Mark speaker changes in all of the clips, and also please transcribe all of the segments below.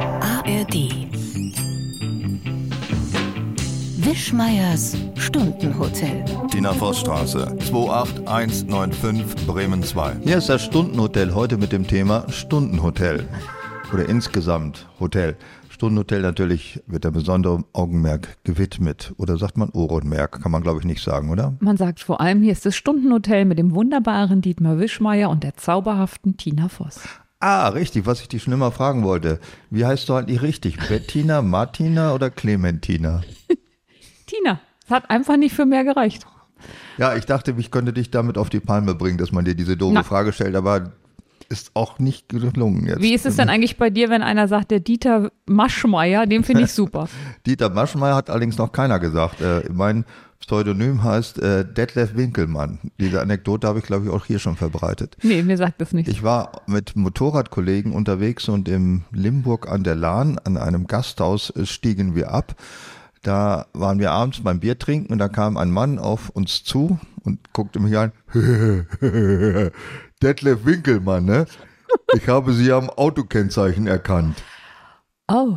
Speaker 1: ARD. Wischmeiers Stundenhotel.
Speaker 2: Die Forststraße 28195 Bremen 2.
Speaker 3: Hier ist das Stundenhotel heute mit dem Thema Stundenhotel oder insgesamt Hotel. Stundenhotel natürlich wird der besondere Augenmerk gewidmet oder sagt man Ohrenmerk, kann man glaube ich nicht sagen, oder?
Speaker 4: Man sagt vor allem, hier ist das Stundenhotel mit dem wunderbaren Dietmar Wischmeier und der zauberhaften Tina Voss.
Speaker 3: Ah, richtig, was ich dich schon immer fragen wollte. Wie heißt du eigentlich richtig? Bettina, Martina oder Clementina?
Speaker 4: Tina, es hat einfach nicht für mehr gereicht.
Speaker 3: Ja, ich dachte, ich könnte dich damit auf die Palme bringen, dass man dir diese doofe
Speaker 4: Na.
Speaker 3: Frage stellt, aber ist auch nicht gelungen jetzt.
Speaker 4: Wie ist es denn eigentlich bei dir, wenn einer sagt, der Dieter Maschmeier, den finde ich super.
Speaker 3: Dieter Maschmeyer hat allerdings noch keiner gesagt. Äh, mein Pseudonym heißt äh, Detlef Winkelmann. Diese Anekdote habe ich, glaube ich, auch hier schon verbreitet.
Speaker 4: Nee, mir sagt das nicht.
Speaker 3: Ich war mit Motorradkollegen unterwegs und im Limburg an der Lahn, an einem Gasthaus, äh, stiegen wir ab. Da waren wir abends beim Bier trinken und da kam ein Mann auf uns zu und guckte mich an. Detlef Winkelmann, ne? Ich habe sie am Autokennzeichen erkannt
Speaker 4: Oh,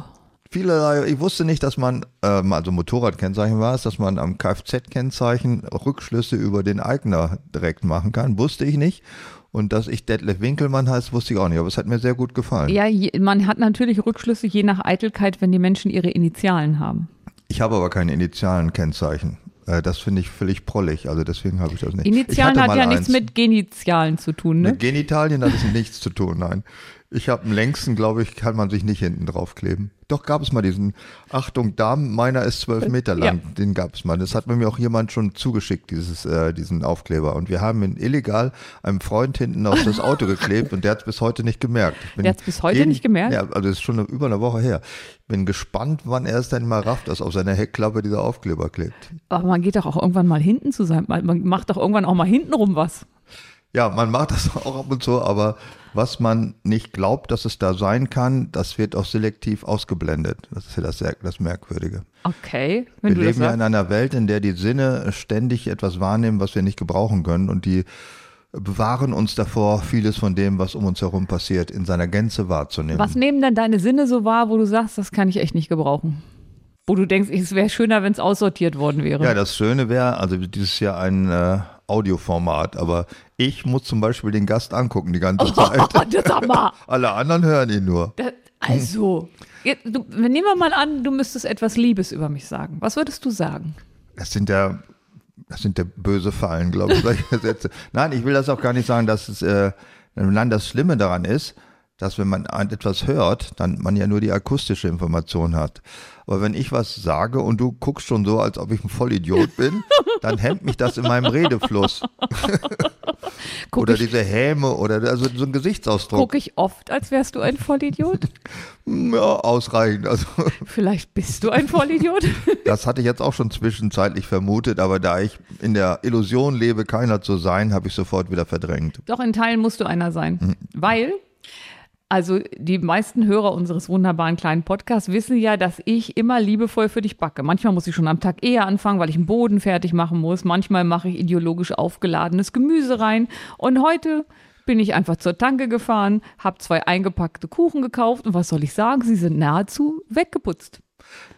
Speaker 3: vielerlei, ich wusste nicht, dass man, ähm, also Motorradkennzeichen war es, dass man am Kfz-Kennzeichen Rückschlüsse über den Eigner direkt machen kann. Wusste ich nicht. Und dass ich Detlef Winkelmann heißt, wusste ich auch nicht. Aber es hat mir sehr gut gefallen.
Speaker 4: ja, je, man hat natürlich Rückschlüsse je nach Eitelkeit, wenn die Menschen ihre Initialen haben.
Speaker 3: Ich habe aber keine initialen Kennzeichen. Äh, das finde ich völlig prollig. Also deswegen habe ich das nicht. ich
Speaker 4: Initialen
Speaker 3: hatte
Speaker 4: hat
Speaker 3: mal
Speaker 4: ja
Speaker 3: eins.
Speaker 4: nichts mit Genizialen zu tun, ne?
Speaker 3: Mit Genitalien hat es nichts zu tun, nein. Ich habe einen längsten, glaube ich, kann man sich nicht hinten draufkleben. Doch gab es mal diesen, Achtung Damen, meiner ist
Speaker 4: Äh,
Speaker 3: zwölf Meter lang, den gab es mal. Das hat mir auch jemand schon zugeschickt, dieses, äh, diesen Aufkleber. Und wir haben ihn illegal einem Freund hinten auf das Auto geklebt und der hat es bis heute nicht gemerkt. Ich bin
Speaker 4: Der hat's bis heute nicht gemerkt?
Speaker 3: Ja, also das ist schon über eine Woche her. Ich bin gespannt, wann er es denn mal rafft, dass auf seiner Heckklappe dieser Aufkleber klebt.
Speaker 4: Aber man geht doch auch irgendwann mal hinten zu sein. Man man macht doch irgendwann auch mal hintenrum was.
Speaker 3: Ja, man macht das auch ab und zu, aber was man nicht glaubt, dass es da sein kann, das wird auch selektiv ausgeblendet. Das ist ja das, sehr- das Merkwürdige.
Speaker 4: Okay, wenn
Speaker 3: wir
Speaker 4: du das
Speaker 3: leben ja in
Speaker 4: sagst.
Speaker 3: einer Welt, in der die Sinne ständig etwas wahrnehmen, was wir nicht gebrauchen können und die bewahren uns davor, vieles von dem, was um uns herum passiert, in seiner Gänze wahrzunehmen.
Speaker 4: Was nehmen denn deine Sinne so wahr, wo du sagst, das kann ich echt nicht gebrauchen? Wo du denkst, es wäre schöner, wenn es aussortiert worden wäre.
Speaker 3: Ja, das Schöne wäre, also dieses Jahr ein äh, Audioformat, aber ich muss zum Beispiel den Gast angucken die ganze Zeit.
Speaker 4: oh, das Hammer.
Speaker 3: Alle anderen hören ihn nur.
Speaker 4: Das, also, jetzt, du, nehmen wir mal an, du müsstest etwas Liebes über mich sagen. Was würdest du sagen?
Speaker 3: Das sind ja, das sind ja böse Fallen, glaube ich, solche Sätze. Nein, ich will das auch gar nicht sagen, dass es, äh, nein, das Schlimme daran ist, dass wenn man ein- etwas hört, dann man ja nur die akustische Information hat. Aber wenn ich was sage und du guckst schon so, als ob ich ein Vollidiot bin, dann hemmt mich das in meinem Redefluss.
Speaker 4: Guck
Speaker 3: oder
Speaker 4: ich-
Speaker 3: diese Häme oder also so ein Gesichtsausdruck.
Speaker 4: Gucke ich oft, als wärst du ein Vollidiot?
Speaker 3: Hm, Ja, ausreichend. Also,
Speaker 4: Vielleicht bist du ein Vollidiot.
Speaker 3: Das hatte ich jetzt auch schon zwischenzeitlich vermutet, aber da ich in der Illusion lebe, keiner zu sein, habe ich sofort wieder verdrängt.
Speaker 4: Doch in Teilen musst du einer sein, weil also die meisten Hörer unseres wunderbaren kleinen Podcasts wissen ja, dass ich immer liebevoll für dich backe. Manchmal muss ich schon am Tag eher anfangen, weil ich einen Boden fertig machen muss. Manchmal mache ich ideologisch aufgeladenes Gemüse rein und heute bin ich einfach zur Tanke gefahren, habe zwei eingepackte Kuchen gekauft und was soll ich sagen, sie sind nahezu weggeputzt.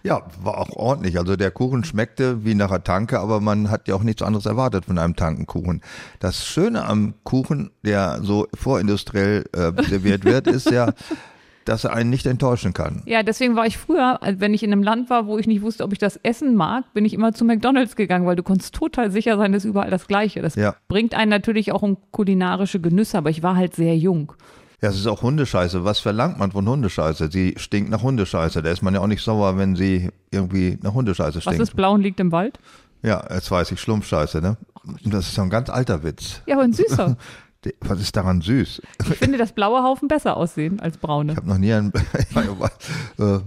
Speaker 3: Ja, war auch ordentlich. Also der Kuchen schmeckte wie nach einer Tanke, aber man hat ja auch nichts anderes erwartet von einem Tankenkuchen. Das Schöne am Kuchen, der so vorindustriell äh, serviert wird, ist ja, dass er einen nicht enttäuschen kann.
Speaker 4: Ja, deswegen war ich früher, als wenn ich in einem Land war, wo ich nicht wusste, ob ich das essen mag, bin ich immer zu McDonalds gegangen, weil du konntest total sicher sein, dass überall das Gleiche. Das
Speaker 3: Ja.
Speaker 4: bringt einen natürlich auch um kulinarische Genüsse, aber ich war halt sehr jung.
Speaker 3: Ja, es ist auch Hundescheiße. Was verlangt man von Hundescheiße? Sie stinkt nach Hundescheiße. Da ist man ja auch nicht sauer, wenn sie irgendwie nach Hundescheiße
Speaker 4: Was
Speaker 3: stinkt.
Speaker 4: ist blau und liegt im Wald?
Speaker 3: Ja, jetzt weiß ich, Schlumpfscheiße, ne?
Speaker 4: Oh
Speaker 3: Das ist doch ein ganz alter Witz.
Speaker 4: Ja, aber ein süßer.
Speaker 3: De- Was ist daran süß?
Speaker 4: Ich finde, dass blaue Haufen besser aussehen als braune.
Speaker 3: Ich habe noch nie einen. Äh,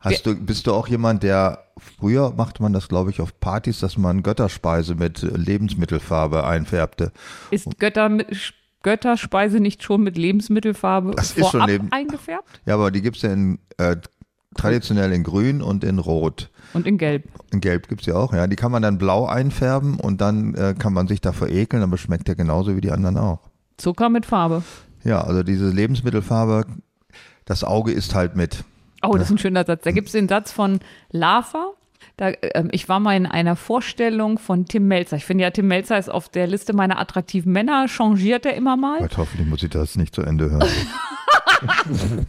Speaker 3: Hast du, bist du auch jemand, der früher machte man das, glaube ich, auf Partys, dass man Götterspeise mit Lebensmittelfarbe einfärbte?
Speaker 4: Ist Götter mit, Sch- Götterspeise nicht schon mit Lebensmittelfarbe
Speaker 3: Das ist
Speaker 4: vorab
Speaker 3: schon Leben-
Speaker 4: eingefärbt?
Speaker 3: Ja, aber die gibt's ja in, äh, traditionell in Grün und in Rot.
Speaker 4: Und in gelb.
Speaker 3: In Gelb gibt's ja auch, ja. Die kann man dann blau einfärben und dann äh, kann man sich da verekeln, aber schmeckt ja genauso wie die anderen auch.
Speaker 4: Zucker mit Farbe.
Speaker 3: Ja, also diese Lebensmittelfarbe, das Auge ist halt mit.
Speaker 4: Oh, das ist ein schöner Satz. Da gibt es den Satz von Lava. Da, ähm, ich war mal in einer Vorstellung von Tim Melzer. Ich finde ja, Tim Melzer ist auf der Liste meiner attraktiven Männer, changiert er immer mal.
Speaker 3: Gott, hoffentlich muss ich das nicht zu Ende hören.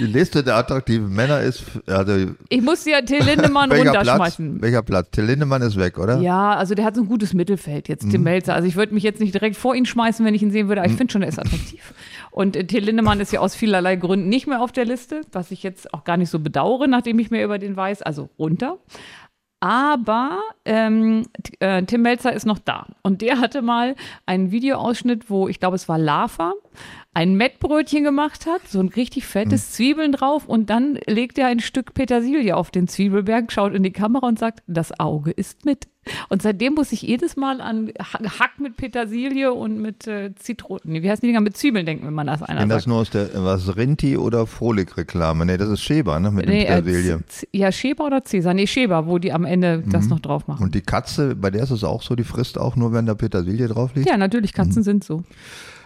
Speaker 3: Die Liste der attraktiven Männer ist, also
Speaker 4: Ich muss ja Till Lindemann
Speaker 3: welcher Platz?
Speaker 4: runterschmeißen.
Speaker 3: Welcher Platz? Till Lindemann ist weg, oder?
Speaker 4: Ja, also der hat so ein gutes Mittelfeld jetzt,
Speaker 3: Mhm.
Speaker 4: Tim Melzer. Also ich würde mich jetzt nicht direkt vor ihn schmeißen, wenn ich ihn sehen würde, aber ich finde schon, er ist attraktiv. Und äh, Till Lindemann ist ja aus vielerlei Gründen nicht mehr auf der Liste, was ich jetzt auch gar nicht so bedauere, nachdem ich mehr über den weiß, also runter. Aber ähm, t- äh, Tim Melzer ist noch da. Und der hatte mal einen Videoausschnitt, wo ich glaube, es war Lava, ein Mettbrötchen gemacht hat, so ein richtig fettes
Speaker 3: Hm.
Speaker 4: Zwiebeln drauf. Und dann legt er ein Stück Petersilie auf den Zwiebelberg, schaut in die Kamera und sagt, das Auge ist mit. Und seitdem muss ich jedes Mal an Ha- Hack mit Petersilie und mit äh, Zitronen, nee, wie heißen die Dinger, mit Zwiebeln denken, wenn man das einer
Speaker 3: Wenn das
Speaker 4: sagt.
Speaker 3: nur aus der was Rinti oder Frohlig-Reklame. Nee, das ist Schäber, ne? Mit
Speaker 4: Nee,
Speaker 3: dem
Speaker 4: äh,
Speaker 3: Petersilie. Mhm.
Speaker 4: Z- Z- ja, Schäber oder Cäsar? Nee, Schäber, wo die am Ende das noch drauf machen.
Speaker 3: Und die Katze, bei der ist es auch so, die frisst auch nur, wenn da Petersilie drauf liegt.
Speaker 4: Ja, natürlich, Katzen
Speaker 3: Mhm.
Speaker 4: sind so.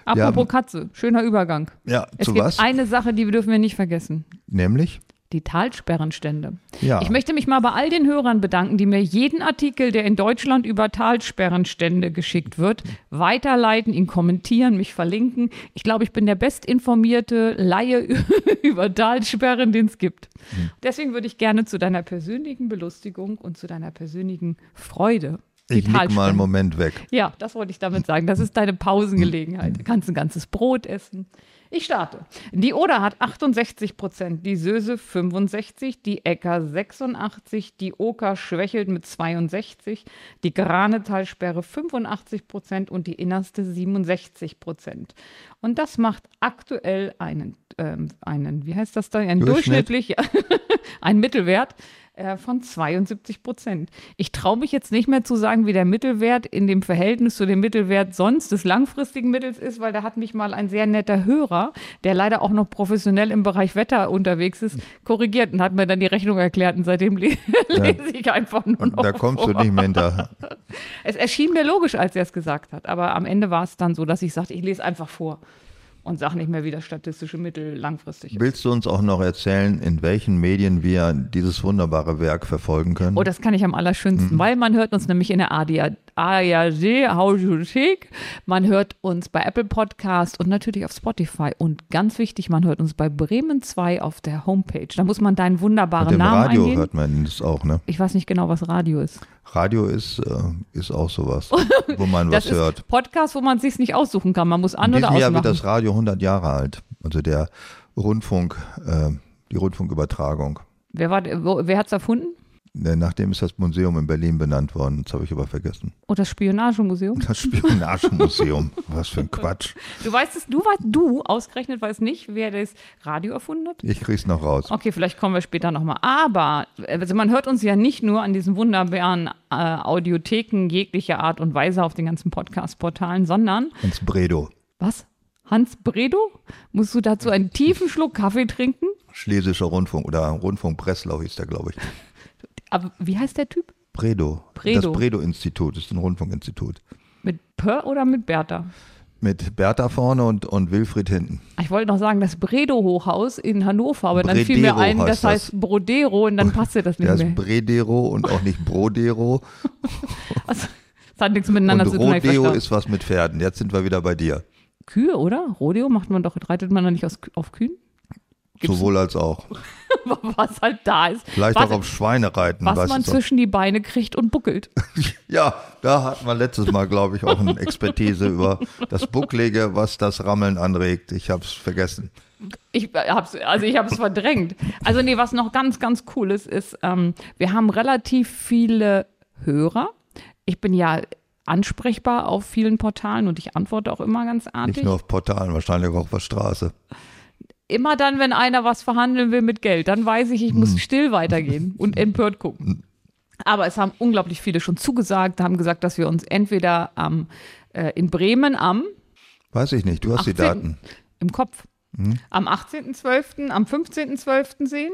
Speaker 4: Apropos
Speaker 3: aber-
Speaker 4: Katze, schöner Übergang.
Speaker 3: Ja,
Speaker 4: Es
Speaker 3: zu
Speaker 4: gibt
Speaker 3: was?
Speaker 4: eine Sache, die dürfen wir nicht vergessen.
Speaker 3: Nämlich?
Speaker 4: Die Talsperrenstände.
Speaker 3: Ja.
Speaker 4: Ich möchte mich mal bei all den Hörern bedanken, die mir jeden Artikel, der in Deutschland über Talsperrenstände geschickt wird, weiterleiten, ihn kommentieren, mich verlinken. Ich glaube, ich bin der bestinformierte Laie über Talsperren, den es gibt.
Speaker 3: Hm.
Speaker 4: Deswegen würde ich gerne zu deiner persönlichen Belustigung und zu deiner persönlichen Freude. die
Speaker 3: Ich nick mal
Speaker 4: Talsperren-
Speaker 3: einen Moment weg.
Speaker 4: ja, das wollte ich damit sagen. Das ist deine Pausengelegenheit. Du kannst ein ganzes Brot essen. Ich starte. Die Oder hat 68 Prozent, die Söse 65, die Äcker 86, die Oker schwächelt mit 62, die Granetalsperre 85 Prozent und die Innerste 67 Prozent. Und das macht aktuell einen, ähm, einen wie heißt das da, einen
Speaker 3: Durchschnitt.
Speaker 4: durchschnittlich, einen Mittelwert äh, von 72 Prozent. Ich traue mich jetzt nicht mehr zu sagen, wie der Mittelwert in dem Verhältnis zu dem Mittelwert sonst des langfristigen Mittels ist, weil da hat mich mal ein sehr netter Hörer, der leider auch noch professionell im Bereich Wetter unterwegs ist, korrigiert und hat mir dann die Rechnung erklärt und seitdem le lese ich einfach nur
Speaker 3: Und
Speaker 4: noch
Speaker 3: da kommst
Speaker 4: vor.
Speaker 3: du nicht mehr hinter.
Speaker 4: Es erschien mir logisch, als er es gesagt hat, aber am Ende war es dann so, dass ich sagte, ich lese einfach vor und sage nicht mehr, wie das statistische Mittel langfristig ist.
Speaker 3: Willst du uns auch noch erzählen, in welchen Medien wir dieses wunderbare Werk verfolgen können?
Speaker 4: Oh, das kann ich am allerschönsten,
Speaker 3: Mhm.
Speaker 4: weil man hört uns nämlich in der ADA ARD Audiothek, man hört uns bei Apple Podcast und natürlich auf Spotify und ganz wichtig, man hört uns bei Bremen 2 auf der Homepage. Da muss man deinen wunderbaren
Speaker 3: Dem
Speaker 4: Namen
Speaker 3: Radio
Speaker 4: eingeben.
Speaker 3: hört man das auch, ne?
Speaker 4: Ich weiß nicht genau, was Radio ist.
Speaker 3: Radio ist, äh, ist auch sowas, wo man
Speaker 4: Das
Speaker 3: was hört.
Speaker 4: ist Podcast, wo man sich nicht aussuchen kann. Man muss an
Speaker 3: In
Speaker 4: oder
Speaker 3: diesem Jahr wird
Speaker 4: ausmachen.
Speaker 3: das Radio 100 Jahre alt. Also der Rundfunk, äh, die Rundfunkübertragung.
Speaker 4: Wer, war- wo- wer hat es erfunden?
Speaker 3: Ne, Nachdem ist das Museum in Berlin benannt worden. Das habe ich aber vergessen.
Speaker 4: Oh, das Spionagemuseum?
Speaker 3: Das Spionagemuseum. was für ein Quatsch.
Speaker 4: Du weißt es, du weißt, du ausgerechnet weißt nicht, wer das Radio erfunden hat?
Speaker 3: Ich krieg's noch raus.
Speaker 4: Okay, vielleicht kommen wir später nochmal. Aber also man hört uns ja nicht nur an diesen wunderbaren äh, Audiotheken jeglicher Art und Weise auf den ganzen Podcast-Portalen, sondern
Speaker 3: Ins Bredo.
Speaker 4: was? Hans Bredow? Musst du dazu einen tiefen Schluck Kaffee trinken?
Speaker 3: Schlesischer Rundfunk oder Rundfunk Breslau hieß der, glaube ich.
Speaker 4: Aber wie heißt der Typ?
Speaker 3: Bredo.
Speaker 4: Bredow.
Speaker 3: Das Bredo-Institut ist ein Rundfunkinstitut.
Speaker 4: Mit Per oder mit Bertha?
Speaker 3: Mit Bertha vorne und, und Wilfried hinten.
Speaker 4: Ich wollte noch sagen, das Bredow-Hochhaus in Hannover, aber dann fiel mir
Speaker 3: Bredero
Speaker 4: ein,
Speaker 3: heißt das.
Speaker 4: das
Speaker 3: Oh,
Speaker 4: heißt Brodero und dann passte das nicht
Speaker 3: Der ist
Speaker 4: mehr.
Speaker 3: Bredero und auch nicht Brodero.
Speaker 4: Also, das hat nichts miteinander
Speaker 3: Und
Speaker 4: zu tun. hab ich
Speaker 3: Rodeo
Speaker 4: verstanden.
Speaker 3: ist was mit Pferden. Jetzt sind wir wieder bei dir.
Speaker 4: Kühe, oder? Rodeo macht man doch, reitet man doch nicht aus, auf Kühen?
Speaker 3: Sowohl als auch.
Speaker 4: was halt da ist.
Speaker 3: Vielleicht
Speaker 4: was,
Speaker 3: auch auf Schweine reiten.
Speaker 4: was
Speaker 3: weißt
Speaker 4: man
Speaker 3: du.
Speaker 4: zwischen die Beine kriegt und buckelt.
Speaker 3: ja, da hatten wir letztes Mal, glaube ich, auch eine Expertise über das Bucklege, was das Rammeln anregt. Ich habe es vergessen.
Speaker 4: Ich hab's, also ich habe es verdrängt. Also nee, was noch ganz, ganz cool ist, ist, ähm, wir haben relativ viele Hörer. Ich bin ja ansprechbar auf vielen Portalen und ich antworte auch immer ganz
Speaker 3: Nicht
Speaker 4: artig.
Speaker 3: nur auf Portalen, wahrscheinlich auch auf der Straße.
Speaker 4: Immer dann, wenn einer was verhandeln will mit Geld, dann weiß ich, ich
Speaker 3: Hm.
Speaker 4: muss still weitergehen und empört gucken. Aber es haben unglaublich viele schon zugesagt, haben gesagt, dass wir uns entweder am, äh, in Bremen am
Speaker 3: Weiß ich nicht, du hast die
Speaker 4: 18.
Speaker 3: Daten. Hm?
Speaker 4: Im Kopf. Am 18.12., am 15.12. sehen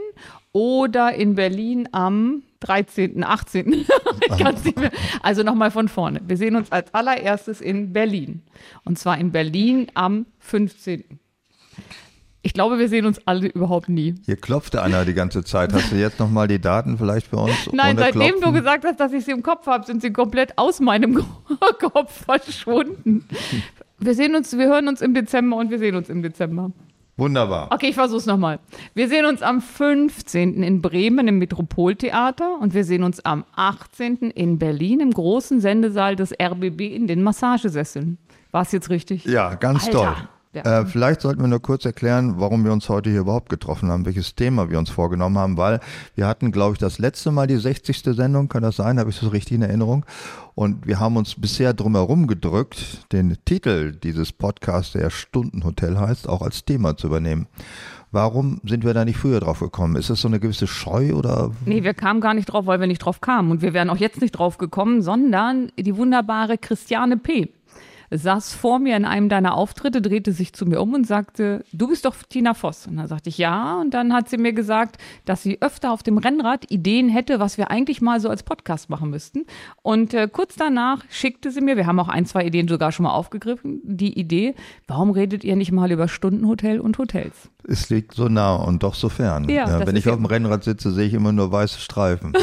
Speaker 4: oder in Berlin am 13., 18. ich kann's nicht mehr. Also nochmal von vorne. Wir sehen uns als allererstes in Berlin. Und zwar in Berlin am 15. Ich glaube, wir sehen uns alle überhaupt nie.
Speaker 3: Hier klopfte einer die ganze Zeit. Hast du jetzt nochmal die Daten vielleicht für uns?
Speaker 4: Nein,
Speaker 3: ohne
Speaker 4: seitdem
Speaker 3: Klopfen?
Speaker 4: du gesagt hast, dass ich sie im Kopf habe, sind sie komplett aus meinem Kopf verschwunden. Wir sehen uns, wir hören uns im Dezember und wir sehen uns im Dezember.
Speaker 3: Wunderbar.
Speaker 4: Okay, ich versuch's nochmal. Wir sehen uns am 15. in Bremen im Metropoltheater und wir sehen uns am 18. in Berlin im großen Sendesaal des RBB in den Massagesesseln. War's jetzt richtig?
Speaker 3: Ja, ganz
Speaker 4: Alter.
Speaker 3: toll.
Speaker 4: Ja.
Speaker 3: Äh, vielleicht sollten wir nur kurz erklären, warum wir uns heute hier überhaupt getroffen haben, welches Thema wir uns vorgenommen haben, weil wir hatten, glaube ich, das letzte Mal die 60. Sendung, kann das sein? Habe ich das richtig in Erinnerung? Und wir haben uns bisher drumherum gedrückt, den Titel dieses Podcasts, der Stundenhotel heißt, auch als Thema zu übernehmen. Warum sind wir da nicht früher drauf gekommen? Ist das so eine gewisse Scheu oder
Speaker 4: Nee, wir kamen gar nicht drauf, weil wir nicht drauf kamen. Und wir wären auch jetzt nicht drauf gekommen, sondern die wunderbare Christiane P. saß vor mir in einem deiner Auftritte, drehte sich zu mir um und sagte, du bist doch Tina Voss. Und dann sagte ich, ja. Und dann hat sie mir gesagt, dass sie öfter auf dem Rennrad Ideen hätte, was wir eigentlich mal so als Podcast machen müssten. Und äh, kurz danach schickte sie mir, wir haben auch ein, zwei Ideen sogar schon mal aufgegriffen, die Idee, warum redet ihr nicht mal über Stundenhotel und Hotels?
Speaker 3: es liegt so nah und doch so fern? Äh,
Speaker 4: Ja, das
Speaker 3: wenn
Speaker 4: ist
Speaker 3: ich auf
Speaker 4: ja-
Speaker 3: dem Rennrad sitze, sehe ich immer nur weiße Streifen.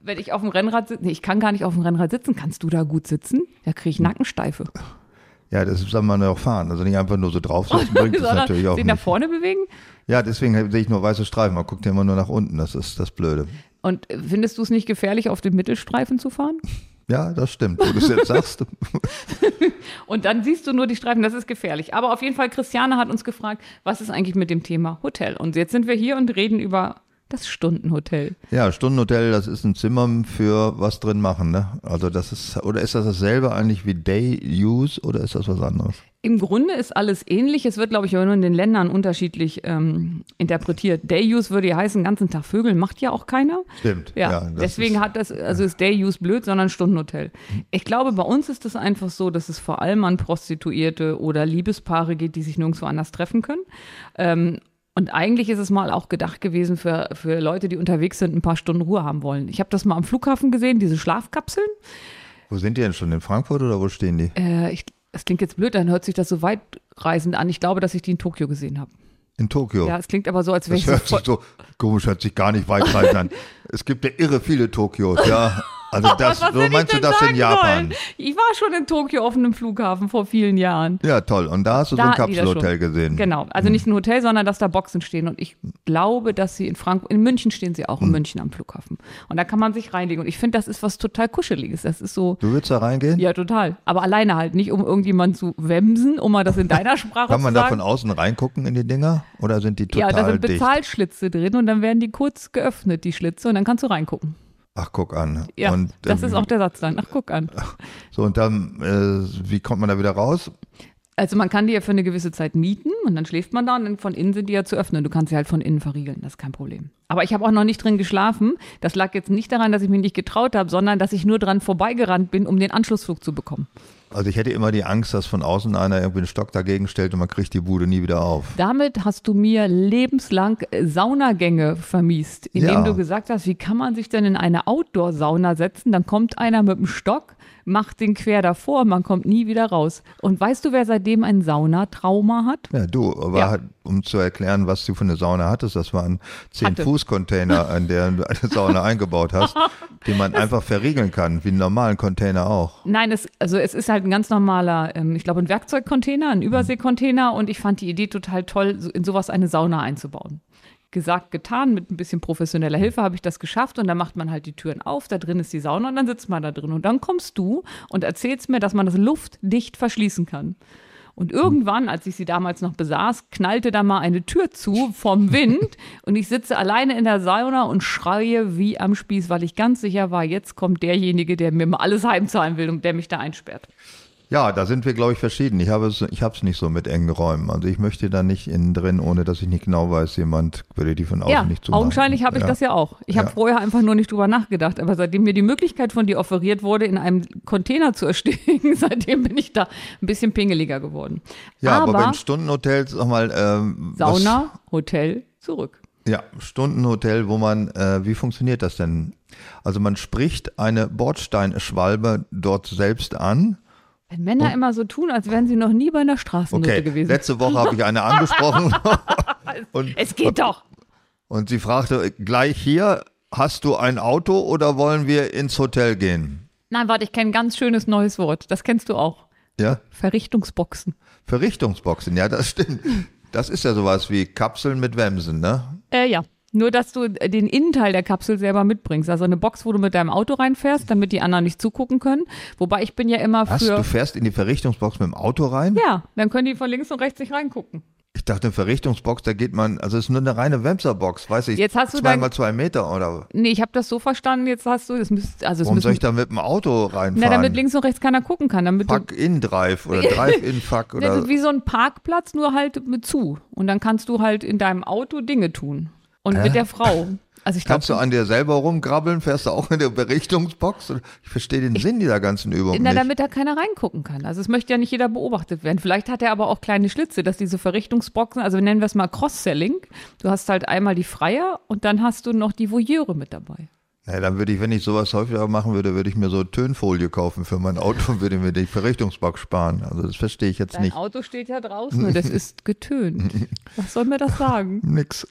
Speaker 4: Wenn ich auf dem Rennrad sitze, nee, ich kann gar nicht auf dem Rennrad sitzen. Kannst du da gut sitzen? Da kriege
Speaker 3: Hm.
Speaker 4: ich Nackensteife.
Speaker 3: Ja, das ist, sagen wir mal, auch fahren. Also nicht einfach nur so draufsetzen, bringt es
Speaker 4: Sondern
Speaker 3: natürlich auch
Speaker 4: sich nach
Speaker 3: nicht.
Speaker 4: vorne bewegen.
Speaker 3: Ja, deswegen sehe ich nur weiße Streifen. Man guckt ja immer nur nach unten. Das ist das Blöde.
Speaker 4: Und äh, findest du es nicht gefährlich, auf dem Mittelstreifen zu fahren?
Speaker 3: Ja, das stimmt. Wo du es jetzt sagst.
Speaker 4: Und dann siehst du nur die Streifen, das ist gefährlich. Aber auf jeden Fall, Christiane hat uns gefragt, was ist eigentlich mit dem Thema Hotel? Und jetzt sind wir hier und reden über das Stundenhotel.
Speaker 3: Ja, Stundenhotel, das ist ein Zimmer für was drin machen. Ne? Also das ist, oder ist das dasselbe eigentlich wie Day Use oder ist das was anderes?
Speaker 4: Im Grunde ist alles ähnlich. Es wird, glaube ich, aber nur in den Ländern unterschiedlich ähm, interpretiert. Day Use würde ja heißen, den ganzen Tag Vögeln macht ja auch keiner.
Speaker 3: Stimmt.
Speaker 4: Ja,
Speaker 3: das
Speaker 4: deswegen
Speaker 3: ist, Mhm.
Speaker 4: hat das, also ist Day Use blöd, sondern Stundenhotel. Ich glaube, bei uns ist es einfach so, dass es vor allem an Prostituierte oder Liebespaare geht, die sich nirgendwo anders treffen können. Ähm, und eigentlich ist es mal auch gedacht gewesen für, für Leute, die unterwegs sind, ein paar Stunden Ruhe haben wollen. Ich habe das mal am Flughafen gesehen, diese Schlafkapseln.
Speaker 3: Wo sind die denn schon? In Frankfurt oder wo stehen die?
Speaker 4: Äh, ich, das klingt jetzt blöd, dann hört sich das so weitreisend an. Ich glaube, dass ich die in Tokio gesehen habe.
Speaker 3: In Tokio.
Speaker 4: Ja, es klingt aber so, als wäre
Speaker 3: das
Speaker 4: ich so
Speaker 3: hört
Speaker 4: voll,
Speaker 3: sich so komisch, hört sich gar nicht weit an. Es gibt ja irre viele Tokios. Ja, also das,
Speaker 4: Was
Speaker 3: so
Speaker 4: hätte ich
Speaker 3: meinst du
Speaker 4: denn
Speaker 3: das in
Speaker 4: sagen
Speaker 3: Japan?
Speaker 4: sollen? Ich war schon in Tokio auf einem Flughafen vor vielen Jahren.
Speaker 3: Ja, toll. Und da hast du so
Speaker 4: Da
Speaker 3: ein
Speaker 4: hatten die das
Speaker 3: Kapselhotel
Speaker 4: schon.
Speaker 3: gesehen.
Speaker 4: Genau, also nicht ein Hotel, sondern dass da Boxen stehen. Und ich glaube, dass sie in Frankfurt, in München stehen sie
Speaker 3: Hm.
Speaker 4: auch, in München am Flughafen. Und da kann man sich reinlegen. Und ich finde, das ist was total Kuscheliges. Das ist so,
Speaker 3: Du willst da reingehen?
Speaker 4: ja, total. Aber alleine halt, nicht um irgendjemanden zu wemsen, um mal das in deiner Sprache
Speaker 3: Kann man
Speaker 4: zu
Speaker 3: da
Speaker 4: sagen.
Speaker 3: von außen reingucken in die Dinger? Oder sind die
Speaker 4: ja,
Speaker 3: total
Speaker 4: da sind
Speaker 3: dicht?
Speaker 4: Bezahlschlitze drin und dann werden die kurz geöffnet, die Schlitze, und dann kannst du reingucken.
Speaker 3: Ach, guck an.
Speaker 4: Ja,
Speaker 3: und,
Speaker 4: das
Speaker 3: ähm,
Speaker 4: ist auch der Satz dann. Ach, guck an.
Speaker 3: So, und dann, äh, wie kommt man da wieder raus?
Speaker 4: Also man kann die ja für eine gewisse Zeit mieten und dann schläft man da und dann von innen sind die ja zu öffnen. Du kannst sie halt von innen verriegeln, das ist kein Problem. Aber ich habe auch noch nicht drin geschlafen. Das lag jetzt nicht daran, dass ich mich nicht getraut habe, sondern dass ich nur dran vorbeigerannt bin, um den Anschlussflug zu bekommen.
Speaker 3: Also ich hätte immer die Angst, dass von außen einer irgendwie einen Stock dagegen stellt und man kriegt die Bude nie wieder auf.
Speaker 4: Damit hast du mir lebenslang äh, Saunagänge vermiest, indem
Speaker 3: Ja.
Speaker 4: du gesagt hast, wie kann man sich denn in eine Outdoor-Sauna setzen? Dann kommt einer mit dem Stock, macht den quer davor, man kommt nie wieder raus. Und weißt du, wer seitdem ein Saunatrauma hat?
Speaker 3: Ja, du, aber
Speaker 4: Ja.
Speaker 3: hat- um zu erklären, was du für eine Sauna hattest, das war ein
Speaker 4: Hatte.
Speaker 3: 10-Fuß-Container, an der du eine Sauna eingebaut hast, den man einfach verriegeln kann, wie einen normalen Container auch.
Speaker 4: Nein, es, also es ist halt ein ganz normaler, ähm, ich glaube, ein Werkzeugcontainer, ein Überseekontainer und ich fand die Idee total toll, so- in sowas eine Sauna einzubauen. Gesagt, getan, mit ein bisschen professioneller Hilfe habe ich das geschafft und dann macht man halt die Türen auf, da drin ist die Sauna und dann sitzt man da drin und dann kommst du und erzählst mir, dass man das luftdicht verschließen kann. Und irgendwann, als ich sie damals noch besaß, knallte da mal eine Tür zu vom Wind und ich sitze alleine in der Sauna und schreie wie am Spieß, weil ich ganz sicher war, jetzt kommt derjenige, der mir mal alles heimzahlen will und der mich da einsperrt.
Speaker 3: Ja, da sind wir, glaube ich, verschieden. Ich habe es, ich habe es nicht so mit engen Räumen. Also ich möchte da nicht innen drin, ohne dass ich nicht genau weiß, jemand würde die von außen
Speaker 4: ja,
Speaker 3: nicht zumachen.
Speaker 4: augenscheinlich habe ich
Speaker 3: ja.
Speaker 4: das ja auch. Ich habe
Speaker 3: Ja.
Speaker 4: vorher einfach nur nicht drüber nachgedacht, aber seitdem mir die Möglichkeit von dir offeriert wurde, in einem Container zu ersticken, seitdem bin ich da ein bisschen pingeliger geworden.
Speaker 3: Ja, aber,
Speaker 4: aber
Speaker 3: wenn Stundenhotels nochmal ähm, was-
Speaker 4: Sauna, Hotel, zurück.
Speaker 3: Ja, Stundenhotel, wo man, äh, wie funktioniert das denn? Also man spricht eine Bordsteinschwalbe dort selbst an
Speaker 4: Wenn Männer immer so tun, als wären sie noch nie bei einer Straßennote
Speaker 3: Okay,
Speaker 4: gewesen.
Speaker 3: letzte Woche habe ich eine angesprochen und,
Speaker 4: es geht doch.
Speaker 3: und sie fragte gleich hier, hast du ein Auto oder wollen wir ins Hotel gehen?
Speaker 4: Nein, warte, ich kenne ein ganz schönes neues Wort. Das kennst du auch.
Speaker 3: Ja,
Speaker 4: Verrichtungsboxen.
Speaker 3: Verrichtungsboxen, ja, das stimmt. Das ist ja sowas wie Kapseln mit Wemsen, ne?
Speaker 4: Äh, ja. Nur, dass du den Innenteil der Kapsel selber mitbringst. Also eine Box, wo du mit deinem Auto reinfährst, damit die anderen nicht zugucken können. Wobei ich bin ja immer
Speaker 3: Was?
Speaker 4: für.
Speaker 3: Du fährst in die Verrichtungsbox mit dem Auto rein?
Speaker 4: Ja, dann können die von links und rechts nicht reingucken.
Speaker 3: Ich dachte, eine Verrichtungsbox, da geht man, also es ist nur eine reine Wemserbox, weiß ich.
Speaker 4: Jetzt hast du
Speaker 3: zwei
Speaker 4: dein-
Speaker 3: mal zwei Meter oder.
Speaker 4: Nee, ich habe das so verstanden, jetzt hast du, das müsst, also es
Speaker 3: Warum
Speaker 4: müssen,
Speaker 3: soll ich da mit dem Auto reinfahren?
Speaker 4: na, damit links und rechts keiner gucken kann, damit du,
Speaker 3: Fuck-in-Drive oder Drive-in-Fuck
Speaker 4: ne, das
Speaker 3: oder.
Speaker 4: ist wie so ein Parkplatz, nur halt mit zu. Und dann kannst du halt in deinem Auto Dinge tun. Und mit der Frau. Also ich glaube,
Speaker 3: Kannst du an dir selber rumgrabbeln? Fährst du auch in der Berichtungsbox? Ich verstehe den Sinn dieser ganzen Übung
Speaker 4: na,
Speaker 3: nicht.
Speaker 4: damit da keiner reingucken kann. Also es möchte ja nicht jeder beobachtet werden. Vielleicht hat er aber auch kleine Schlitze, dass diese Verrichtungsboxen, also nennen wir es mal Cross-Selling, du hast halt einmal die Freier und dann hast du noch die Voyeure mit dabei.
Speaker 3: Na, dann würde ich, wenn ich sowas häufiger machen würde, würde ich mir so Tönfolie kaufen für mein Auto und würde mir die Verrichtungsbox sparen. Also das verstehe ich jetzt
Speaker 4: Dein
Speaker 3: nicht.
Speaker 4: Auto steht ja draußen und es ist getönt. Was soll mir das sagen?
Speaker 3: Nix.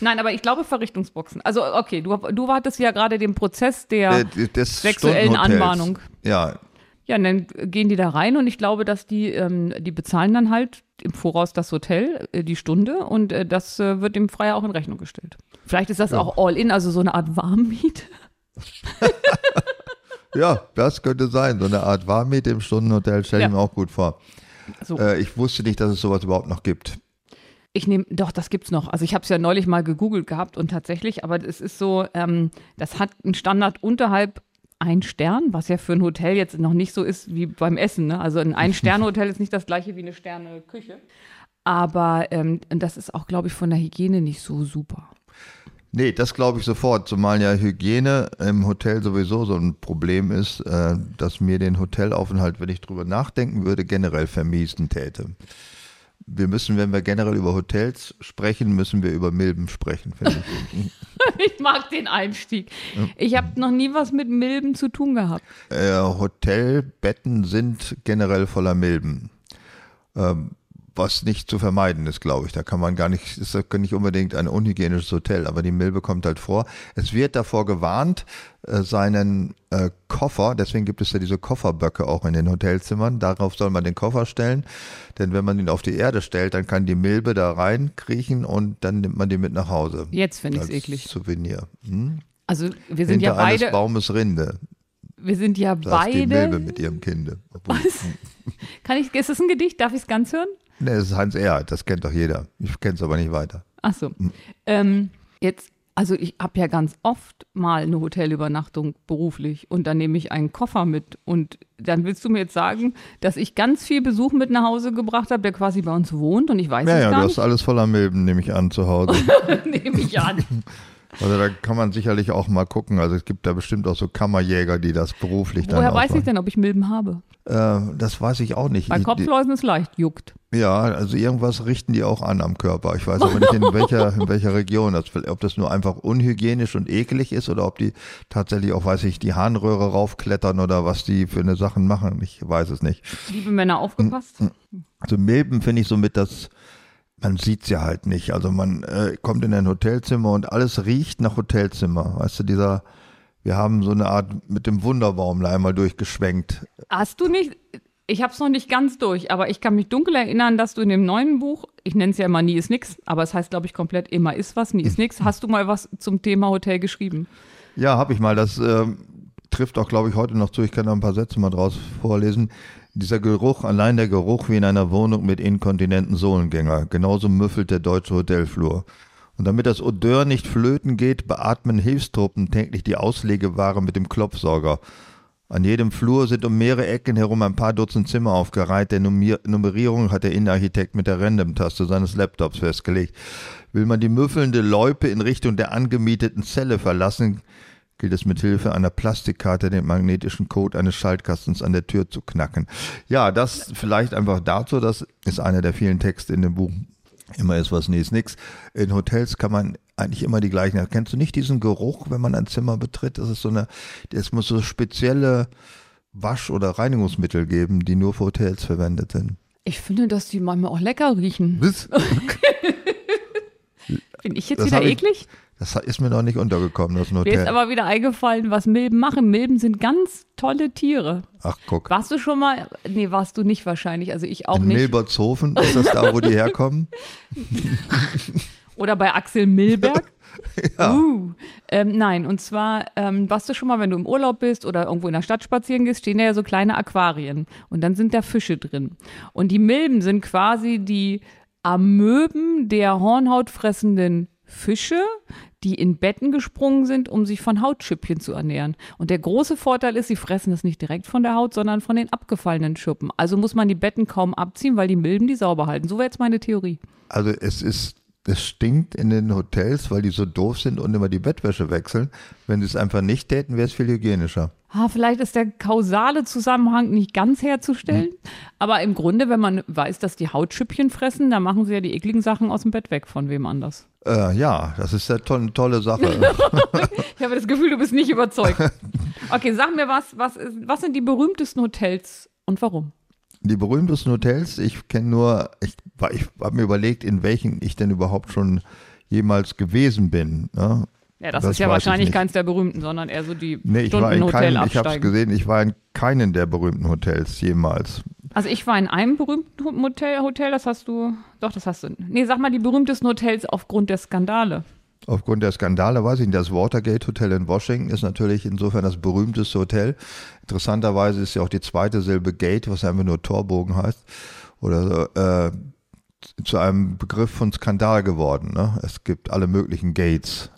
Speaker 4: Nein, aber ich glaube Verrichtungsboxen. Also okay, du, du wartest ja gerade den Prozess der,
Speaker 3: Äh, des
Speaker 4: Sexuellen
Speaker 3: Stundenhotels.
Speaker 4: Anbahnung.
Speaker 3: Ja,
Speaker 4: ja, und dann gehen die da rein und ich glaube, dass die, ähm, die bezahlen dann halt im Voraus das Hotel, äh, die Stunde und äh, das äh, wird dem Freier auch in Rechnung gestellt. Vielleicht ist das auch All-In, also so eine Art Warmmiete.
Speaker 3: ja, das könnte sein. So eine Art Warmmiete im Stundenhotel stelle ich
Speaker 4: Ja.
Speaker 3: mir auch gut vor.
Speaker 4: So.
Speaker 3: Äh, ich wusste nicht, dass es sowas überhaupt noch gibt.
Speaker 4: Ich nehme, doch, das gibt's noch. Also ich habe es ja neulich mal gegoogelt gehabt und tatsächlich, aber es ist so, ähm, das hat einen Standard unterhalb ein Stern, was ja für ein Hotel jetzt noch nicht so ist wie beim Essen. Ne? Also ein Ein-Sterne-Hotel ist nicht das gleiche wie eine Sterne-Küche. Aber ähm, das ist auch, glaube ich, von der Hygiene nicht so super.
Speaker 3: Nee, das glaube ich sofort, zumal ja Hygiene im Hotel sowieso so ein Problem ist, äh, dass mir den Hotelaufenthalt, wenn ich drüber nachdenken würde, generell vermiesen täte. Wir müssen, wenn wir generell über Hotels sprechen, müssen wir über Milben sprechen, finde ich.
Speaker 4: Ich mag den Einstieg. Ich habe noch nie was mit Milben zu tun gehabt.
Speaker 3: äh, Hotelbetten sind generell voller Milben. Ähm, was nicht zu vermeiden ist, glaube ich. Da kann man gar nicht, ist das nicht unbedingt ein unhygienisches Hotel, aber die Milbe kommt halt vor. Es wird davor gewarnt, äh, seinen äh, Koffer, deswegen gibt es ja diese Kofferböcke auch in den Hotelzimmern, darauf soll man den Koffer stellen, denn wenn man ihn auf die Erde stellt, dann kann die Milbe da reinkriechen und dann nimmt man die mit nach Hause.
Speaker 4: Jetzt finde ich es
Speaker 3: Als
Speaker 4: eklig.
Speaker 3: Souvenir. Hm?
Speaker 4: Also wir sind
Speaker 3: Hinter
Speaker 4: ja
Speaker 3: eines
Speaker 4: beide,
Speaker 3: Baumes Rinde.
Speaker 4: wir sind ja
Speaker 3: Saß die Milbe
Speaker 4: beide.
Speaker 3: mit ihrem Kinde. Obwohl,
Speaker 4: Kann ich, ist das ein Gedicht? Darf ich es ganz hören?
Speaker 3: ne, das ist Hans Erhardt, das kennt doch jeder. Ich kenne es aber nicht weiter.
Speaker 4: Ach so.
Speaker 3: Hm.
Speaker 4: Ähm, jetzt, also ich habe ja ganz oft mal eine Hotelübernachtung beruflich und dann nehme ich einen Koffer mit. Und dann willst du mir jetzt sagen, dass ich ganz viel Besuch mit nach Hause gebracht habe, der quasi bei uns wohnt und ich weiß
Speaker 3: Ja,
Speaker 4: es
Speaker 3: ja, du
Speaker 4: gar
Speaker 3: hast halt alles voller Milben, nehme ich an, zu Hause.
Speaker 4: nicht. Nehme ich an.
Speaker 3: Also da kann man sicherlich auch mal gucken. Also es gibt da bestimmt auch so Kammerjäger, die das beruflich dann
Speaker 4: Woher weiß ich
Speaker 3: aufmachen.
Speaker 4: denn, ob ich Milben habe?
Speaker 3: Äh, das weiß ich auch nicht.
Speaker 4: Bei
Speaker 3: Ich- die,
Speaker 4: Kopfläusen ist leicht, juckt.
Speaker 3: ja, also irgendwas richten die auch an am Körper. Ich weiß aber nicht, in welcher, in welcher Region. Das, ob das nur einfach unhygienisch und eklig ist oder ob die tatsächlich auch, weiß ich, die Harnröhre raufklettern oder was die für eine Sachen machen. Ich weiß es nicht.
Speaker 4: Liebe Männer, aufgepasst.
Speaker 3: Also Milben finde ich somit das, man sieht ja halt nicht. Also man äh, kommt in ein Hotelzimmer und alles riecht nach Hotelzimmer. Weißt du, dieser, wir haben so eine Art mit dem Wunderbaum da einmal durchgeschwenkt.
Speaker 4: Hast du nicht, ich habe es noch nicht ganz durch, aber ich kann mich dunkel erinnern, dass du in dem neuen Buch, ich nenne es ja immer Nie ist nix, aber es heißt, glaube ich, komplett immer ist was, nie ist nix, hast du mal was zum Thema Hotel geschrieben.
Speaker 3: Ja, habe ich mal. Das ähm, trifft auch, glaube ich, heute noch zu. Ich kann da ein paar Sätze mal draus vorlesen. Dieser Geruch, allein der Geruch wie in einer Wohnung mit inkontinenten Sohlengänger. Genauso müffelt der deutsche Hotelflur. Und damit das Odeur nicht flöten geht, beatmen Hilfstruppen täglich die Auslegeware mit dem Klopfsauger. An jedem Flur sind um mehrere Ecken herum ein paar Dutzend Zimmer aufgereiht. Der Nummier- Nummerierung hat der Innenarchitekt mit der Random-Taste seines Laptops festgelegt. Will man die müffelnde Loipe in Richtung der angemieteten Zelle verlassen, gilt es mit Hilfe einer Plastikkarte den magnetischen Code eines Schaltkastens an der Tür zu knacken. Ja, das vielleicht einfach dazu, das ist einer der vielen Texte in dem Buch. Immer ist was, nie ist nix. In Hotels kann man eigentlich immer die gleichen. Kennst du nicht diesen Geruch, wenn man ein Zimmer betritt? Das ist so eine, es muss so spezielle Wasch- oder Reinigungsmittel geben, die nur für Hotels verwendet sind.
Speaker 4: Ich finde, dass die manchmal auch lecker riechen.
Speaker 3: Bis,
Speaker 4: Bin ich jetzt
Speaker 3: Das
Speaker 4: wieder
Speaker 3: hab ich-
Speaker 4: eklig?
Speaker 3: das ist mir noch nicht untergekommen, das
Speaker 4: Mir ist
Speaker 3: Hotel.
Speaker 4: aber wieder eingefallen, was Milben machen. Milben sind ganz tolle Tiere.
Speaker 3: Ach guck,
Speaker 4: Warst du schon mal? Nee, warst du nicht wahrscheinlich. Also ich auch
Speaker 3: in
Speaker 4: nicht.
Speaker 3: Milbertshofen, ist das da, wo die herkommen?
Speaker 4: Oder bei Axel Milberg.
Speaker 3: Ja.
Speaker 4: Uh, ähm, nein, und zwar ähm, warst du schon mal, wenn du im Urlaub bist oder irgendwo in der Stadt spazieren gehst, stehen da ja so kleine Aquarien und dann sind da Fische drin. Und die Milben sind quasi die Amöben der hornhautfressenden Fische, die in Betten gesprungen sind, um sich von Hautschüppchen zu ernähren. Und der große Vorteil ist, sie fressen das nicht direkt von der Haut, sondern von den abgefallenen Schuppen. Also muss man die Betten kaum abziehen, weil die Milben die sauber halten. So wäre jetzt meine Theorie.
Speaker 3: Also es ist, es stinkt in den Hotels, weil die so doof sind und immer die Bettwäsche wechseln. Wenn sie es einfach nicht täten, wäre es viel hygienischer.
Speaker 4: Ah, vielleicht ist der kausale Zusammenhang nicht ganz herzustellen, aber im Grunde, wenn man weiß, dass die Hautschüppchen fressen, dann machen sie ja die ekligen Sachen aus dem Bett weg von wem anders.
Speaker 3: Äh, ja, das ist ja toll, eine tolle Sache.
Speaker 4: Ich habe das Gefühl, du bist nicht überzeugt. Okay, sag mir was, was, ist, was sind die berühmtesten Hotels und warum?
Speaker 3: die berühmtesten Hotels, ich kenne nur, ich, war- ich habe mir überlegt, in welchen ich denn überhaupt schon jemals gewesen bin. Ne?
Speaker 4: Ja, das,
Speaker 3: Das
Speaker 4: ist ja
Speaker 3: weiß ich
Speaker 4: wahrscheinlich
Speaker 3: nicht.
Speaker 4: keins der berühmten, sondern eher so die
Speaker 3: Nee, ich war in
Speaker 4: Stundenhotel
Speaker 3: keinem, ich habe es
Speaker 4: absteigen.
Speaker 3: gesehen, ich war in keinen der berühmten Hotels jemals.
Speaker 4: also ich war in einem berühmten Ho- Hotel, Hotel, das hast du, doch, das hast du. Nee, sag mal die berühmtesten Hotels aufgrund der Skandale.
Speaker 3: Aufgrund der Skandale weiß ich nicht, das Watergate Hotel in Washington ist natürlich insofern das berühmteste Hotel. Interessanterweise ist ja auch die zweite Silbe Gate, was einfach nur Torbogen heißt, oder äh, zu einem Begriff von Skandal geworden. Ne? Es gibt alle möglichen Gates.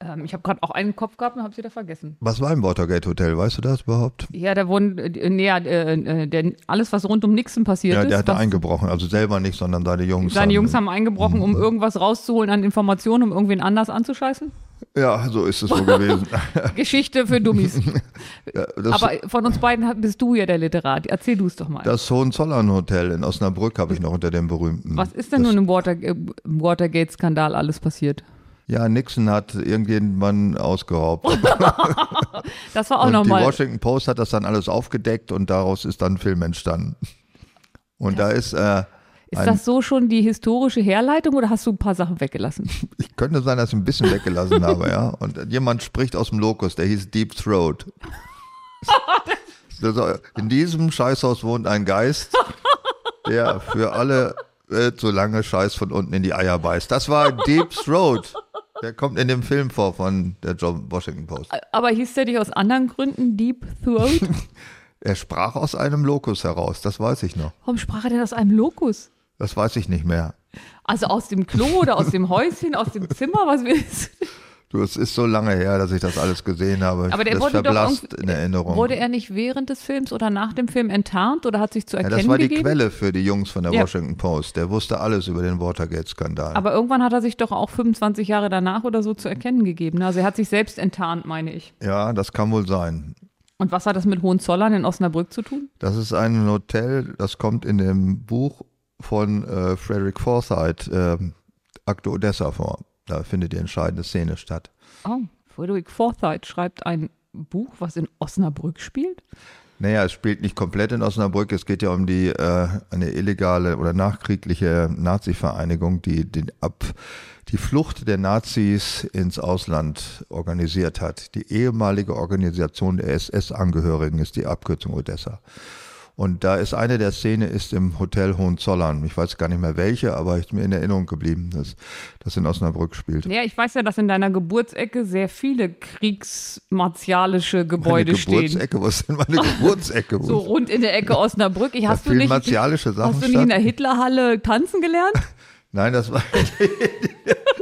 Speaker 4: Ähm, ich habe gerade auch einen im Kopf gehabt und habe sie da vergessen.
Speaker 3: Was war im Watergate Hotel? Weißt du das überhaupt?
Speaker 4: Ja, da wurden äh, nee, ja, äh, äh, der, alles, was rund um Nixon passiert
Speaker 3: Ja,
Speaker 4: ist.
Speaker 3: der hatte
Speaker 4: was-
Speaker 3: eingebrochen, also selber nicht, sondern seine Jungs.
Speaker 4: seine Jungs haben eingebrochen,
Speaker 3: Mhm.
Speaker 4: um irgendwas rauszuholen an Informationen, um irgendwen anders anzuscheißen.
Speaker 3: Ja, so ist es wohl gewesen.
Speaker 4: Geschichte für Dummies.
Speaker 3: Das,
Speaker 4: Aber von uns beiden hat- bist du ja der Literat. Erzähl du es doch mal.
Speaker 3: das Hohenzollern Hotel in Osnabrück habe ich noch unter dem berühmten.
Speaker 4: Was ist denn nun im, Water, äh, im Watergate-Skandal alles passiert?
Speaker 3: Ja, Nixon hat irgendjemanden ausgeraubt.
Speaker 4: Das war auch
Speaker 3: und die
Speaker 4: nochmal.
Speaker 3: Washington Post hat das dann alles aufgedeckt und daraus ist dann ein Film entstanden. Und da ist, äh,
Speaker 4: Ist
Speaker 3: ein-
Speaker 4: das so schon die historische Herleitung oder hast du ein paar Sachen weggelassen?
Speaker 3: ich könnte sein, dass ich ein bisschen weggelassen habe, ja. Und jemand spricht aus dem Lokus, der hieß Deep Throat. Das soll- In diesem Scheißhaus wohnt ein Geist, der für alle äh, zu lange Scheiß von unten in die Eier beißt. Das war Deep Throat. Der kommt in dem Film vor von der John Washington Post.
Speaker 4: Aber hieß der dich aus anderen Gründen Deep Throat?
Speaker 3: Er sprach aus einem Lokus heraus, das weiß ich noch.
Speaker 4: Warum sprach er denn aus einem Lokus?
Speaker 3: Das weiß ich nicht mehr.
Speaker 4: Also aus dem Klo oder aus dem Häuschen, aus dem Zimmer, was willst du?
Speaker 3: Du, es ist so lange her, dass ich das alles gesehen habe.
Speaker 4: Aber der
Speaker 3: das
Speaker 4: wurde doch
Speaker 3: verblasst
Speaker 4: irgendwie-
Speaker 3: in Erinnerung.
Speaker 4: Wurde er nicht während des Films oder nach dem Film enttarnt oder hat sich zu
Speaker 3: ja,
Speaker 4: erkennen
Speaker 3: das war die
Speaker 4: gegeben?
Speaker 3: Quelle für die Jungs von der
Speaker 4: Ja.
Speaker 3: Washington Post. Der wusste alles über den Watergate-Skandal.
Speaker 4: Aber irgendwann hat er sich doch auch 25 Jahre danach oder so zu erkennen gegeben. Also er hat sich selbst enttarnt, meine ich.
Speaker 3: Ja, das kann wohl sein.
Speaker 4: Und was hat das mit Hohenzollern in Osnabrück zu tun?
Speaker 3: Das ist ein Hotel, das kommt in dem Buch von äh, Frederick Forsyth, äh, Akte Odessa, vor. Da findet die entscheidende Szene statt.
Speaker 4: Oh, Frederick Forsyth schreibt ein Buch, was in Osnabrück spielt?
Speaker 3: Naja, es spielt nicht komplett in Osnabrück. Es geht ja um die äh, eine illegale oder nachkriegliche Nazi-Vereinigung, die den Ab, die Flucht der Nazis ins Ausland organisiert hat. Die ehemalige Organisation der SS-Angehörigen ist die Abkürzung Odessa. Und da ist eine der Szene ist im Hotel Hohenzollern. Ich weiß gar nicht mehr welche, aber ist mir in Erinnerung geblieben, dass das in Osnabrück spielt.
Speaker 4: Ja, ich weiß ja, dass in deiner Geburtsecke sehr viele kriegsmartialische
Speaker 3: Meine
Speaker 4: Gebäude stehen.
Speaker 3: Geburtsecke, wo ist denn meine Geburtsecke? Wo
Speaker 4: So
Speaker 3: ist-
Speaker 4: rund in der Ecke Osnabrück. Ich,
Speaker 3: da
Speaker 4: hast du
Speaker 3: fielen
Speaker 4: nicht,
Speaker 3: martialische Sachen
Speaker 4: hast du nicht
Speaker 3: statt.
Speaker 4: in der Hitlerhalle tanzen gelernt?
Speaker 3: Nein, das war.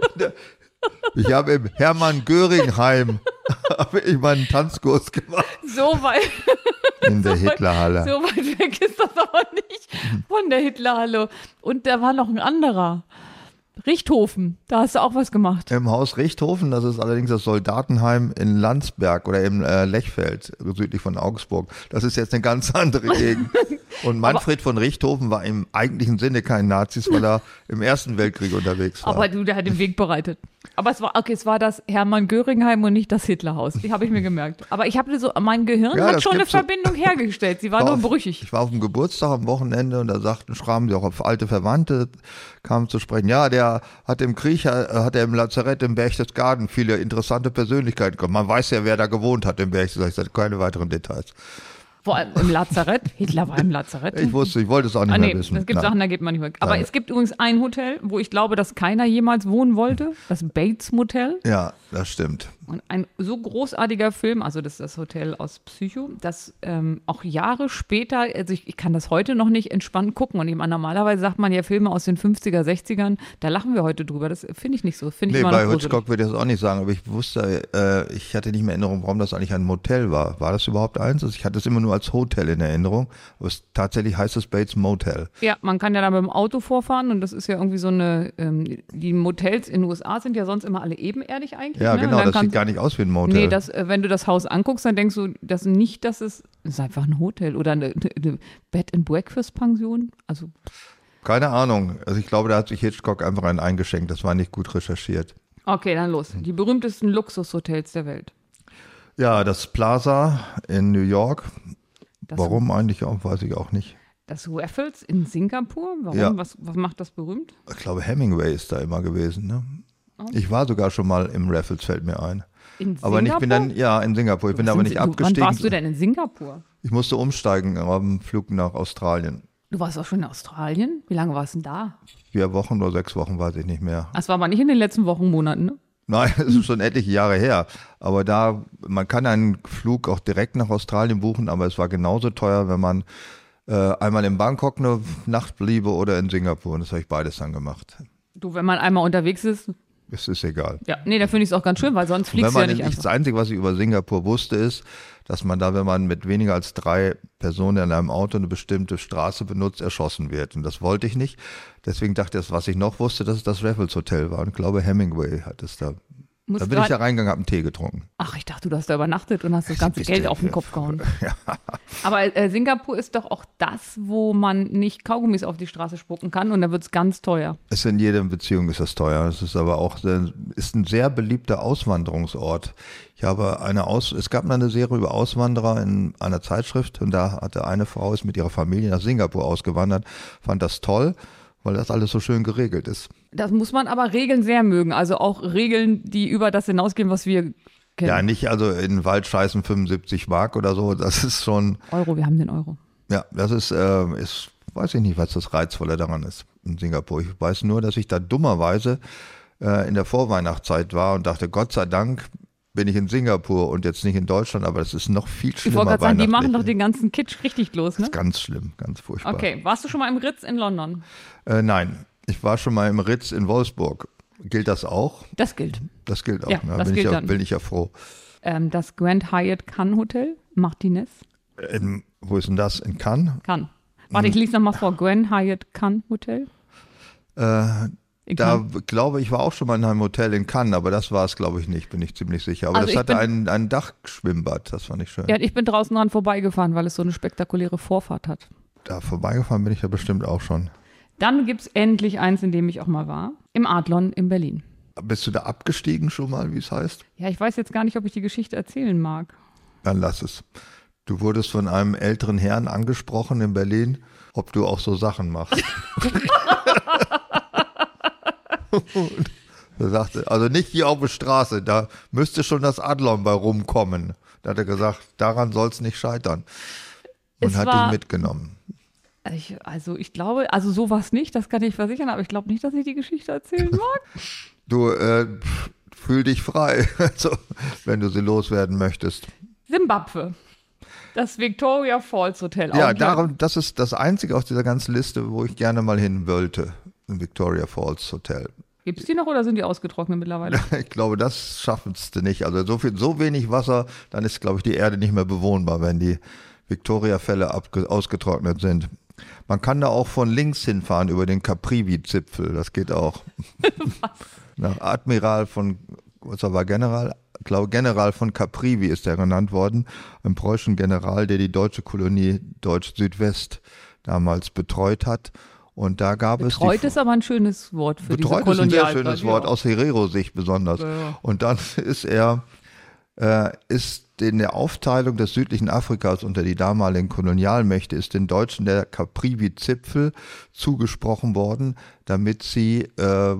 Speaker 3: ich habe im Hermann Göringheim habe ich meinen Tanzkurs gemacht
Speaker 4: So weit,
Speaker 3: in der Hitlerhalle.
Speaker 4: so weit weg ist das aber nicht von der Hitlerhalle. Und da war noch ein anderer. Richthofen, da hast du auch was gemacht.
Speaker 3: Im Haus Richthofen, das ist allerdings das Soldatenheim in Landsberg oder im äh, Lechfeld, südlich von Augsburg. Das ist jetzt eine ganz andere Gegend. Und Manfred von Richthofen war im eigentlichen Sinne kein Nazis, weil er im Ersten Weltkrieg unterwegs war.
Speaker 4: Aber du, der hat den Weg bereitet. Aber es war, okay, es war das Hermann Göringheim und nicht das Hitlerhaus. Die habe ich mir gemerkt. Aber ich habe so, mein Gehirn
Speaker 3: Ja,
Speaker 4: hat
Speaker 3: das
Speaker 4: schon eine
Speaker 3: gibt's so.
Speaker 4: Verbindung hergestellt. Sie war nur
Speaker 3: auf-
Speaker 4: brüchig.
Speaker 3: Ich war auf dem Geburtstag am Wochenende und da sagten, schraben sie auch auf alte Verwandte, kamen zu sprechen. Ja, der hat im Krieg, äh, hat er im Lazarett im Berchtesgaden viele interessante Persönlichkeiten gehabt. Man weiß ja, wer da gewohnt hat im Berchtesgaden. Ich sagte, keine weiteren Details.
Speaker 4: Vor allem im Lazarett. Hitler war im Lazarett.
Speaker 3: Ich wusste, ich wollte es auch nicht
Speaker 4: Ah,
Speaker 3: mehr
Speaker 4: nee,
Speaker 3: wissen.
Speaker 4: es gibt
Speaker 3: Nein.
Speaker 4: Sachen, da geht man nicht weg. Aber
Speaker 3: Nein.
Speaker 4: es gibt übrigens ein Hotel, wo ich glaube, dass keiner jemals wohnen wollte. Das Bates Motel.
Speaker 3: ja, das stimmt.
Speaker 4: Und ein so großartiger Film, also das ist das Hotel aus Psycho, dass ähm, auch Jahre später, also ich, ich kann das heute noch nicht entspannt gucken. Und ich meine, normalerweise sagt man ja Filme aus den 50er, 60ern, da lachen wir heute drüber. Das finde ich nicht so. Finde
Speaker 3: Nee,
Speaker 4: ich immer
Speaker 3: bei
Speaker 4: noch gruselig.
Speaker 3: Hitchcock würde ich das auch nicht sagen, aber ich wusste, äh, ich hatte nicht mehr Erinnerung, warum das eigentlich ein Motel war. War das überhaupt eins? Also ich hatte es immer nur als Hotel in Erinnerung, aber es, tatsächlich heißt es Bates Motel.
Speaker 4: Ja, man kann ja da mit dem Auto vorfahren und das ist ja irgendwie so eine, ähm, die Motels in den USA sind ja sonst immer alle ebenerdig eigentlich.
Speaker 3: Ja,
Speaker 4: ne? Und
Speaker 3: genau,
Speaker 4: dann
Speaker 3: das sieht
Speaker 4: kannst-
Speaker 3: gar nicht aus wie ein Motel.
Speaker 4: Nee, das, äh, wenn du das Haus anguckst, dann denkst du das nicht, dass es es ist einfach ein Hotel oder eine, eine Bed-and-Breakfast-Pension. Also
Speaker 3: Keine Ahnung. Also ich glaube, da hat sich Hitchcock einfach einen eingeschenkt. Das war nicht gut recherchiert.
Speaker 4: Okay, dann los. Die berühmtesten Luxushotels der Welt.
Speaker 3: Ja, das Plaza in New York.
Speaker 4: Das,
Speaker 3: Warum eigentlich auch, weiß ich auch nicht.
Speaker 4: Das Raffles in Singapur. Warum?
Speaker 3: Ja.
Speaker 4: Was, was macht das berühmt?
Speaker 3: Ich glaube, Hemingway ist da immer gewesen. Ne?
Speaker 4: Oh.
Speaker 3: Ich war sogar schon mal im Raffles, fällt mir ein.
Speaker 4: In
Speaker 3: Aber nicht,
Speaker 4: Singapur?
Speaker 3: bin dann, ja, in Singapur. Ich bin
Speaker 4: Was
Speaker 3: aber
Speaker 4: in
Speaker 3: nicht
Speaker 4: Sin- Wann warst du
Speaker 3: abgestiegen.
Speaker 4: denn in Singapur?
Speaker 3: Ich musste umsteigen am Flug nach Australien.
Speaker 4: Du warst auch schon in Australien? Wie lange warst du denn da?
Speaker 3: Vier Wochen oder sechs Wochen, weiß ich nicht mehr.
Speaker 4: Das war aber nicht in den letzten Wochen, Monaten, ne?
Speaker 3: Nein, es ist schon etliche Jahre her. Aber da, man kann einen Flug auch direkt nach Australien buchen, aber es war genauso teuer, wenn man äh, einmal in Bangkok eine Nacht bliebe oder in Singapur. Und das habe ich beides dann gemacht.
Speaker 4: Du, wenn man einmal unterwegs ist,
Speaker 3: Es ist egal.
Speaker 4: ja, nee, da finde ich es auch ganz schön, weil sonst
Speaker 3: Und wenn
Speaker 4: fliegst du ja
Speaker 3: man
Speaker 4: nicht
Speaker 3: nicht das
Speaker 4: einfach.
Speaker 3: Einzige, was ich über Singapur wusste, ist, dass man da, wenn man mit weniger als drei Personen in einem Auto eine bestimmte Straße benutzt, erschossen wird. Und das wollte ich nicht. Deswegen dachte ich, was ich noch wusste, dass es das Raffles Hotel war. Und ich glaube, Hemingway hat es da.
Speaker 4: Musst
Speaker 3: Da
Speaker 4: du
Speaker 3: bin ich
Speaker 4: halt-
Speaker 3: da reingegangen, habe einen Tee getrunken.
Speaker 4: Ach, ich dachte, du hast da übernachtet und hast das ganze
Speaker 3: bist
Speaker 4: Geld
Speaker 3: du-
Speaker 4: auf den Kopf gehauen. Aber äh, Singapur ist doch auch das, wo man nicht Kaugummis auf die Straße spucken kann und da wird es ganz teuer.
Speaker 3: Ist in jeder Beziehung ist das teuer. Es ist aber auch sehr- ist ein sehr beliebter Auswanderungsort. Ich habe eine Aus, es gab mal eine Serie über Auswanderer in einer Zeitschrift und da hatte eine Frau ist mit ihrer Familie nach Singapur ausgewandert, fand das toll, weil das alles so schön geregelt ist.
Speaker 4: Das muss man aber Regeln sehr mögen. Also auch Regeln, die über das hinausgehen, was wir kennen.
Speaker 3: Ja, nicht also in den Wald scheißen 75 Mark oder so. Das ist schon,
Speaker 4: Euro, wir haben den Euro.
Speaker 3: ja, das ist, äh, ist, weiß ich nicht, was das Reizvolle daran ist in Singapur. Ich weiß nur, dass ich da dummerweise äh, in der Vorweihnachtszeit war und dachte, Gott sei Dank bin ich in Singapur und jetzt nicht in Deutschland, aber das ist noch viel
Speaker 4: Ich
Speaker 3: schlimmer.
Speaker 4: wollte gerade sagen, die machen doch
Speaker 3: weihnachtlich.
Speaker 4: den ganzen Kitsch richtig los, ne?
Speaker 3: Ganz schlimm, ganz furchtbar.
Speaker 4: Okay, warst du schon mal im Ritz in London?
Speaker 3: Äh, nein, ich war schon mal im Ritz in Wolfsburg. Gilt das auch?
Speaker 4: Das gilt.
Speaker 3: Das gilt auch.
Speaker 4: Ja,
Speaker 3: ne?
Speaker 4: das
Speaker 3: bin,
Speaker 4: gilt
Speaker 3: ich ja,
Speaker 4: dann.
Speaker 3: bin ich ja froh.
Speaker 4: Ähm, das Grand Hyatt Cannes Hotel, Martinez,
Speaker 3: Ähm, wo ist denn das? In Cannes?
Speaker 4: Cannes. Warte, ich lese nochmal vor. Grand Hyatt Cannes Hotel.
Speaker 3: Hm. Äh,
Speaker 4: In
Speaker 3: Da
Speaker 4: Cannes.
Speaker 3: glaube ich, war auch schon mal in einem Hotel in Cannes, aber das war es, glaube ich, nicht, bin ich ziemlich sicher. Aber
Speaker 4: Also
Speaker 3: das
Speaker 4: ich
Speaker 3: hatte
Speaker 4: bin-
Speaker 3: ein, ein Dachschwimmbad, das fand ich schön.
Speaker 4: Ja, ich bin draußen dran vorbeigefahren, weil es so eine spektakuläre Vorfahrt hat.
Speaker 3: Da vorbeigefahren bin ich ja bestimmt auch schon.
Speaker 4: Dann gibt es endlich eins, in dem ich auch mal war. Im Adlon in Berlin.
Speaker 3: Bist du da abgestiegen schon mal, wie es heißt?
Speaker 4: Ja, ich weiß jetzt gar nicht, ob ich die Geschichte erzählen mag.
Speaker 3: Dann lass es. Du wurdest von einem älteren Herrn angesprochen in Berlin, ob du auch so Sachen machst. Er sagte, also nicht hier auf der Straße, da müsste schon das Adlon bei rumkommen. Da hat er gesagt, daran soll es nicht scheitern. Und
Speaker 4: Es
Speaker 3: hat
Speaker 4: war-
Speaker 3: dich mitgenommen.
Speaker 4: Also ich, also ich glaube, also sowas nicht, das kann ich versichern, aber ich glaube nicht, dass ich die Geschichte erzählen mag.
Speaker 3: Du äh, pf, fühl dich frei, also, wenn du sie loswerden möchtest.
Speaker 4: Simbabwe. Das Victoria Falls Hotel.
Speaker 3: ja,
Speaker 4: Auckland.
Speaker 3: darum, das ist das Einzige aus dieser ganzen Liste, wo ich gerne mal hin wollte. Im Victoria Falls Hotel.
Speaker 4: Gibt es die noch oder sind die ausgetrocknet mittlerweile?
Speaker 3: Ich glaube, das schaffen sie nicht. Also so viel, so wenig Wasser, dann ist, glaube ich, die Erde nicht mehr bewohnbar, wenn die Victoria-Fälle abge- ausgetrocknet sind. Man kann da auch von links hinfahren über den Caprivi-Zipfel. Das geht auch. Nach Admiral von, was er war General glaube, General von Caprivi ist er genannt worden, ein preußischen General, der die deutsche Kolonie Deutsch-Südwest damals betreut hat. Und da gab es
Speaker 4: Betreut
Speaker 3: die
Speaker 4: ist aber ein schönes Wort für
Speaker 3: Betreut
Speaker 4: diese
Speaker 3: ist ein sehr
Speaker 4: Kolonialzeit.
Speaker 3: schönes
Speaker 4: ja.
Speaker 3: Wort, aus Herero-Sicht besonders. Und dann ist er, äh, ist in der Aufteilung des südlichen Afrikas unter die damaligen Kolonialmächte, ist den Deutschen der Caprivi-Zipfel zugesprochen worden, damit sie äh,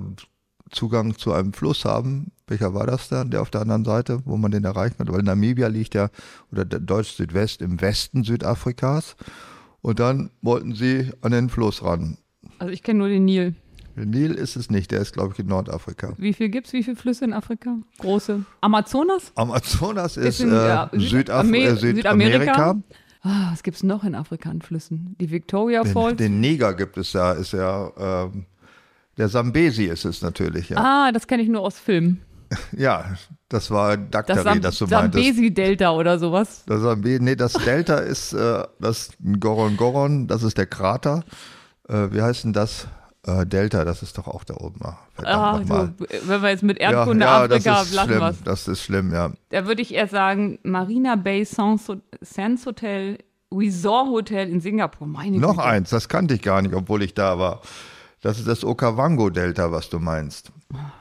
Speaker 3: Zugang zu einem Fluss haben. Welcher war das da, der auf der anderen Seite, wo man den erreichen konnte? Weil Namibia liegt ja, oder der Deutsch-Südwest im Westen Südafrikas. Und dann wollten sie an den Fluss ran.
Speaker 4: Also ich kenne nur den Nil.
Speaker 3: Der Nil ist es nicht, der ist, glaube ich, in Nordafrika.
Speaker 4: Wie viel gibt's? Wie viele Flüsse in Afrika? Große. Amazonas?
Speaker 3: Amazonas ist,
Speaker 4: in,
Speaker 3: äh,
Speaker 4: ja,
Speaker 3: Südaf
Speaker 4: Südame-
Speaker 3: äh, Südamerika.
Speaker 4: Ah, was gibt's noch in Afrika an Flüssen? Die Victoria
Speaker 3: Den,
Speaker 4: Falls?
Speaker 3: den Niger gibt es da, ist ja ähm, der Sambesi ist es natürlich. Ja,
Speaker 4: ah, das kenne ich nur aus Filmen.
Speaker 3: ja das war
Speaker 4: Das
Speaker 3: Daktari,
Speaker 4: Sam
Speaker 3: das du meintest.
Speaker 4: Sambesi-Delta oder sowas.
Speaker 3: Das, Sambe nee, das Delta ist äh, das Goron-Goron, das ist der Krater. Äh, wie heißt denn das? Äh, Delta, das ist doch auch da oben. Ah,
Speaker 4: Ah,
Speaker 3: Verdammt nochmal.
Speaker 4: du, wenn wir jetzt mit Erdkunde
Speaker 3: ja, ja, das
Speaker 4: Afrika
Speaker 3: ist
Speaker 4: lassen
Speaker 3: schlimm.
Speaker 4: was.
Speaker 3: Das ist schlimm, ja.
Speaker 4: Da würde ich eher sagen, Marina Bay Sands, Sands Hotel, Resort Hotel in Singapur. Meine
Speaker 3: Noch
Speaker 4: Güte.
Speaker 3: eins, das kannte ich gar nicht, obwohl ich da war. Das ist das Okavango-Delta, was du meinst.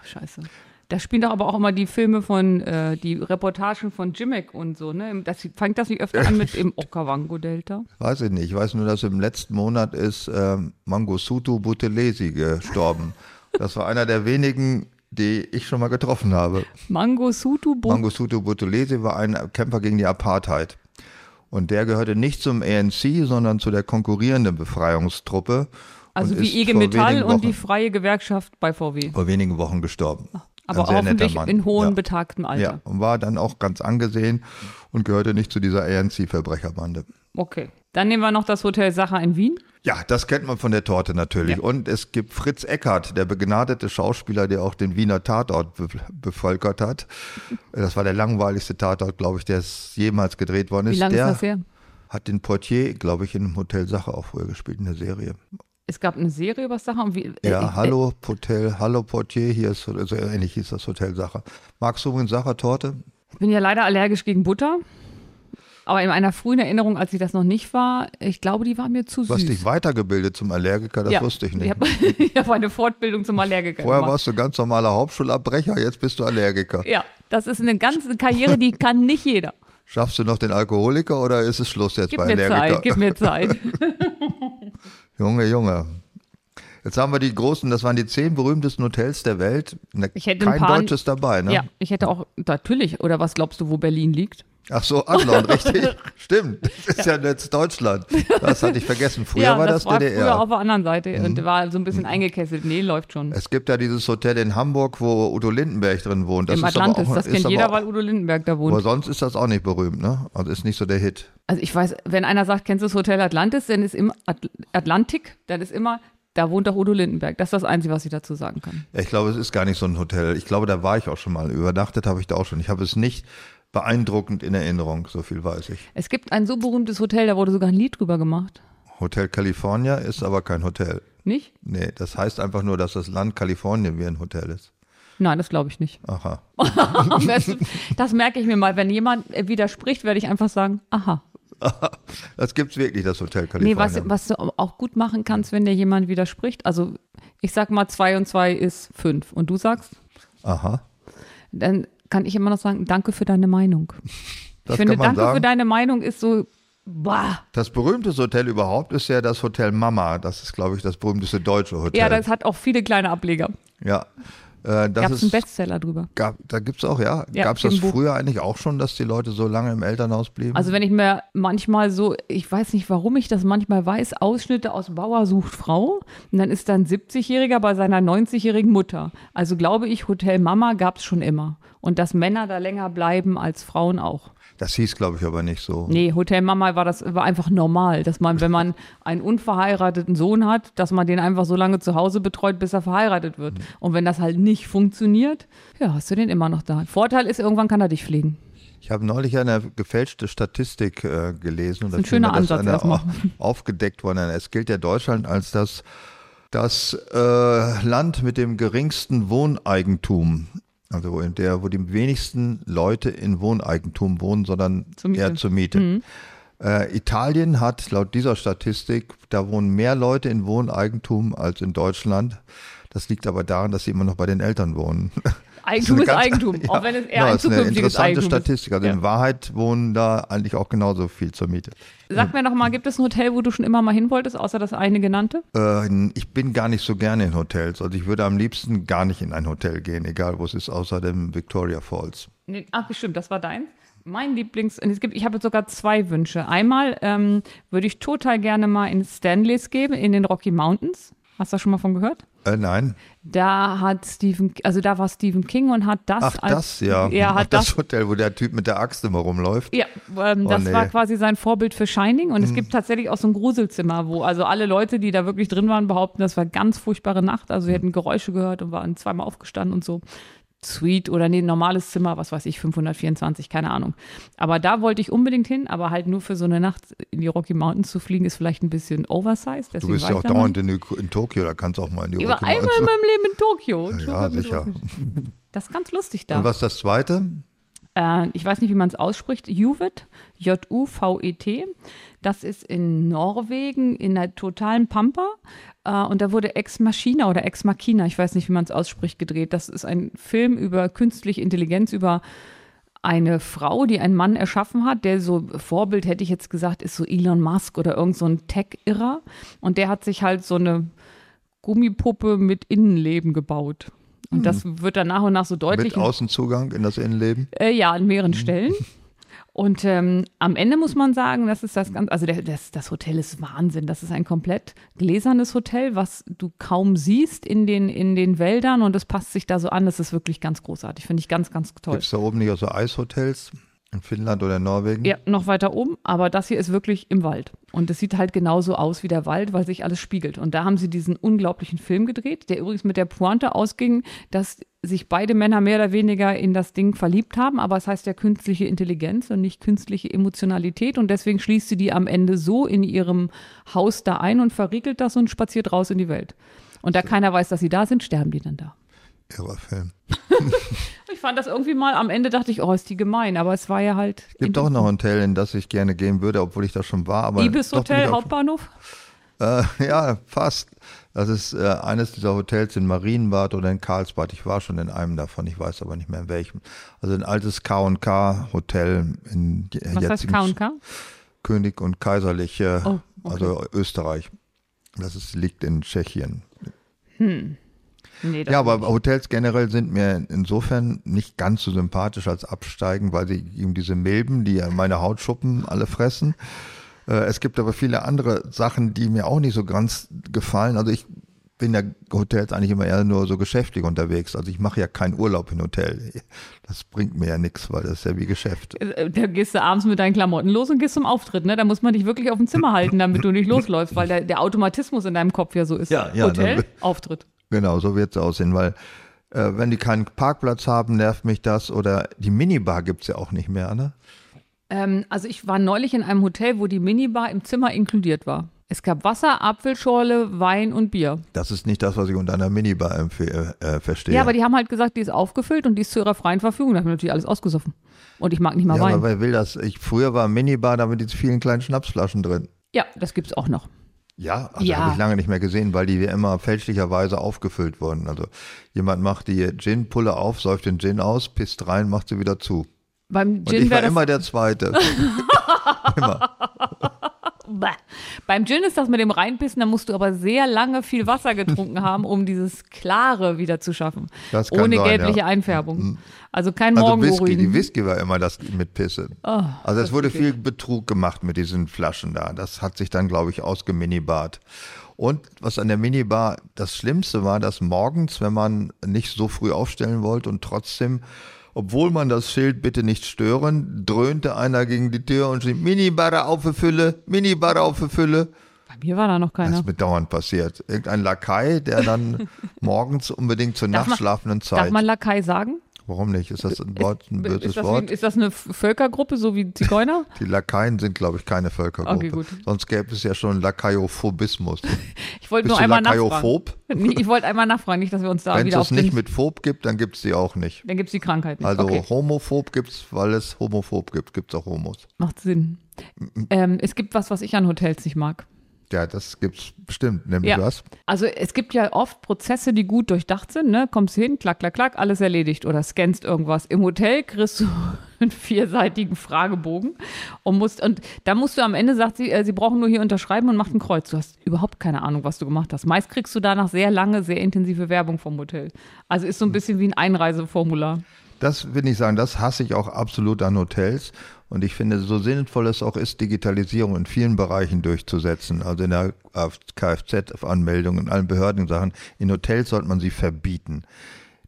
Speaker 4: Scheiße. Da spielen doch aber auch immer die Filme von, äh, die Reportagen von Jimmick und so, ne? Das, fängt das nicht öfter an mit im Okavango-Delta?
Speaker 3: Weiß ich nicht. Ich weiß nur, dass im letzten Monat ist ähm, Mangosutu Butelesi gestorben. Das war einer der wenigen, die ich schon mal getroffen habe.
Speaker 4: Mango Sutu Bo
Speaker 3: Mangosutu Butelesi war ein Kämpfer gegen die Apartheid. Und der gehörte nicht zum ANC, sondern zu der konkurrierenden Befreiungstruppe.
Speaker 4: Also
Speaker 3: und ist
Speaker 4: wie IG
Speaker 3: vor
Speaker 4: Metall
Speaker 3: wenigen
Speaker 4: und die
Speaker 3: Wochen-
Speaker 4: Freie Gewerkschaft bei VW.
Speaker 3: vor wenigen Wochen gestorben.
Speaker 4: Aber
Speaker 3: Ein sehr netter
Speaker 4: hoffentlich
Speaker 3: Mann.
Speaker 4: in hohem
Speaker 3: ja.
Speaker 4: betagtem Alter.
Speaker 3: Ja, und war dann auch ganz angesehen und gehörte nicht zu dieser ANC-Verbrecherbande.
Speaker 4: Okay. Dann nehmen wir noch das Hotel Sacher in Wien.
Speaker 3: Ja, das kennt man von der Torte natürlich.
Speaker 4: Ja.
Speaker 3: Und es gibt Fritz Eckert, der begnadete Schauspieler, der auch den Wiener Tatort be bevölkert hat. Das war der langweiligste Tatort, glaube ich, der es jemals gedreht worden ist.
Speaker 4: Wie lange
Speaker 3: der
Speaker 4: ist das her?
Speaker 3: hat den Portier, glaube ich, in Hotel Sache auch früher gespielt, in der Serie.
Speaker 4: Es gab eine Serie über Sacher und wie.
Speaker 3: Ja,
Speaker 4: äh, äh,
Speaker 3: hallo Hotel, hallo Portier, hier ist, also ähnlich hieß das Hotel Sache. Magst du übrigens Sacher-Torte?
Speaker 4: Ich bin ja leider allergisch gegen Butter. Aber in einer frühen Erinnerung, als ich das noch nicht war, ich glaube, die war mir zu
Speaker 3: Du hast
Speaker 4: süß.
Speaker 3: dich weitergebildet zum Allergiker, das wusste ich nicht.
Speaker 4: Ich habe hab eine Fortbildung zum Allergiker
Speaker 3: Vorher
Speaker 4: gemacht.
Speaker 3: warst du ganz normaler Hauptschulabbrecher, jetzt bist du Allergiker.
Speaker 4: Ja, das ist eine ganze Karriere, die kann nicht jeder.
Speaker 3: Schaffst du noch den Alkoholiker oder ist es Schluss jetzt
Speaker 4: Gib
Speaker 3: bei
Speaker 4: mir
Speaker 3: Allergiker?
Speaker 4: Zeit, gib mir Zeit.
Speaker 3: Junge, Junge. Jetzt haben wir die großen, das waren die zehn berühmtesten Hotels der Welt. Na,
Speaker 4: Ich hätte ein
Speaker 3: kein
Speaker 4: paar-
Speaker 3: deutsches dabei, ne?
Speaker 4: Ja, ich hätte auch, natürlich, oder was glaubst du, wo Berlin liegt?
Speaker 3: Ach so, Adlon, richtig. Stimmt. Das ist ja. jetzt Deutschland. Das hatte ich vergessen. Früher
Speaker 4: ja,
Speaker 3: war das,
Speaker 4: war früher
Speaker 3: DDR. Mhm.
Speaker 4: auf der anderen Seite und war so ein bisschen eingekesselt. Nee, läuft schon.
Speaker 3: Es gibt ja dieses Hotel in Hamburg, wo Udo Lindenberg drin wohnt. Das
Speaker 4: Im
Speaker 3: ist aber
Speaker 4: Atlantis,
Speaker 3: auch,
Speaker 4: das
Speaker 3: ist
Speaker 4: kennt
Speaker 3: aber
Speaker 4: jeder,
Speaker 3: auch,
Speaker 4: weil Udo Lindenberg da wohnt.
Speaker 3: Aber sonst ist das auch nicht berühmt, ne? Also ist nicht so der Hit.
Speaker 4: Also ich weiß, wenn einer sagt, kennst du das Hotel Atlantis, dann ist immer At Atlantik, dann ist immer, da wohnt doch Udo Lindenberg. Das ist das Einzige, was ich dazu sagen kann.
Speaker 3: Ja, ich glaube, es ist gar nicht so ein Hotel. Ich glaube, da war ich auch schon mal. Übernachtet habe ich da auch schon. Ich habe es nicht beeindruckend in Erinnerung, so viel weiß ich.
Speaker 4: Es gibt ein so berühmtes Hotel, da wurde sogar ein Lied drüber gemacht.
Speaker 3: Hotel California ist aber kein Hotel.
Speaker 4: Nicht?
Speaker 3: Nee, das heißt einfach nur, dass das Land Kalifornien wie ein Hotel ist.
Speaker 4: Nein, das glaube ich nicht.
Speaker 3: Aha.
Speaker 4: Das, das merke ich mir mal. Wenn jemand äh, widerspricht, werde ich einfach sagen, aha.
Speaker 3: Das gibt's wirklich, das Hotel California.
Speaker 4: Nee, was, was du auch gut machen kannst, wenn dir jemand widerspricht. Also ich sag mal, zwei und zwei ist fünf. Und du sagst,
Speaker 3: Aha.
Speaker 4: dann kann ich immer noch sagen, danke für deine Meinung.
Speaker 3: Das
Speaker 4: ich finde,
Speaker 3: kann man
Speaker 4: danke
Speaker 3: sagen.
Speaker 4: für deine Meinung ist so, bah.
Speaker 3: das berühmteste Hotel überhaupt ist ja das Hotel Mama. Das ist, glaube ich, das berühmteste deutsche Hotel.
Speaker 4: Ja, das hat auch viele kleine Ableger.
Speaker 3: ja. Äh,
Speaker 4: Gab
Speaker 3: das
Speaker 4: es einen
Speaker 3: ist,
Speaker 4: Bestseller drüber.
Speaker 3: gab, da gibt's auch, ja.
Speaker 4: Ja,
Speaker 3: Gab's das
Speaker 4: im Buch.
Speaker 3: früher eigentlich auch schon, dass die Leute so lange im Elternhaus blieben?
Speaker 4: Also wenn ich mir manchmal so, ich weiß nicht, warum ich das manchmal weiß, Ausschnitte aus Bauer sucht Frau und dann ist da ein 70-Jähriger bei seiner 90-jährigen Mutter. Also glaube ich, Hotel Mama gab es schon immer. Und dass Männer da länger bleiben als Frauen auch.
Speaker 3: das hieß, glaube ich, aber nicht so.
Speaker 4: Nee, Hotel Mama war das war einfach normal, dass man, wenn man einen unverheirateten Sohn hat, dass man den einfach so lange zu Hause betreut, bis er verheiratet wird.
Speaker 3: Mhm.
Speaker 4: Und wenn das halt nicht funktioniert, ja, hast du den immer noch da. Vorteil ist, irgendwann kann er dich pflegen.
Speaker 3: Ich habe neulich eine gefälschte Statistik äh, gelesen. Und
Speaker 4: ein schöner Ansatz erstmal.
Speaker 3: aufgedeckt worden. Es gilt ja Deutschland als das, das äh, Land mit dem geringsten Wohneigentum. Also in der, wo die wenigsten Leute in Wohneigentum wohnen, sondern
Speaker 4: Zur Miete. Mhm.
Speaker 3: eher zur Miete. Äh, Italien hat laut dieser Statistik, da wohnen mehr Leute in Wohneigentum als in Deutschland. Das liegt aber daran, dass sie immer noch bei den Eltern wohnen.
Speaker 4: Eigentum
Speaker 3: Das
Speaker 4: ist,
Speaker 3: eine ganz-
Speaker 4: Eigentum,
Speaker 3: Ja,
Speaker 4: auch wenn es eher
Speaker 3: ja,
Speaker 4: ein
Speaker 3: ist eine
Speaker 4: zukünftiges
Speaker 3: interessante
Speaker 4: Eigentum ist.
Speaker 3: Statistik. Also in Wahrheit wohnen da eigentlich auch genauso viel zur Miete.
Speaker 4: Sag mir doch mal, gibt es ein Hotel, wo du schon immer mal hin wolltest, außer das eine genannte?
Speaker 3: Äh, ich bin gar nicht so gerne in Hotels. Also ich würde am liebsten gar nicht in ein Hotel gehen, egal wo es ist, außer dem Victoria Falls.
Speaker 4: Nee, ach, bestimmt, das war deins. Mein Lieblings, und es gibt, ich habe jetzt sogar zwei Wünsche. Einmal ähm, würde ich total gerne mal in Stanleys geben, in den Rocky Mountains. Hast du da schon mal von gehört?
Speaker 3: Äh, nein.
Speaker 4: Da hat Stephen, also da war Stephen King und hat
Speaker 3: Ach,
Speaker 4: das
Speaker 3: das, ja.
Speaker 4: Er
Speaker 3: Ach,
Speaker 4: hat das,
Speaker 3: das Hotel, wo der Typ mit der Axt immer rumläuft.
Speaker 4: Ja, ähm,
Speaker 3: Oh,
Speaker 4: das
Speaker 3: nee. Hm.
Speaker 4: war quasi sein Vorbild für Shining und es gibt tatsächlich auch so ein Gruselzimmer, wo also alle Leute, die da wirklich drin waren, behaupten, das war ganz furchtbare Nacht. Also sie
Speaker 3: Hm.
Speaker 4: hätten Geräusche gehört und waren zweimal aufgestanden und so. Suite oder nee, normales Zimmer, was weiß ich, 524, keine Ahnung. Aber da wollte ich unbedingt hin, aber halt nur für so eine Nacht in die Rocky Mountains zu fliegen, ist vielleicht ein bisschen oversized.
Speaker 3: Du
Speaker 4: Deswegen
Speaker 3: bist
Speaker 4: war
Speaker 3: ja
Speaker 4: ich
Speaker 3: auch
Speaker 4: da noch
Speaker 3: dauernd in, die- in Tokio, da kannst du auch mal in die
Speaker 4: nicht. Ich
Speaker 3: Rocky
Speaker 4: war einmal in
Speaker 3: Mountains.
Speaker 4: meinem Leben in Tokio. Ich war
Speaker 3: Ja,
Speaker 4: mit
Speaker 3: sicher.
Speaker 4: Rocky- Das ist ganz lustig da.
Speaker 3: Und was ist das Zweite?
Speaker 4: äh, ich weiß nicht, wie man es ausspricht, Juvet, J-U-V-E-T. E Das ist in Norwegen in der totalen Pampa. Äh, und da wurde Ex Machina oder Ex Machina, ich weiß nicht, wie man es ausspricht, gedreht. Das ist ein Film über künstliche Intelligenz, über eine Frau, die einen Mann erschaffen hat, der so Vorbild hätte ich jetzt gesagt, ist so Elon Musk oder irgend so ein Tech-Irrer. Und der hat sich halt so eine Gummipuppe mit Innenleben gebaut. Und das wird dann nach und nach so deutlich.
Speaker 3: Mit Außenzugang in das Innenleben?
Speaker 4: Äh, ja, an mehreren Stellen. Und ähm, am Ende muss man sagen, das ist das ganz, also der, das, das Hotel ist Wahnsinn. Das ist ein komplett gläsernes Hotel, was du kaum siehst in den, in den Wäldern und es passt sich da so an. Das ist wirklich ganz großartig. Finde ich ganz, ganz toll.
Speaker 3: Gibt es da oben nicht auch so Eishotels in Finnland oder in Norwegen?
Speaker 4: Ja, noch weiter oben, aber das hier ist wirklich im Wald. Und es sieht halt genauso aus wie der Wald, weil sich alles spiegelt. Und da haben sie diesen unglaublichen Film gedreht, der übrigens mit der Pointe ausging, dass sich beide Männer mehr oder weniger in das Ding verliebt haben, aber es heißt ja künstliche Intelligenz und nicht künstliche Emotionalität. Und deswegen schließt sie die am Ende so in ihrem Haus da ein und verriegelt das und spaziert raus in die Welt. Und da keiner weiß, dass sie da sind, sterben die dann da.
Speaker 3: Irrer Film.
Speaker 4: Ich fand das irgendwie mal, am Ende dachte ich, oh, ist die gemein, aber es war ja halt.
Speaker 3: Es gibt auch noch ein Hotel, in das ich gerne gehen würde, obwohl ich da schon war. Aber
Speaker 4: Ibis
Speaker 3: doch bin ich
Speaker 4: Hotel,
Speaker 3: auf-
Speaker 4: Hauptbahnhof.
Speaker 3: Äh, ja, fast. Das ist äh, eines dieser Hotels in Marienbad oder in Karlsbad. Ich war schon in einem davon, ich weiß aber nicht mehr in welchem. Also ein altes K&K-Hotel in je-
Speaker 4: Was heißt
Speaker 3: jetzigem
Speaker 4: K&K?
Speaker 3: König und Kaiserlich, äh,
Speaker 4: Oh, okay.
Speaker 3: also Österreich. Das ist, liegt in Tschechien.
Speaker 4: Nee, das
Speaker 3: Ja, aber Hotels generell sind mir insofern nicht ganz so sympathisch als Absteigen, weil sie eben diese Milben, die ja meine Hautschuppen alle fressen. Äh, Es gibt aber viele andere Sachen, die mir auch nicht so ganz gefallen. Also ich bin ja Hotels eigentlich immer eher nur so geschäftlich unterwegs. Also ich mache ja keinen Urlaub in Hotel. Das bringt mir ja nichts, weil das ist ja wie Geschäft.
Speaker 4: Äh, Da gehst du abends mit deinen Klamotten los und gehst zum Auftritt, ne? Da muss man dich wirklich auf dem Zimmer halten, damit du nicht losläufst, weil der, der Automatismus in deinem Kopf ja so ist.
Speaker 3: Ja, ja,
Speaker 4: Hotel,
Speaker 3: dann-
Speaker 4: Auftritt.
Speaker 3: Genau, so wird's aussehen, weil äh, wenn die keinen Parkplatz haben, nervt mich das. Oder die Minibar gibt's ja auch nicht mehr, ne?
Speaker 4: Ähm, also ich war neulich in einem Hotel, wo die Minibar im Zimmer inkludiert war. Es gab Wasser, Apfelschorle, Wein und Bier.
Speaker 3: Das ist nicht das, was ich unter einer Minibar empfe- äh, verstehe.
Speaker 4: Ja, aber die haben halt gesagt, die ist aufgefüllt und die ist zu ihrer freien Verfügung. Da haben wir natürlich alles ausgesoffen. Und ich mag nicht mal
Speaker 3: Ja,
Speaker 4: Wein.
Speaker 3: aber wer will das? Ich, früher war Minibar da mit diesen vielen kleinen Schnapsflaschen drin.
Speaker 4: ja, das gibt's auch noch.
Speaker 3: Ja, also
Speaker 4: Ja.
Speaker 3: habe ich lange nicht mehr gesehen, weil die ja immer fälschlicherweise aufgefüllt wurden. Also jemand macht die Gin-Pulle auf, säuft den Gin aus, pisst rein, macht sie wieder zu.
Speaker 4: Beim
Speaker 3: Und
Speaker 4: Gin
Speaker 3: ich
Speaker 4: wär
Speaker 3: war
Speaker 4: das
Speaker 3: immer der Zweite.
Speaker 4: Bäh. Beim Gin ist das mit dem Reinpissen, da musst du aber sehr lange viel Wasser getrunken haben, um dieses Klare wieder zu schaffen.
Speaker 3: Das kann
Speaker 4: Ohne
Speaker 3: sein,
Speaker 4: gelbliche
Speaker 3: ja. Hm,
Speaker 4: Einfärbung. Also kein
Speaker 3: Also Whisky, die
Speaker 4: Morgenurine.
Speaker 3: Whisky war immer das mit Pisse.
Speaker 4: Ah,
Speaker 3: also es wurde viel Betrug gemacht mit diesen Flaschen da. Das hat sich dann, glaube ich, ausgeminibart. Und was an der Minibar das Schlimmste war, dass morgens, wenn man nicht so früh aufstellen wollte und trotzdem, obwohl man das Schild bitte nicht stören, dröhnte einer gegen die Tür und schrie, Minibar auf die Fülle, Minibar auf die Fülle.
Speaker 4: Bei mir war da noch
Speaker 3: Das
Speaker 4: keiner.
Speaker 3: ist mit dauernd passiert. Irgendein Lakai, der dann morgens unbedingt zur
Speaker 4: Darf man-
Speaker 3: nachtschlafenden Zeit.
Speaker 4: Darf man Lakai sagen?
Speaker 3: Warum nicht? Ist das ein, Wort, ein böses
Speaker 4: ist, das wie,
Speaker 3: Wort?
Speaker 4: ist das eine Völkergruppe, so wie Zigeuner?
Speaker 3: Die Lakaien sind, glaube ich, keine Völkergruppe.
Speaker 4: Okay, gut.
Speaker 3: Sonst gäbe es ja schon Lakaiophobismus.
Speaker 4: Ich wollte
Speaker 3: Bist
Speaker 4: nur
Speaker 3: du
Speaker 4: einmal nachfragen.
Speaker 3: Lakaiophob?
Speaker 4: Nee, ich wollte einmal nachfragen, nicht, dass wir uns da
Speaker 3: Wenn es
Speaker 4: wieder
Speaker 3: es
Speaker 4: auf
Speaker 3: nicht
Speaker 4: den,
Speaker 3: mit Phob gibt, dann gibt es die auch nicht.
Speaker 4: Dann gibt es die Krankheit nicht.
Speaker 3: Also
Speaker 4: okay.
Speaker 3: homophob gibt es, weil es homophob gibt, gibt es auch Homos.
Speaker 4: Macht Sinn. Ähm, es gibt was, was ich an Hotels nicht mag.
Speaker 3: Ja, das gibt's bestimmt, nämlich
Speaker 4: Ja.
Speaker 3: was.
Speaker 4: Also es gibt ja oft Prozesse, die gut durchdacht sind. Ne? Kommst hin, klack, klack, klack, alles erledigt oder scannst irgendwas. Im Hotel kriegst du einen vierseitigen Fragebogen und musst und da musst du am Ende sagt sie, äh, sie brauchen nur hier unterschreiben und macht ein Kreuz. Du hast überhaupt keine Ahnung, was du gemacht hast. Meist kriegst du danach sehr lange, sehr intensive Werbung vom Hotel. Also ist so ein bisschen wie ein Einreiseformular.
Speaker 3: Das will ich sagen, das hasse ich auch absolut an Hotels. Und ich finde, so sinnvoll es auch ist, Digitalisierung in vielen Bereichen durchzusetzen, also in der Kfz-Anmeldung, in allen Behördensachen, in Hotels sollte man sie verbieten.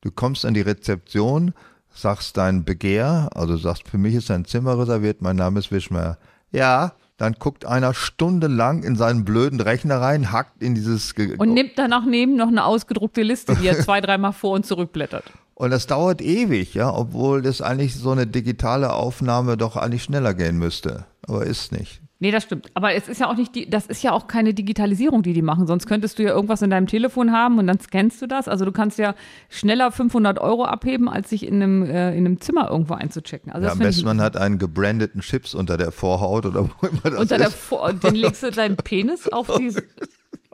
Speaker 3: Du kommst an die Rezeption, sagst dein Begehr, also sagst, für mich ist ein Zimmer reserviert, mein Name ist Wischmeier. Ja, dann guckt einer stundenlang in seinen blöden Rechner rein, hackt in dieses Ge-
Speaker 4: Und nimmt danach neben noch eine ausgedruckte Liste, die er zwei, dreimal vor und zurückblättert.
Speaker 3: Und das dauert ewig, ja, obwohl das eigentlich so eine digitale Aufnahme doch eigentlich schneller gehen müsste. Aber ist nicht.
Speaker 4: Nee, das stimmt. Aber es ist ja auch nicht die, das ist ja auch keine Digitalisierung, die die machen. Sonst könntest du ja irgendwas in deinem Telefon haben und dann scannst du das. Also du kannst ja schneller 500 Euro abheben, als sich in einem, äh, in einem Zimmer irgendwo einzuchecken. Also
Speaker 3: Ja,
Speaker 4: das
Speaker 3: am
Speaker 4: finde
Speaker 3: besten man hat einen gebrandeten Chips unter der Vorhaut oder wo immer das
Speaker 4: ich unter der
Speaker 3: ist.
Speaker 4: Vor und den legst du deinen Penis auf die.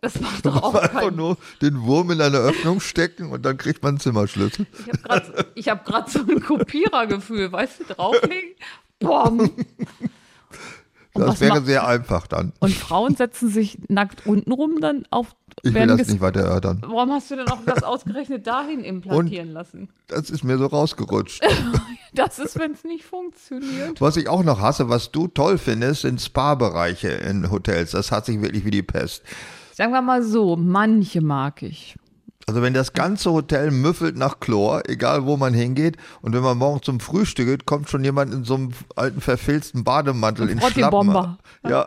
Speaker 4: Das macht doch auch
Speaker 3: Einfach
Speaker 4: keinen.
Speaker 3: nur den Wurm in eine Öffnung stecken und dann kriegt man einen Zimmerschlüssel.
Speaker 4: Ich habe gerade ich hab grad so ein Kopierergefühl, weißt du, drauflegen. Bom. Und, was
Speaker 3: Das wäre
Speaker 4: macht-
Speaker 3: sehr einfach dann.
Speaker 4: und Frauen setzen sich nackt unten rum dann auf.
Speaker 3: Ich will
Speaker 4: werden
Speaker 3: das
Speaker 4: ges-
Speaker 3: nicht weiter erörtern.
Speaker 4: Warum hast du denn auch das ausgerechnet dahin implantieren lassen?
Speaker 3: Das ist mir so rausgerutscht.
Speaker 4: Das ist, wenn es nicht funktioniert.
Speaker 3: Was ich auch noch hasse, was du toll findest, sind Spa-Bereiche in Hotels. Das hat sich wirklich wie die Pest.
Speaker 4: Sagen wir mal so, manche mag ich.
Speaker 3: Also wenn das ganze Hotel müffelt nach Chlor, egal wo man hingeht, und wenn man morgen zum Frühstück geht, kommt schon jemand in so einem alten verfilzten Bademantel in
Speaker 4: frott den
Speaker 3: Schlappen.
Speaker 4: Bomber.
Speaker 3: Ja,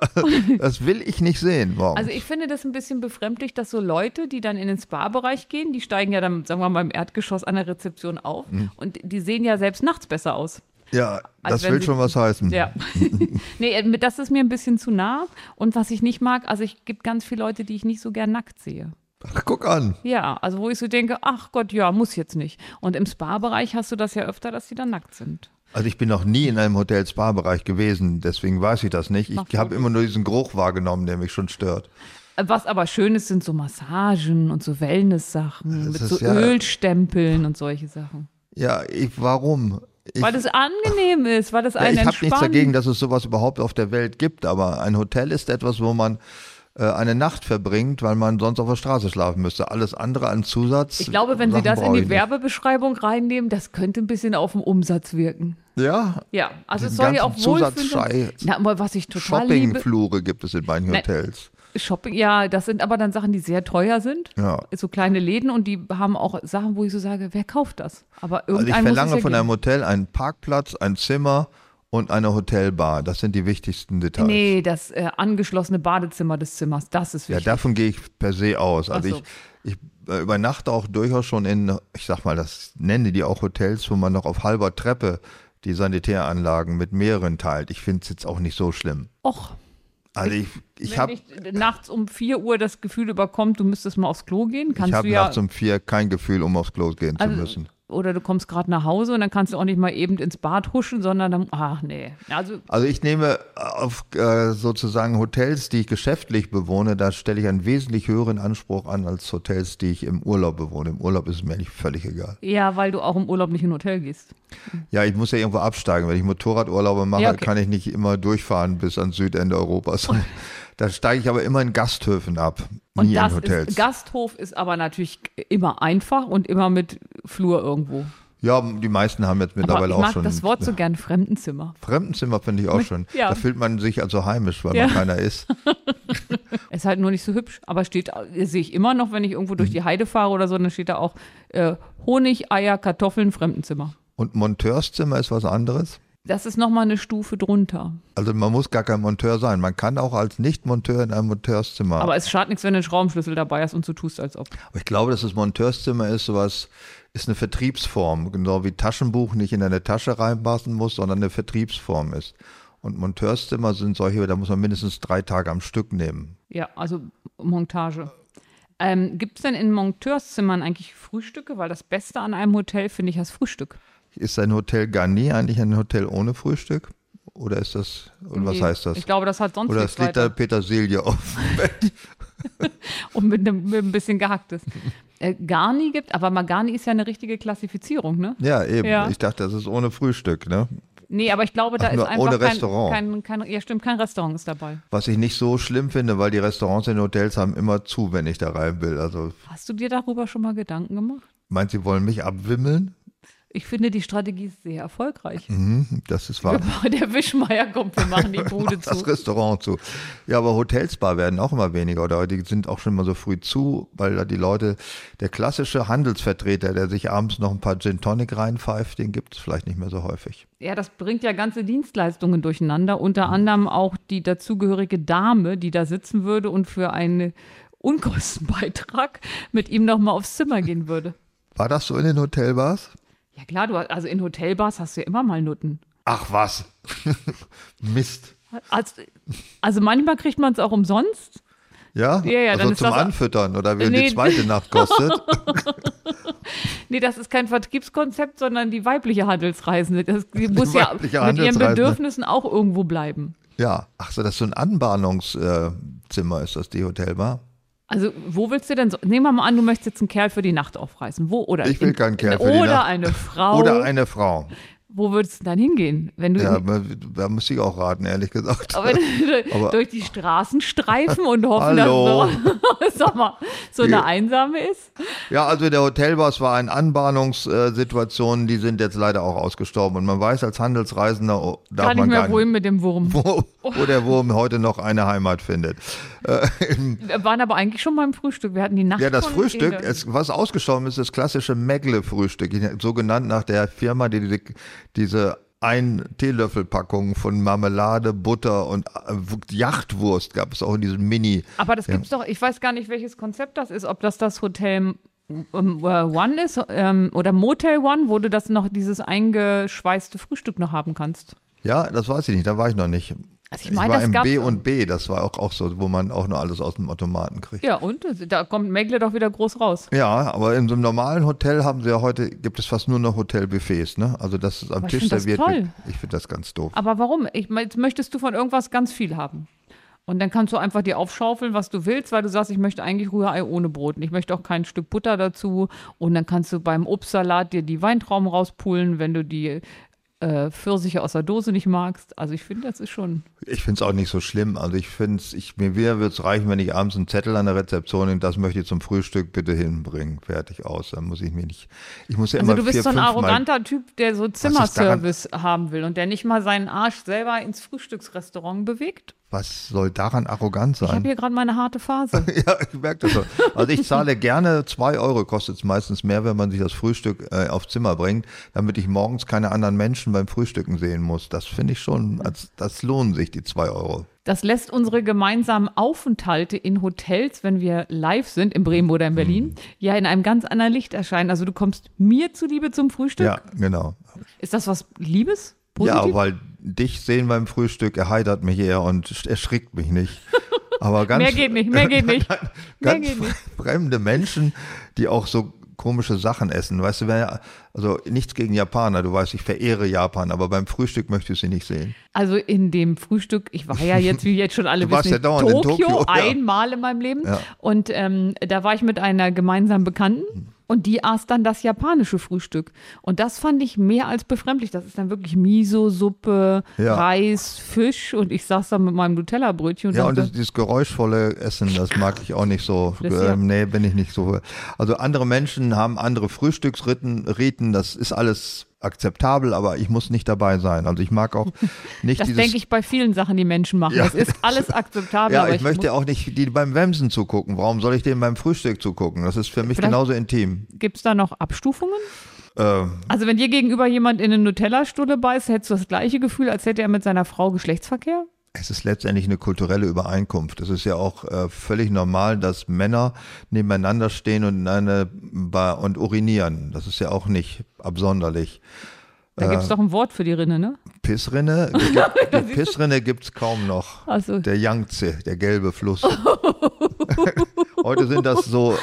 Speaker 3: das will ich nicht sehen morgen.
Speaker 4: Also ich finde das ein bisschen befremdlich, dass so Leute, die dann in den Spa-Bereich gehen, die steigen ja dann, sagen wir mal, im Erdgeschoss an der Rezeption auf und die sehen ja selbst nachts besser aus.
Speaker 3: ja, das
Speaker 4: als also wenn
Speaker 3: will
Speaker 4: sie-
Speaker 3: schon was heißen.
Speaker 4: Ja. nee, äh, das ist mir ein bisschen zu nah. Und was ich nicht mag, also ich gibt ganz viele Leute, die ich nicht so gern nackt sehe.
Speaker 3: Ach, guck an.
Speaker 4: Ja, also wo ich so denke, ach Gott, ja, muss jetzt nicht. Und im Spa-Bereich hast du das ja öfter, dass die dann nackt sind.
Speaker 3: Also ich bin noch nie in einem Hotel-Spa-Bereich gewesen, deswegen weiß ich das nicht.
Speaker 4: Macht
Speaker 3: Ich habe
Speaker 4: gut.
Speaker 3: immer nur diesen Geruch wahrgenommen, der mich schon stört.
Speaker 4: Was aber schön ist, sind so Massagen und so Wellness-Sachen mit
Speaker 3: ist
Speaker 4: so
Speaker 3: ja-
Speaker 4: Ölstempeln und solche Sachen.
Speaker 3: Ja, ich, warum? Ich,
Speaker 4: Weil das angenehm ist, weil das
Speaker 3: Ja,
Speaker 4: einen
Speaker 3: ich habe nichts
Speaker 4: entspannt.
Speaker 3: dagegen, dass es sowas überhaupt auf der Welt gibt, aber ein Hotel ist etwas, wo man äh, eine Nacht verbringt, weil man sonst auf der Straße schlafen müsste. Alles andere an Zusatz.
Speaker 4: ich glaube, wenn Sie
Speaker 3: Sachen
Speaker 4: das in
Speaker 3: brauche ich
Speaker 4: die Werbebeschreibung reinnehmen, das könnte ein bisschen auf den Umsatz wirken.
Speaker 3: nicht. Ja,
Speaker 4: Ja, also es
Speaker 3: Diesen
Speaker 4: soll ja auch
Speaker 3: ganzen
Speaker 4: wohlfühlen.
Speaker 3: Zusatzschei-
Speaker 4: Na, aber was ich total liebe,
Speaker 3: Shoppingflure gibt es in manchen Hotels.
Speaker 4: Shopping, ja, das sind aber dann Sachen, die sehr teuer sind.
Speaker 3: Ja.
Speaker 4: So kleine Läden und die haben auch Sachen, wo ich so sage, wer kauft das? Aber
Speaker 3: Also ich
Speaker 4: irgendein muss
Speaker 3: verlange
Speaker 4: es ja
Speaker 3: von
Speaker 4: geben.
Speaker 3: einem Hotel einen Parkplatz, ein Zimmer und eine Hotelbar. Das sind die wichtigsten Details.
Speaker 4: Nee, das äh, angeschlossene Badezimmer des Zimmers, das ist
Speaker 3: Ja,
Speaker 4: wichtig.
Speaker 3: davon gehe ich per se aus. Also
Speaker 4: Ach so.
Speaker 3: ich, ich äh, übernachte auch durchaus schon in, ich sag mal, das nenne die auch Hotels, wo man noch auf halber Treppe die Sanitäranlagen mit mehreren teilt. Ich finde es jetzt auch nicht so schlimm.
Speaker 4: Och.
Speaker 3: Also ich, ich
Speaker 4: Wenn
Speaker 3: habe
Speaker 4: dich nachts um 4 Uhr das Gefühl überkommt, du müsstest mal aufs Klo gehen, kannst
Speaker 3: ich hab
Speaker 4: du ja. Also,
Speaker 3: nachts um vier kein Gefühl, um aufs Klo gehen zu müssen.
Speaker 4: Oder du kommst gerade nach Hause und dann kannst du auch nicht mal eben ins Bad huschen, sondern dann, ach nee. Also
Speaker 3: Also ich nehme auf äh, sozusagen Hotels, die ich geschäftlich bewohne, da stelle ich einen wesentlich höheren Anspruch an als Hotels, die ich im Urlaub bewohne. Im Urlaub ist es mir eigentlich völlig egal.
Speaker 4: ja, weil du auch im Urlaub nicht in ein Hotel gehst.
Speaker 3: Ja, ich muss ja irgendwo absteigen. Wenn ich Motorradurlaube mache,
Speaker 4: Ja, okay.
Speaker 3: kann ich nicht immer durchfahren bis ans Südende Europas. da steige ich aber immer in Gasthöfen ab,
Speaker 4: Und
Speaker 3: nie
Speaker 4: das
Speaker 3: in Hotels.
Speaker 4: ist, Gasthof ist aber natürlich immer einfach und immer mit Flur irgendwo.
Speaker 3: ja, die meisten haben jetzt
Speaker 4: Aber
Speaker 3: mittlerweile
Speaker 4: ich
Speaker 3: auch
Speaker 4: mag
Speaker 3: schon.
Speaker 4: das Wort so gern Fremdenzimmer.
Speaker 3: Fremdenzimmer finde ich auch schon.
Speaker 4: Ja.
Speaker 3: Da fühlt man sich also heimisch, weil
Speaker 4: Ja.
Speaker 3: man keiner ist.
Speaker 4: Ist halt nur nicht so hübsch, aber steht, äh, sehe ich immer noch, wenn ich irgendwo
Speaker 3: Mhm.
Speaker 4: durch die Heide fahre oder so, dann steht da auch äh, Honig, Eier, Kartoffeln, Fremdenzimmer.
Speaker 3: Und Monteurszimmer ist was anderes.
Speaker 4: Das ist nochmal eine Stufe drunter.
Speaker 3: Also man muss gar kein Monteur sein. Man kann auch als Nicht-Monteur in einem Monteurszimmer.
Speaker 4: Aber es schadet nichts, wenn du einen Schraubenschlüssel dabei hast und so tust, als ob.
Speaker 3: Aber ich glaube, dass das Monteurszimmer ist sowas, ist eine Vertriebsform. Genau wie Taschenbuch nicht in eine Tasche reinpassen muss, sondern eine Vertriebsform ist. Und Monteurszimmer sind solche, da muss man mindestens drei Tage am Stück nehmen.
Speaker 4: Ja, also Montage. Ähm, Gibt es denn in Monteurzimmern eigentlich Frühstücke? Weil das Beste an einem Hotel, finde ich, das Frühstück.
Speaker 3: Ist ein Hotel Garni eigentlich ein Hotel ohne Frühstück? Oder ist das, und was
Speaker 4: Nee,
Speaker 3: heißt das?
Speaker 4: Ich glaube, das hat sonst
Speaker 3: Oder es
Speaker 4: nichts
Speaker 3: liegt da
Speaker 4: weiter.
Speaker 3: Petersilie auf dem Bett?
Speaker 4: Und mit, einem- mit ein bisschen Gehacktes. Äh, Garni gibt, aber Magani ist ja eine richtige Klassifizierung, ne?
Speaker 3: Ja, eben.
Speaker 4: Ja.
Speaker 3: Ich dachte, das ist ohne Frühstück. Ne?
Speaker 4: Nee, aber ich glaube, da
Speaker 3: Ach,
Speaker 4: ist
Speaker 3: nur
Speaker 4: einfach
Speaker 3: ohne
Speaker 4: kein,
Speaker 3: Restaurant.
Speaker 4: Kein, kein, ja, stimmt, kein Restaurant ist dabei.
Speaker 3: Was ich nicht so schlimm finde, weil die Restaurants in Hotels haben immer zu, wenn ich da rein will. Also
Speaker 4: Hast du dir darüber schon mal Gedanken gemacht?
Speaker 3: meinst sie wollen mich abwimmeln?
Speaker 4: Ich finde, die Strategie ist sehr erfolgreich.
Speaker 3: Mhm, das ist wahr.
Speaker 4: Der Wischmeier kommt, wir machen die Bude zu.
Speaker 3: Das Restaurant zu. Ja, aber Hotelsbar werden auch immer weniger oder die sind auch schon mal so früh zu, weil da die Leute, der klassische Handelsvertreter, der sich abends noch ein paar Gin Tonic reinpfeift, den gibt es vielleicht nicht mehr so häufig.
Speaker 4: Ja, das bringt ja ganze Dienstleistungen durcheinander. Unter anderem auch die dazugehörige Dame, die da sitzen würde und für einen Unkostenbeitrag mit ihm nochmal aufs Zimmer gehen würde.
Speaker 3: War das so in den Hotelbars?
Speaker 4: Ja klar, du hast, also in Hotelbars hast du ja immer mal Nutten.
Speaker 3: Ach was. Mist.
Speaker 4: Also, also manchmal kriegt man es auch umsonst.
Speaker 3: Ja?
Speaker 4: Ja, ja,
Speaker 3: also
Speaker 4: dann ist
Speaker 3: zum
Speaker 4: das-
Speaker 3: Anfüttern oder wie
Speaker 4: Nee.
Speaker 3: die zweite Nacht kostet.
Speaker 4: Nee, das ist kein Vertriebskonzept, sondern die weibliche Handelsreisende. Das, die muss ja mit
Speaker 3: weibliche
Speaker 4: ihren
Speaker 3: Handelsreisende.
Speaker 4: Bedürfnissen auch irgendwo bleiben.
Speaker 3: Ja, ach so, das ist so ein Anbahnungszimmer, ist das die Hotelbar?
Speaker 4: Also, wo willst du denn so? Nehmen wir mal an, du möchtest jetzt einen Kerl für die Nacht aufreißen. Wo oder
Speaker 3: Ich will
Speaker 4: in-
Speaker 3: keinen Kerl
Speaker 4: in-
Speaker 3: für die
Speaker 4: Oder
Speaker 3: Nacht.
Speaker 4: eine Frau.
Speaker 3: Oder eine Frau.
Speaker 4: wo würdest du dann hingehen? Wenn du,
Speaker 3: Ja, aber da muss ich auch raten, ehrlich gesagt.
Speaker 4: aber,
Speaker 3: aber-
Speaker 4: durch die Straßen streifen und hoffen,
Speaker 3: Hallo.
Speaker 4: dass so, sag mal, so eine
Speaker 3: Ja.
Speaker 4: einsame ist?
Speaker 3: Ja, also der Hotelbars war eine Anbahnungssituation, die sind jetzt leider auch ausgestorben. Und man weiß, als Handelsreisender oh, darf
Speaker 4: Kann ich
Speaker 3: man
Speaker 4: mir
Speaker 3: gar nicht,
Speaker 4: wohin mit dem Wurm.
Speaker 3: wo, wo der Wurm heute noch eine Heimat findet.
Speaker 4: Wir waren aber eigentlich schon beim Frühstück. Wir hatten die Nacht.
Speaker 3: Ja, das
Speaker 4: von
Speaker 3: Frühstück,
Speaker 4: Ede.
Speaker 3: es, was ausgestorben ist, das klassische Megle-Frühstück, so genannt nach der Firma, die, die diese ein Teelöffelpackung von Marmelade, Butter und äh, Jachtwurst gab es auch in diesem Mini.
Speaker 4: aber das gibt's doch, ich weiß gar nicht, welches Konzept das ist, ob das das Hotel ähm, äh, One ist ähm, oder Motel One, wo du das noch, dieses eingeschweißte Frühstück noch haben kannst.
Speaker 3: Ja, das weiß ich nicht, da war ich noch nicht.
Speaker 4: Also ich meine,
Speaker 3: war
Speaker 4: das
Speaker 3: im
Speaker 4: gab's
Speaker 3: B und B, das war auch, auch so, wo man auch nur alles aus dem Automaten kriegt.
Speaker 4: Ja, und da kommt Megle doch wieder groß raus.
Speaker 3: Ja, aber in so einem normalen Hotel haben sie ja heute, gibt es fast nur noch Hotelbuffets, ne? Also das ist am
Speaker 4: ich
Speaker 3: Tisch
Speaker 4: find das
Speaker 3: serviert
Speaker 4: toll.
Speaker 3: wird. Ich finde das ganz doof.
Speaker 4: Aber warum? Ich, mein, jetzt möchtest du von irgendwas ganz viel haben. Und dann kannst du einfach dir aufschaufeln, was du willst, weil du sagst, ich möchte eigentlich Rührei ohne Brot. Und ich möchte auch kein Stück Butter dazu. Und dann kannst du beim Obstsalat dir die Weintrauben rauspulen, wenn du die äh, Pfirsiche aus der Dose nicht magst. Also ich finde, das ist schon.
Speaker 3: Ich finde es auch nicht so schlimm. Also ich finde es, ich, mir wäre es reichen, wenn ich abends einen Zettel an der Rezeption nehme, das möchte ich zum Frühstück bitte hinbringen. Fertig aus. Dann muss ich mir nicht. Ich muss ja
Speaker 4: Also
Speaker 3: immer
Speaker 4: du bist
Speaker 3: vier,
Speaker 4: so ein
Speaker 3: fünfmal-
Speaker 4: arroganter Typ, der so
Speaker 3: daran-
Speaker 4: Zimmerservice haben will und der nicht mal seinen Arsch selber ins Frühstücksrestaurant bewegt.
Speaker 3: Was soll daran arrogant
Speaker 4: Ich habe
Speaker 3: sein?
Speaker 4: hier gerade meine harte Phase.
Speaker 3: ja, ich merke das schon. Also ich zahle gerne zwei Euro, kostet es meistens mehr, wenn man sich das Frühstück äh, aufs Zimmer bringt, damit ich morgens keine anderen Menschen beim Frühstücken sehen muss. Das finde ich schon, als, das lohnen sich die zwei Euro.
Speaker 4: Das lässt unsere gemeinsamen Aufenthalte in Hotels, wenn wir live sind, in Bremen oder in
Speaker 3: Mhm.
Speaker 4: Berlin, ja in einem ganz anderen Licht erscheinen. Also du kommst mir zuliebe zum Frühstück.
Speaker 3: Ja, genau.
Speaker 4: Ist das was Liebes? Positiv?
Speaker 3: Ja, weil dich sehen beim Frühstück erheitert mich eher und erschrickt mich nicht. Aber ganz,
Speaker 4: mehr geht nicht, mehr geht nicht. mehr
Speaker 3: ganz
Speaker 4: geht nicht.
Speaker 3: fremde Menschen, die auch so komische Sachen essen. Weißt du, wer, also nichts gegen Japaner, du weißt, ich verehre Japan, aber beim Frühstück möchte ich sie nicht sehen.
Speaker 4: Also in dem Frühstück, ich war ja jetzt, wie jetzt schon alle
Speaker 3: Du warst
Speaker 4: wissen,
Speaker 3: ja dauernd in
Speaker 4: Tokio,
Speaker 3: Tokio, ja.
Speaker 4: einmal in meinem Leben.
Speaker 3: Ja.
Speaker 4: Und ähm, da war ich mit einer gemeinsamen
Speaker 3: Hm.
Speaker 4: Bekannten und die aß dann das japanische Frühstück. Und das fand ich mehr als befremdlich. Das ist dann wirklich Miso-Suppe,
Speaker 3: Ja.
Speaker 4: Reis, Fisch und ich saß da mit meinem Nutella-Brötchen und
Speaker 3: Ja, und
Speaker 4: dachte,
Speaker 3: das, dieses geräuschvolle Essen, das mag ich auch nicht so.
Speaker 4: ja-
Speaker 3: Ähm, nee, bin ich nicht so. Also andere Menschen haben andere Frühstücksriten, Riten, das ist alles akzeptabel, aber ich muss nicht dabei sein. Also ich mag auch nicht
Speaker 4: das
Speaker 3: dieses
Speaker 4: denke ich bei vielen Sachen, die Menschen machen.
Speaker 3: Ja.
Speaker 4: Das ist alles akzeptabel.
Speaker 3: Ja,
Speaker 4: aber
Speaker 3: ich,
Speaker 4: ich
Speaker 3: möchte auch nicht die beim Wemsen zugucken. Warum soll ich denen beim Frühstück zugucken? Das ist für mich
Speaker 4: Vielleicht-
Speaker 3: genauso intim.
Speaker 4: Gibt es da noch Abstufungen?
Speaker 3: Ähm,
Speaker 4: Also wenn dir gegenüber jemand in eine Nutella-Stulle beißt, hättest du das gleiche Gefühl, als hätte er mit seiner Frau Geschlechtsverkehr?
Speaker 3: Es ist letztendlich eine kulturelle Übereinkunft. Es ist ja auch äh, völlig normal, dass Männer nebeneinander stehen und, in eine, Bar- und urinieren. Das ist ja auch nicht absonderlich.
Speaker 4: Da
Speaker 3: Äh,
Speaker 4: gibt's doch ein Wort für die Rinne, ne?
Speaker 3: Pissrinne, die Pissrinne gibt's kaum noch.
Speaker 4: Also
Speaker 3: Der Yangtze, der gelbe Fluss. Heute sind das so,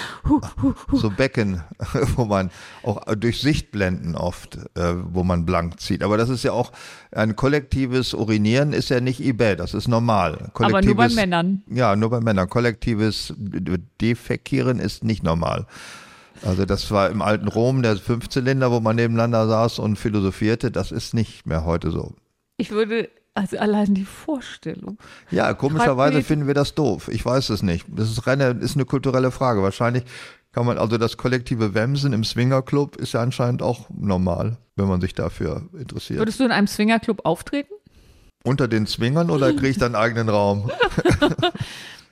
Speaker 3: so Becken, wo man auch durch Sichtblenden oft, äh, wo man blank zieht. Aber das ist ja auch ein kollektives Urinieren, ist ja nicht eBay, das ist normal.
Speaker 4: Aber nur bei
Speaker 3: Kollektives-
Speaker 4: Männern.
Speaker 3: Ja, nur bei Männern. Kollektives Defekieren ist nicht normal. Also das war im alten Rom der Fünfzylinder, wo man nebeneinander saß und philosophierte. Das ist nicht mehr heute so.
Speaker 4: ich würde, also allein die Vorstellung.
Speaker 3: Ja, komischerweise
Speaker 4: Treibt
Speaker 3: finden wir das doof. Ich weiß es nicht. Das ist, reine, ist eine kulturelle Frage. Wahrscheinlich kann man, also das kollektive Wemsen im Swingerclub ist ja anscheinend auch normal, wenn man sich dafür interessiert.
Speaker 4: Würdest du in einem Swingerclub auftreten?
Speaker 3: Unter den Zwingern oder kriege ich dann eigenen Raum?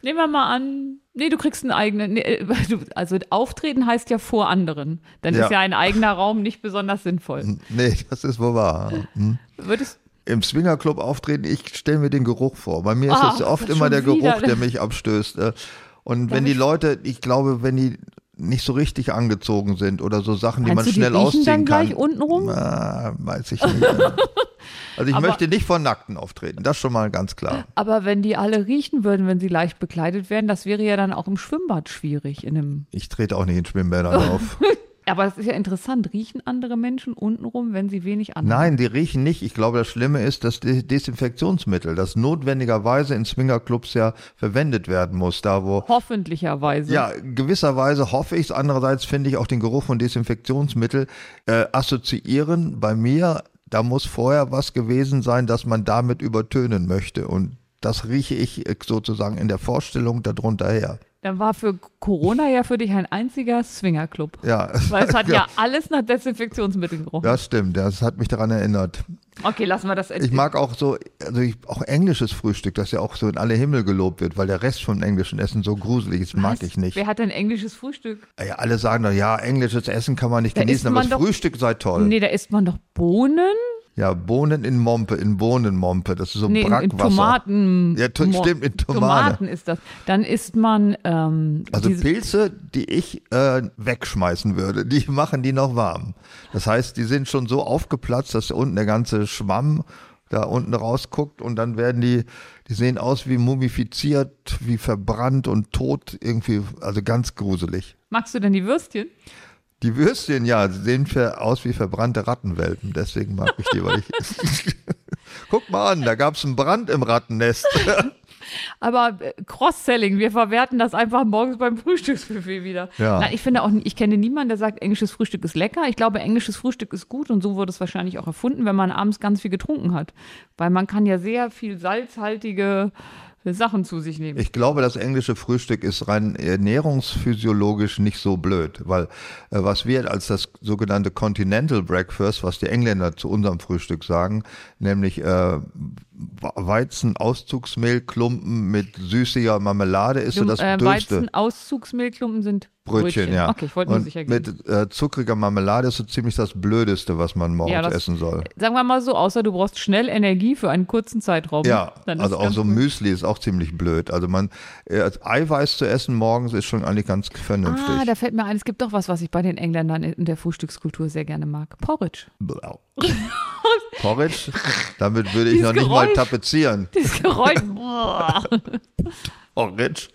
Speaker 4: Nehmen wir mal an, nee, du kriegst einen eigenen, nee, äh, du- also auftreten heißt ja vor anderen. Dann
Speaker 3: Ja. Hm.
Speaker 4: ist ja ein eigener Raum nicht besonders sinnvoll.
Speaker 3: Nee, das ist wohl wahr. Hm.
Speaker 4: Würdest,
Speaker 3: Im Swingerclub auftreten, ich stelle mir den Geruch vor. Bei mir ist
Speaker 4: Ah,
Speaker 3: es oft
Speaker 4: schon
Speaker 3: immer der
Speaker 4: wieder.
Speaker 3: Geruch, der mich abstößt. äh. Und wenn die Leute, ich glaube, wenn die nicht so richtig angezogen sind oder so Sachen, die man
Speaker 4: meinst du, die
Speaker 3: schnell
Speaker 4: riechen
Speaker 3: ausziehen
Speaker 4: dann
Speaker 3: kann.
Speaker 4: gleich unten rum?
Speaker 3: Ah, weiß ich nicht. Also ich
Speaker 4: Aber-
Speaker 3: möchte nicht vor Nackten auftreten, das schon mal ganz klar.
Speaker 4: Aber wenn die alle riechen würden, wenn sie leicht bekleidet wären, das wäre ja dann auch im Schwimmbad schwierig. In einem
Speaker 3: Ich trete auch nicht in Schwimmbädern auf.
Speaker 4: Aber es ist ja interessant, riechen andere Menschen untenrum, wenn sie wenig anhaben?
Speaker 3: Nein, die riechen nicht. Ich glaube, das Schlimme ist das De- Desinfektionsmittel, das notwendigerweise in Swingerclubs ja verwendet werden muss, da wo
Speaker 4: Hoffentlicherweise.
Speaker 3: Ja, gewisserweise hoffe ich es. Andererseits finde ich auch den Geruch von Desinfektionsmittel äh, assoziieren bei mir. Da muss vorher was gewesen sein, dass man damit übertönen möchte. Und das rieche ich äh, sozusagen in der Vorstellung darunter her.
Speaker 4: Dann war für Corona ja für dich ein einziger Swingerclub.
Speaker 3: Ja,
Speaker 4: Weil es hat ja alles nach Desinfektionsmitteln gerochen.
Speaker 3: das stimmt. Das hat mich daran erinnert.
Speaker 4: Okay, lassen wir das
Speaker 3: Ich mag auch so, also ich, auch englisches Frühstück, das ja auch so in alle Himmel gelobt wird, weil der Rest vom englischen Essen so gruselig ist, mag ich nicht.
Speaker 4: Wer hat denn englisches Frühstück?
Speaker 3: Ja, alle sagen doch, ja, englisches Essen kann man nicht
Speaker 4: Da isst
Speaker 3: genießen, aber
Speaker 4: man
Speaker 3: das
Speaker 4: doch-
Speaker 3: Frühstück sei toll.
Speaker 4: Nee, da isst man doch Bohnen?
Speaker 3: Ja, Bohnen in Mompe, in Bohnenmompe, das ist so
Speaker 4: Nee, in,
Speaker 3: Brackwasser.
Speaker 4: in Tomaten.
Speaker 3: Ja, to-
Speaker 4: Mo-
Speaker 3: stimmt, in Tomate.
Speaker 4: Tomaten ist das. Dann isst man ähm,
Speaker 3: Also
Speaker 4: diese,
Speaker 3: Pilze, die ich äh, wegschmeißen würde, die machen die noch warm. Das heißt, die sind schon so aufgeplatzt, dass unten der ganze Schwamm da unten rausguckt und dann werden die, die sehen aus wie mumifiziert, wie verbrannt und tot, irgendwie, also ganz gruselig.
Speaker 4: Magst du denn die Würstchen?
Speaker 3: Die Würstchen, ja, sehen ver- aus wie verbrannte Rattenwelpen, deswegen mag ich die, weil ich... Guck mal an, da gab's einen Brand im Rattennest.
Speaker 4: Aber äh, Cross-Selling, wir verwerten das einfach morgens beim Frühstücksbuffet wieder.
Speaker 3: Ja.
Speaker 4: Nein, ich finde auch, ich kenne niemanden, der sagt, englisches Frühstück ist lecker. Ich glaube, englisches Frühstück ist gut und so wurde es wahrscheinlich auch erfunden, wenn man abends ganz viel getrunken hat. Weil man kann ja sehr viel salzhaltige Sachen zu sich nehmen.
Speaker 3: Ich glaube, das englische Frühstück ist rein ernährungsphysiologisch nicht so blöd, weil äh, was wir als das sogenannte Continental Breakfast, was die Engländer zu unserem Frühstück sagen, nämlich äh, Weizen-Auszugsmehlklumpen mit süßiger Marmelade ist so das
Speaker 4: äh,
Speaker 3: Dürste.
Speaker 4: Weizen, Auszugsmehlklumpen sind
Speaker 3: Brötchen, ja.
Speaker 4: Okay, ich wollte nur
Speaker 3: Und
Speaker 4: sicher gehen.
Speaker 3: Mit äh, zuckriger Marmelade ist so ziemlich das Blödeste, was man morgens
Speaker 4: Ja, das- äh,
Speaker 3: essen soll.
Speaker 4: Sagen wir mal so, außer du brauchst schnell Energie für einen kurzen Zeitraum.
Speaker 3: Ja,
Speaker 4: Dann ist
Speaker 3: also auch
Speaker 4: ganz
Speaker 3: so
Speaker 4: gut.
Speaker 3: Müsli ist auch ziemlich blöd. Also man äh, als Eiweiß zu essen morgens ist schon eigentlich ganz vernünftig.
Speaker 4: Ah, da fällt mir ein, es gibt doch was, was ich bei den Engländern in der Frühstückskultur sehr gerne mag. Porridge.
Speaker 3: Blau. Porridge? Damit würde ich
Speaker 4: Dieses
Speaker 3: noch nicht mal
Speaker 4: Geräusch.
Speaker 3: tapezieren.
Speaker 4: Dieses Geräusch. boah.
Speaker 3: Porridge?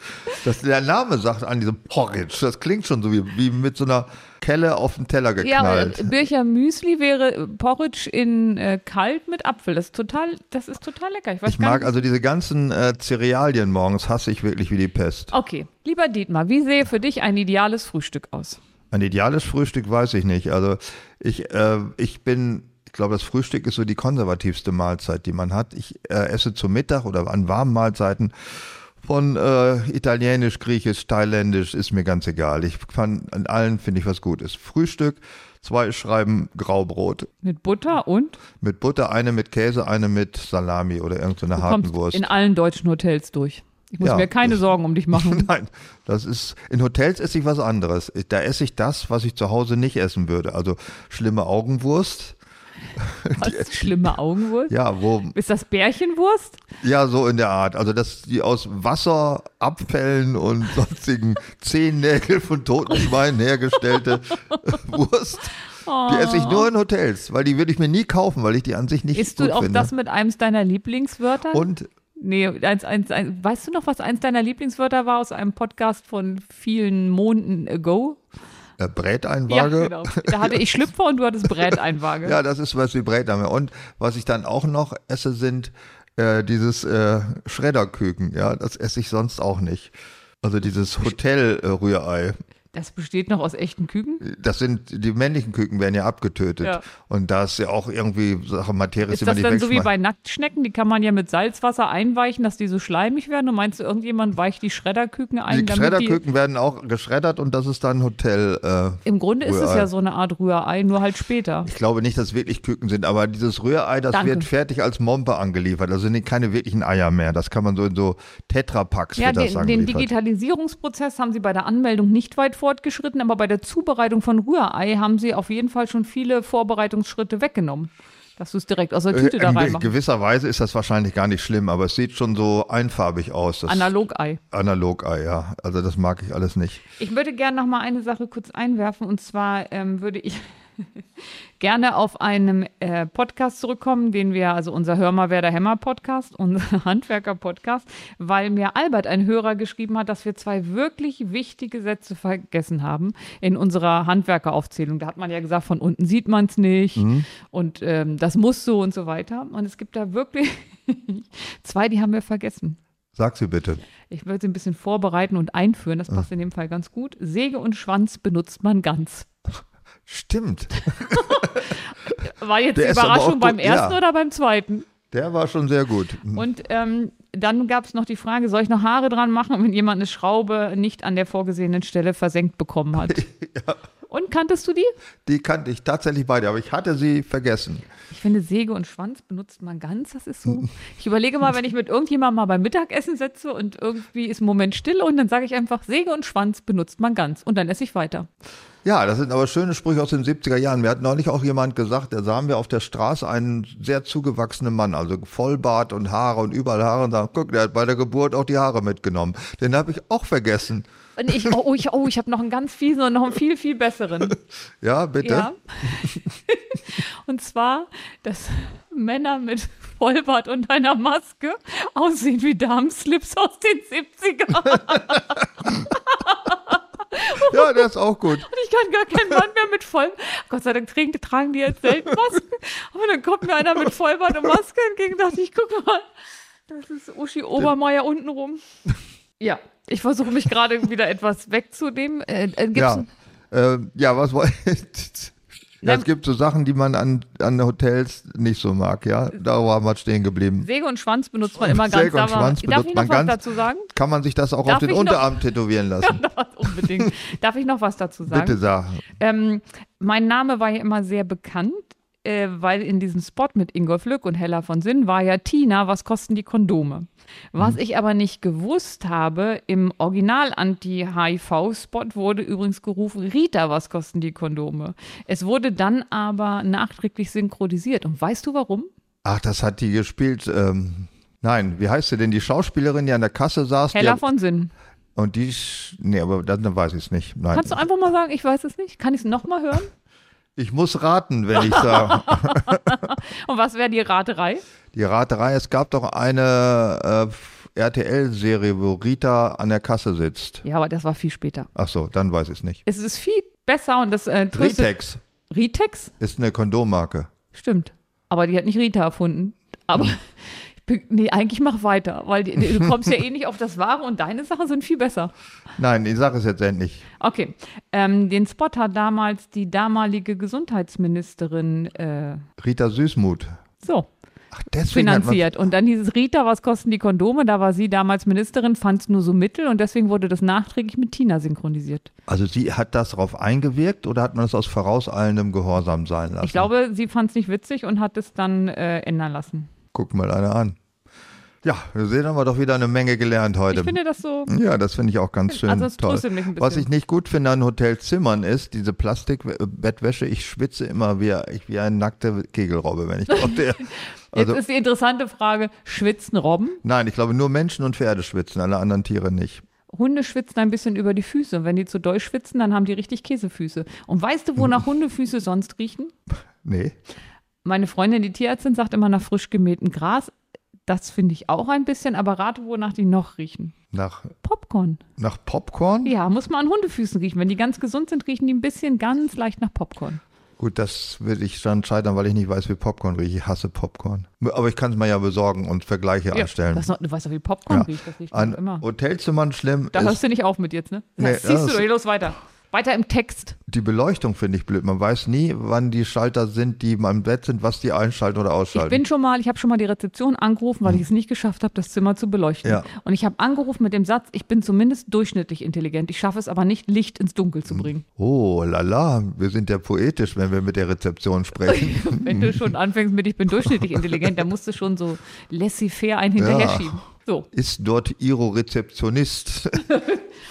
Speaker 3: Das, der Name sagt an diesem Porridge. Das klingt schon so wie, wie mit so einer Kelle auf den Teller
Speaker 4: Ja,
Speaker 3: geknallt.
Speaker 4: Bircher Müsli wäre Porridge in äh, kalt mit Apfel. Das ist total, das ist total lecker. Ich weiß
Speaker 3: ich
Speaker 4: gar
Speaker 3: mag
Speaker 4: nicht.
Speaker 3: also diese ganzen äh, Cerealien morgens, hasse ich wirklich wie die Pest.
Speaker 4: Okay, lieber Dietmar, wie sehe für dich ein ideales Frühstück aus?
Speaker 3: Ein ideales Frühstück weiß ich nicht. Also ich, äh, ich bin, ich glaube, das Frühstück ist so die konservativste Mahlzeit, die man hat. Ich äh, esse zum Mittag oder an warmen Mahlzeiten von äh, Italienisch, Griechisch, Thailändisch, ist mir ganz egal. Ich kann an allen finde ich was Gutes. Frühstück, zwei Schreiben Graubrot
Speaker 4: Mit Butter und
Speaker 3: mit Butter, eine mit Käse, eine mit Salami oder irgendeine
Speaker 4: kommt
Speaker 3: Hartenwurst.
Speaker 4: in allen deutschen Hotels durch. Ich muss
Speaker 3: Ja,
Speaker 4: mir keine
Speaker 3: das-
Speaker 4: Sorgen um dich machen.
Speaker 3: Nein, das ist, in Hotels esse ich was anderes. Da esse ich das, was ich zu Hause nicht essen würde. Also schlimme Augenwurst.
Speaker 4: Was? Schlimme Augenwurst?
Speaker 3: Ja, wo,
Speaker 4: Ist das Bärchenwurst?
Speaker 3: ja, so in der Art. Also, dass die aus Wasser, Abfällen und sonstigen Zehennägeln von toten Schweinen hergestellte Wurst. Die esse ich nur in Hotels, weil die würde ich mir nie kaufen, weil ich die an sich nicht
Speaker 4: Oh. Isst
Speaker 3: gut
Speaker 4: du auch
Speaker 3: finde.
Speaker 4: das mit eines deiner Lieblingswörter?
Speaker 3: und
Speaker 4: Nee, eins, eins, eins, weißt du noch, was eins deiner Lieblingswörter war aus einem Podcast von vielen Monaten ago?
Speaker 3: äh, Bräteinwaage.
Speaker 4: Ja, genau. Da hatte ich Schlüpfer und du hattest Bräteinwaage.
Speaker 3: Ja, das ist was wie Brätame. Und was ich dann auch noch esse, sind äh, dieses äh, Schredderküken. Ja, das esse ich sonst auch nicht. Also dieses Hotel-Rührei.
Speaker 4: Das besteht noch aus echten Küken?
Speaker 3: Das sind, die männlichen Küken werden ja abgetötet.
Speaker 4: Ja.
Speaker 3: Und da ist ja auch irgendwie Sache Materie,
Speaker 4: Ist
Speaker 3: die man
Speaker 4: das
Speaker 3: nicht
Speaker 4: dann so wie
Speaker 3: wegschmeißt.
Speaker 4: bei Nacktschnecken? Die kann man ja mit Salzwasser einweichen, dass die so schleimig werden. Und meinst du, irgendjemand weicht die Schredderküken ein,
Speaker 3: die
Speaker 4: damit die.
Speaker 3: Schredderküken werden auch geschreddert und das ist dann Hotel. Äh,
Speaker 4: Im Grunde ist es
Speaker 3: Rührei.
Speaker 4: ja so eine Art Rührei, nur halt später.
Speaker 3: ich glaube nicht, dass es wirklich Küken sind, aber dieses Rührei, das
Speaker 4: Danke.
Speaker 3: wird fertig als Mompe angeliefert. Also sind keine wirklichen Eier mehr. Das kann man so in so Tetrapacks wird
Speaker 4: Ja,
Speaker 3: das
Speaker 4: den, den
Speaker 3: angeliefert.
Speaker 4: Digitalisierungsprozess haben sie bei der Anmeldung nicht weit fortgeschritten, aber bei der Zubereitung von Rührei haben sie auf jeden Fall schon viele Vorbereitungsschritte weggenommen. Dass du es direkt aus der Tüte da
Speaker 3: Äh, In
Speaker 4: reinmachst.
Speaker 3: gewisser Weise ist das wahrscheinlich gar nicht schlimm, aber es sieht schon so einfarbig aus. Das
Speaker 4: Analog-Ei.
Speaker 3: Analog-Ei, ja. Also das mag ich alles nicht.
Speaker 4: Ich würde gerne noch mal eine Sache kurz einwerfen und zwar ähm, würde ich gerne auf einen äh, Podcast zurückkommen, den wir, also unser Hör mal wer der Hämmer Podcast, unser Handwerker Podcast, weil mir Albert, ein Hörer, geschrieben hat, dass wir zwei wirklich wichtige Sätze vergessen haben in unserer Handwerkeraufzählung. Da hat man ja gesagt, von unten sieht man es nicht und ähm, das muss so und so weiter. Und es gibt da wirklich zwei, die haben wir vergessen.
Speaker 3: Sag sie bitte.
Speaker 4: Ich würde sie ein bisschen vorbereiten und einführen. Das
Speaker 3: Ah.
Speaker 4: passt in dem Fall ganz gut. Säge und Schwanz benutzt man ganz.
Speaker 3: Stimmt.
Speaker 4: War jetzt
Speaker 3: Der
Speaker 4: die
Speaker 3: ist aber auch
Speaker 4: Überraschung
Speaker 3: gut,
Speaker 4: beim ersten
Speaker 3: ja. Hm.
Speaker 4: oder beim zweiten?
Speaker 3: Der war schon sehr gut.
Speaker 4: Und ähm, dann gab es noch die Frage, soll ich noch Haare dran machen, wenn jemand eine Schraube nicht an der vorgesehenen Stelle versenkt bekommen hat? Und kanntest du die?
Speaker 3: Die kannte ich tatsächlich beide, aber ich hatte sie vergessen.
Speaker 4: Ich finde, Säge und Schwanz benutzt man ganz, das ist
Speaker 3: Hm.
Speaker 4: so. Ich überlege mal, wenn ich mit irgendjemandem mal beim Mittagessen sitze und irgendwie ist ein Moment still und dann sage ich einfach, Säge und Schwanz benutzt man ganz und dann esse ich weiter.
Speaker 3: Ja, das sind aber schöne Sprüche aus den 70er Jahren. Mir hat neulich auch jemand gesagt, da sahen wir auf der Straße einen sehr zugewachsenen Mann, also Vollbart und Haare und überall Haare und sagen, guck, der hat bei der Geburt auch die Haare mitgenommen. Den habe ich auch vergessen.
Speaker 4: Und ich, oh, oh, ich, oh, ich habe noch einen ganz fiesen und noch einen viel, viel besseren.
Speaker 3: Ja, bitte.
Speaker 4: Ja. Und zwar, dass Männer mit Vollbart und einer Maske aussehen wie Damenslips aus den 70ern.
Speaker 3: ja der ist auch gut.
Speaker 4: Ich kann gar keinen Mann mehr mit Vollbart. Gott sei Dank tragen, tragen die jetzt selten Masken. Aber dann kommt mir einer mit Vollbart und Maske entgegen und dachte ich, guck mal, das ist Uschi Obermeier untenrum. Ja, ich versuche mich gerade wieder etwas wegzunehmen. Äh, äh, gibt's
Speaker 3: Ja. Äh, ja, was wollte ja, Es gibt so Sachen, die man an, an Hotels nicht so mag, ja. Darüber haben wir stehen geblieben.
Speaker 4: Säge und Schwanz benutzt man immer ganz.
Speaker 3: Säge und
Speaker 4: aber-
Speaker 3: Schwanz
Speaker 4: Darf ich
Speaker 3: benutzt
Speaker 4: noch
Speaker 3: man
Speaker 4: was
Speaker 3: ganz.
Speaker 4: dazu sagen?
Speaker 3: Kann man sich das auch
Speaker 4: Darf
Speaker 3: auf den
Speaker 4: ich noch-
Speaker 3: Unterarm tätowieren lassen?
Speaker 4: Unbedingt. Darf ich noch was dazu sagen?
Speaker 3: Bitte sag.
Speaker 4: Ähm, mein Name war ja immer sehr bekannt, äh, weil in diesem Spot mit Ingolf Lück und Hella von Sinn war ja Tina, was kosten die Kondome?
Speaker 3: Hm.
Speaker 4: Was ich aber nicht gewusst habe, im Original-Anti-HIV-Spot wurde übrigens gerufen, Rita, was kosten die Kondome? Es wurde dann aber nachträglich synchronisiert. Und weißt du warum?
Speaker 3: Ach, das hat die gespielt. Ähm, nein, wie heißt sie denn? Die Schauspielerin, die an der Kasse saß.
Speaker 4: Hella
Speaker 3: die,
Speaker 4: von Sinn.
Speaker 3: und die. sch- Nee, aber dann, dann weiß ich es nicht. Nein.
Speaker 4: Kannst du einfach mal sagen, ich weiß es nicht? Kann ich es nochmal hören?
Speaker 3: Ich muss raten, wenn ich sage.
Speaker 4: Und was wäre die Raterei?
Speaker 3: die Raterei, es gab doch eine äh, RTL-Serie, wo Rita an der Kasse sitzt.
Speaker 4: Ja, aber das war viel später.
Speaker 3: Ach so, dann weiß ich es nicht.
Speaker 4: Es ist viel besser und das äh, tröstet.
Speaker 3: Ritex.
Speaker 4: Ritex?
Speaker 3: Ist eine Kondommarke.
Speaker 4: Stimmt. Aber die hat nicht Rita erfunden. Aber
Speaker 3: Hm.
Speaker 4: ich bin, nee, eigentlich mach weiter, weil die, du kommst ja eh nicht auf das Wahre und deine Sachen sind viel besser.
Speaker 3: Nein, ich sage es jetzt endlich.
Speaker 4: Okay. Ähm, den Spot hat damals die damalige Gesundheitsministerin äh,
Speaker 3: Rita Süßmuth.
Speaker 4: so
Speaker 3: Ach, deswegen hat man-
Speaker 4: finanziert. Und dann hieß es Rita, was kosten die Kondome? Da war sie damals Ministerin, fand es nur so mittel und deswegen wurde das nachträglich mit Tina synchronisiert.
Speaker 3: Also sie hat das darauf eingewirkt oder hat man es aus vorauseilendem Gehorsam sein lassen?
Speaker 4: Ich glaube, sie fand es nicht witzig und hat es dann äh, ändern lassen.
Speaker 3: Guck mal einer an. Ja, wir sehen haben wir doch wieder eine Menge gelernt heute.
Speaker 4: Ich finde das so.
Speaker 3: Ja, das finde ich auch ganz schön
Speaker 4: Also es
Speaker 3: toll.
Speaker 4: tröstet mich ein bisschen.
Speaker 3: Was ich nicht gut finde an Hotelzimmern ist diese Plastikbettwäsche. Ich schwitze immer wie, ich, wie eine nackte Kegelrobbe, wenn ich auf der.
Speaker 4: Jetzt
Speaker 3: Also,
Speaker 4: ist die interessante Frage: Schwitzen Robben?
Speaker 3: nein, ich glaube nur Menschen und Pferde schwitzen, alle anderen Tiere nicht.
Speaker 4: Hunde schwitzen ein bisschen über die Füße. Und wenn die zu doll schwitzen, dann haben die richtig Käsefüße. Und weißt du, wonach Hundefüße sonst riechen?
Speaker 3: Nee.
Speaker 4: Meine Freundin, die Tierärztin, sagt immer nach frisch gemähtem Gras. Das finde ich auch ein bisschen, aber rate, wonach die noch riechen.
Speaker 3: Nach,
Speaker 4: Popcorn.
Speaker 3: nach Popcorn?
Speaker 4: Ja, muss man an Hundefüßen riechen. Wenn die ganz gesund sind, riechen die ein bisschen ganz leicht nach Popcorn.
Speaker 3: Gut, das würde ich dann scheitern, weil ich nicht weiß, wie Popcorn riecht. Ich hasse Popcorn. Aber ich kann es mir ja besorgen und Vergleiche anstellen.
Speaker 4: Das, noch- du weißt doch, wie Popcorn
Speaker 3: Ja.
Speaker 4: riecht. Das riecht
Speaker 3: An
Speaker 4: doch immer.
Speaker 3: Hotelzimmern schlimm
Speaker 4: Da
Speaker 3: ist
Speaker 4: hörst du nicht auf mit jetzt, ne?
Speaker 3: Nee,
Speaker 4: das siehst
Speaker 3: das-
Speaker 4: du, doch, los weiter. Weiter im Text.
Speaker 3: die Beleuchtung, finde ich blöd. Man weiß nie, wann die Schalter sind, die am Bett sind, was die einschalten oder
Speaker 4: Ich
Speaker 3: ausschalten.
Speaker 4: bin schon mal, ich habe schon mal die Rezeption angerufen, weil ich es nicht geschafft habe, das Zimmer zu beleuchten.
Speaker 3: Hm. Ja.
Speaker 4: Und ich habe angerufen mit dem Satz, ich bin zumindest durchschnittlich intelligent. Ich schaffe es aber nicht, Licht ins Dunkel zu bringen.
Speaker 3: oh, lala, wir sind ja poetisch, wenn wir mit der Rezeption sprechen.
Speaker 4: Wenn du schon anfängst mit, ich bin durchschnittlich intelligent, dann musst du schon so laissez-faire einen hinterher
Speaker 3: Ja.
Speaker 4: schieben. So,
Speaker 3: Ist dort Iro Rezeptionist?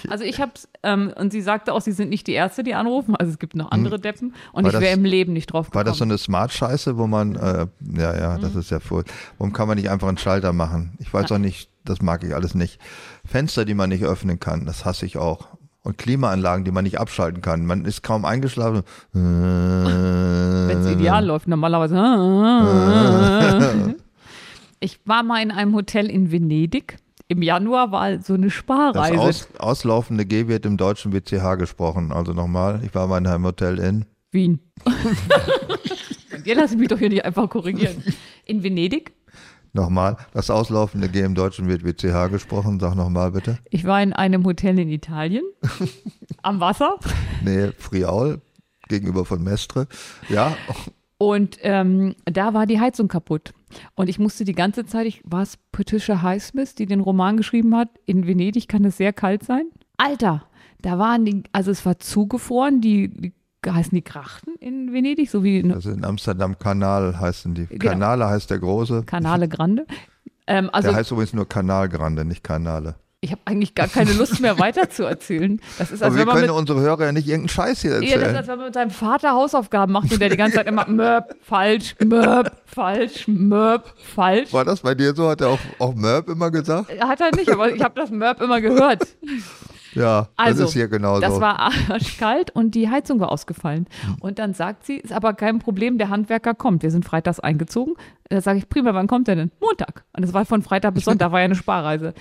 Speaker 4: also ich hab's, ähm, und sie sagte auch, sie sind nicht die Erste, die anrufen, also es gibt noch andere Deppen
Speaker 3: Hm.
Speaker 4: und
Speaker 3: War
Speaker 4: ich wäre
Speaker 3: das-
Speaker 4: im Leben nicht drauf
Speaker 3: War
Speaker 4: gekommen.
Speaker 3: das so eine Smart-Scheiße, wo man, äh, ja, ja, das
Speaker 4: Mhm.
Speaker 3: ist ja voll. Warum kann man nicht einfach einen Schalter machen? Ich weiß auch nicht, das mag ich alles nicht. Fenster, die man nicht öffnen kann, das hasse ich auch. Und Klimaanlagen, die man nicht abschalten kann. Man ist kaum eingeschlafen.
Speaker 4: wenn
Speaker 3: Wenn's Äh.
Speaker 4: es ideal läuft. Normalerweise. ah. ich war mal in einem Hotel in Venedig. Im Januar war so eine
Speaker 3: Das
Speaker 4: Sparreise.
Speaker 3: aus, auslaufende G wird im deutschen WCH gesprochen. Also nochmal, ich war mal in einem Hotel in.
Speaker 4: Wien. Und ihr lasst mich doch hier nicht einfach korrigieren. In Venedig.
Speaker 3: Nochmal, das auslaufende G im deutschen wird WCH gesprochen. Sag nochmal bitte.
Speaker 4: Ich war in einem Hotel in Italien. Am Wasser.
Speaker 3: Nee, Friaul gegenüber von Mestre. Ja,
Speaker 4: Und ähm, da war die Heizung kaputt. Und ich musste die ganze Zeit, ich, war es Patricia Highsmith, die den Roman geschrieben hat, in Venedig kann es sehr kalt sein. Alter, da waren die, also es war zugefroren, die, die heißen die Krachten in Venedig, so wie in
Speaker 3: das ist in Amsterdam Kanal heißen die.
Speaker 4: Genau.
Speaker 3: Kanale heißt der große.
Speaker 4: Canale Grande. Ähm,
Speaker 3: Der
Speaker 4: also
Speaker 3: heißt übrigens nur Kanalgrande, nicht Kanale.
Speaker 4: ich habe eigentlich gar keine Lust mehr weiter zu erzählen. Das ist, als
Speaker 3: Aber wir
Speaker 4: Also wenn man
Speaker 3: können
Speaker 4: mit
Speaker 3: unsere Hörer ja nicht irgendeinen Scheiß hier
Speaker 4: Ja, das ist,
Speaker 3: erzählen.
Speaker 4: als wenn man mit seinem Vater Hausaufgaben macht und der die ganze Zeit immer Möp, falsch, Möp, falsch, Möp, falsch.
Speaker 3: War das bei dir so? Hat er auch, auch Merb immer gesagt?
Speaker 4: Hat er nicht, aber ich habe das Möp immer gehört.
Speaker 3: Ja,
Speaker 4: Also,
Speaker 3: das ist hier genau genauso.
Speaker 4: Das war arschkalt und die Heizung war ausgefallen.
Speaker 3: Hm.
Speaker 4: Und dann sagt sie, ist aber kein Problem, der Handwerker kommt. Wir sind freitags eingezogen. Da sage ich, prima, wann kommt er denn? Montag. Und das war von Freitag bis Sonntag, war ja eine Sparreise.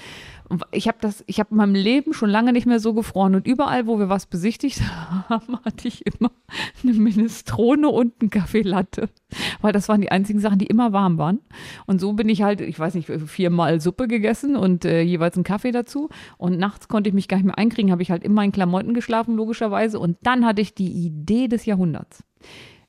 Speaker 4: Und Ich habe das, ich habe in meinem Leben schon lange nicht mehr so gefroren. Und überall, wo wir was besichtigt haben, hatte ich immer eine Minestrone und einen Kaffee Latte. Weil das waren die einzigen Sachen, die immer warm waren. Und so bin ich halt, ich weiß nicht, viermal Suppe gegessen und äh, jeweils einen Kaffee dazu. Und nachts konnte ich mich gar nicht mehr einkriegen, habe ich halt immer in Klamotten geschlafen, logischerweise. Und dann hatte ich die Idee des Jahrhunderts.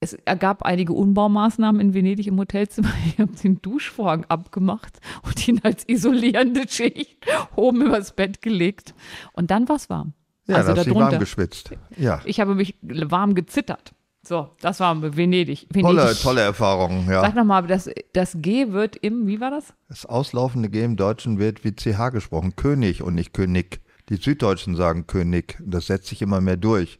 Speaker 4: Es ergab einige Umbaumaßnahmen in Venedig im Hotelzimmer. Ich habe den Duschvorhang abgemacht und ihn als isolierende Schicht oben übers Bett gelegt. Und dann war es warm.
Speaker 3: ja,
Speaker 4: also
Speaker 3: da hast du warm
Speaker 4: darunter.
Speaker 3: geschwitzt. Ja.
Speaker 4: Ich habe mich warm gezittert. So, das war Venedig. Venedig.
Speaker 3: Tolle, tolle Erfahrung, ja.
Speaker 4: Sag nochmal, das, das G wird im, wie war das?
Speaker 3: Das auslaufende G im Deutschen wird wie CH gesprochen. König und nicht König. Die Süddeutschen sagen König. Das setzt sich immer mehr durch.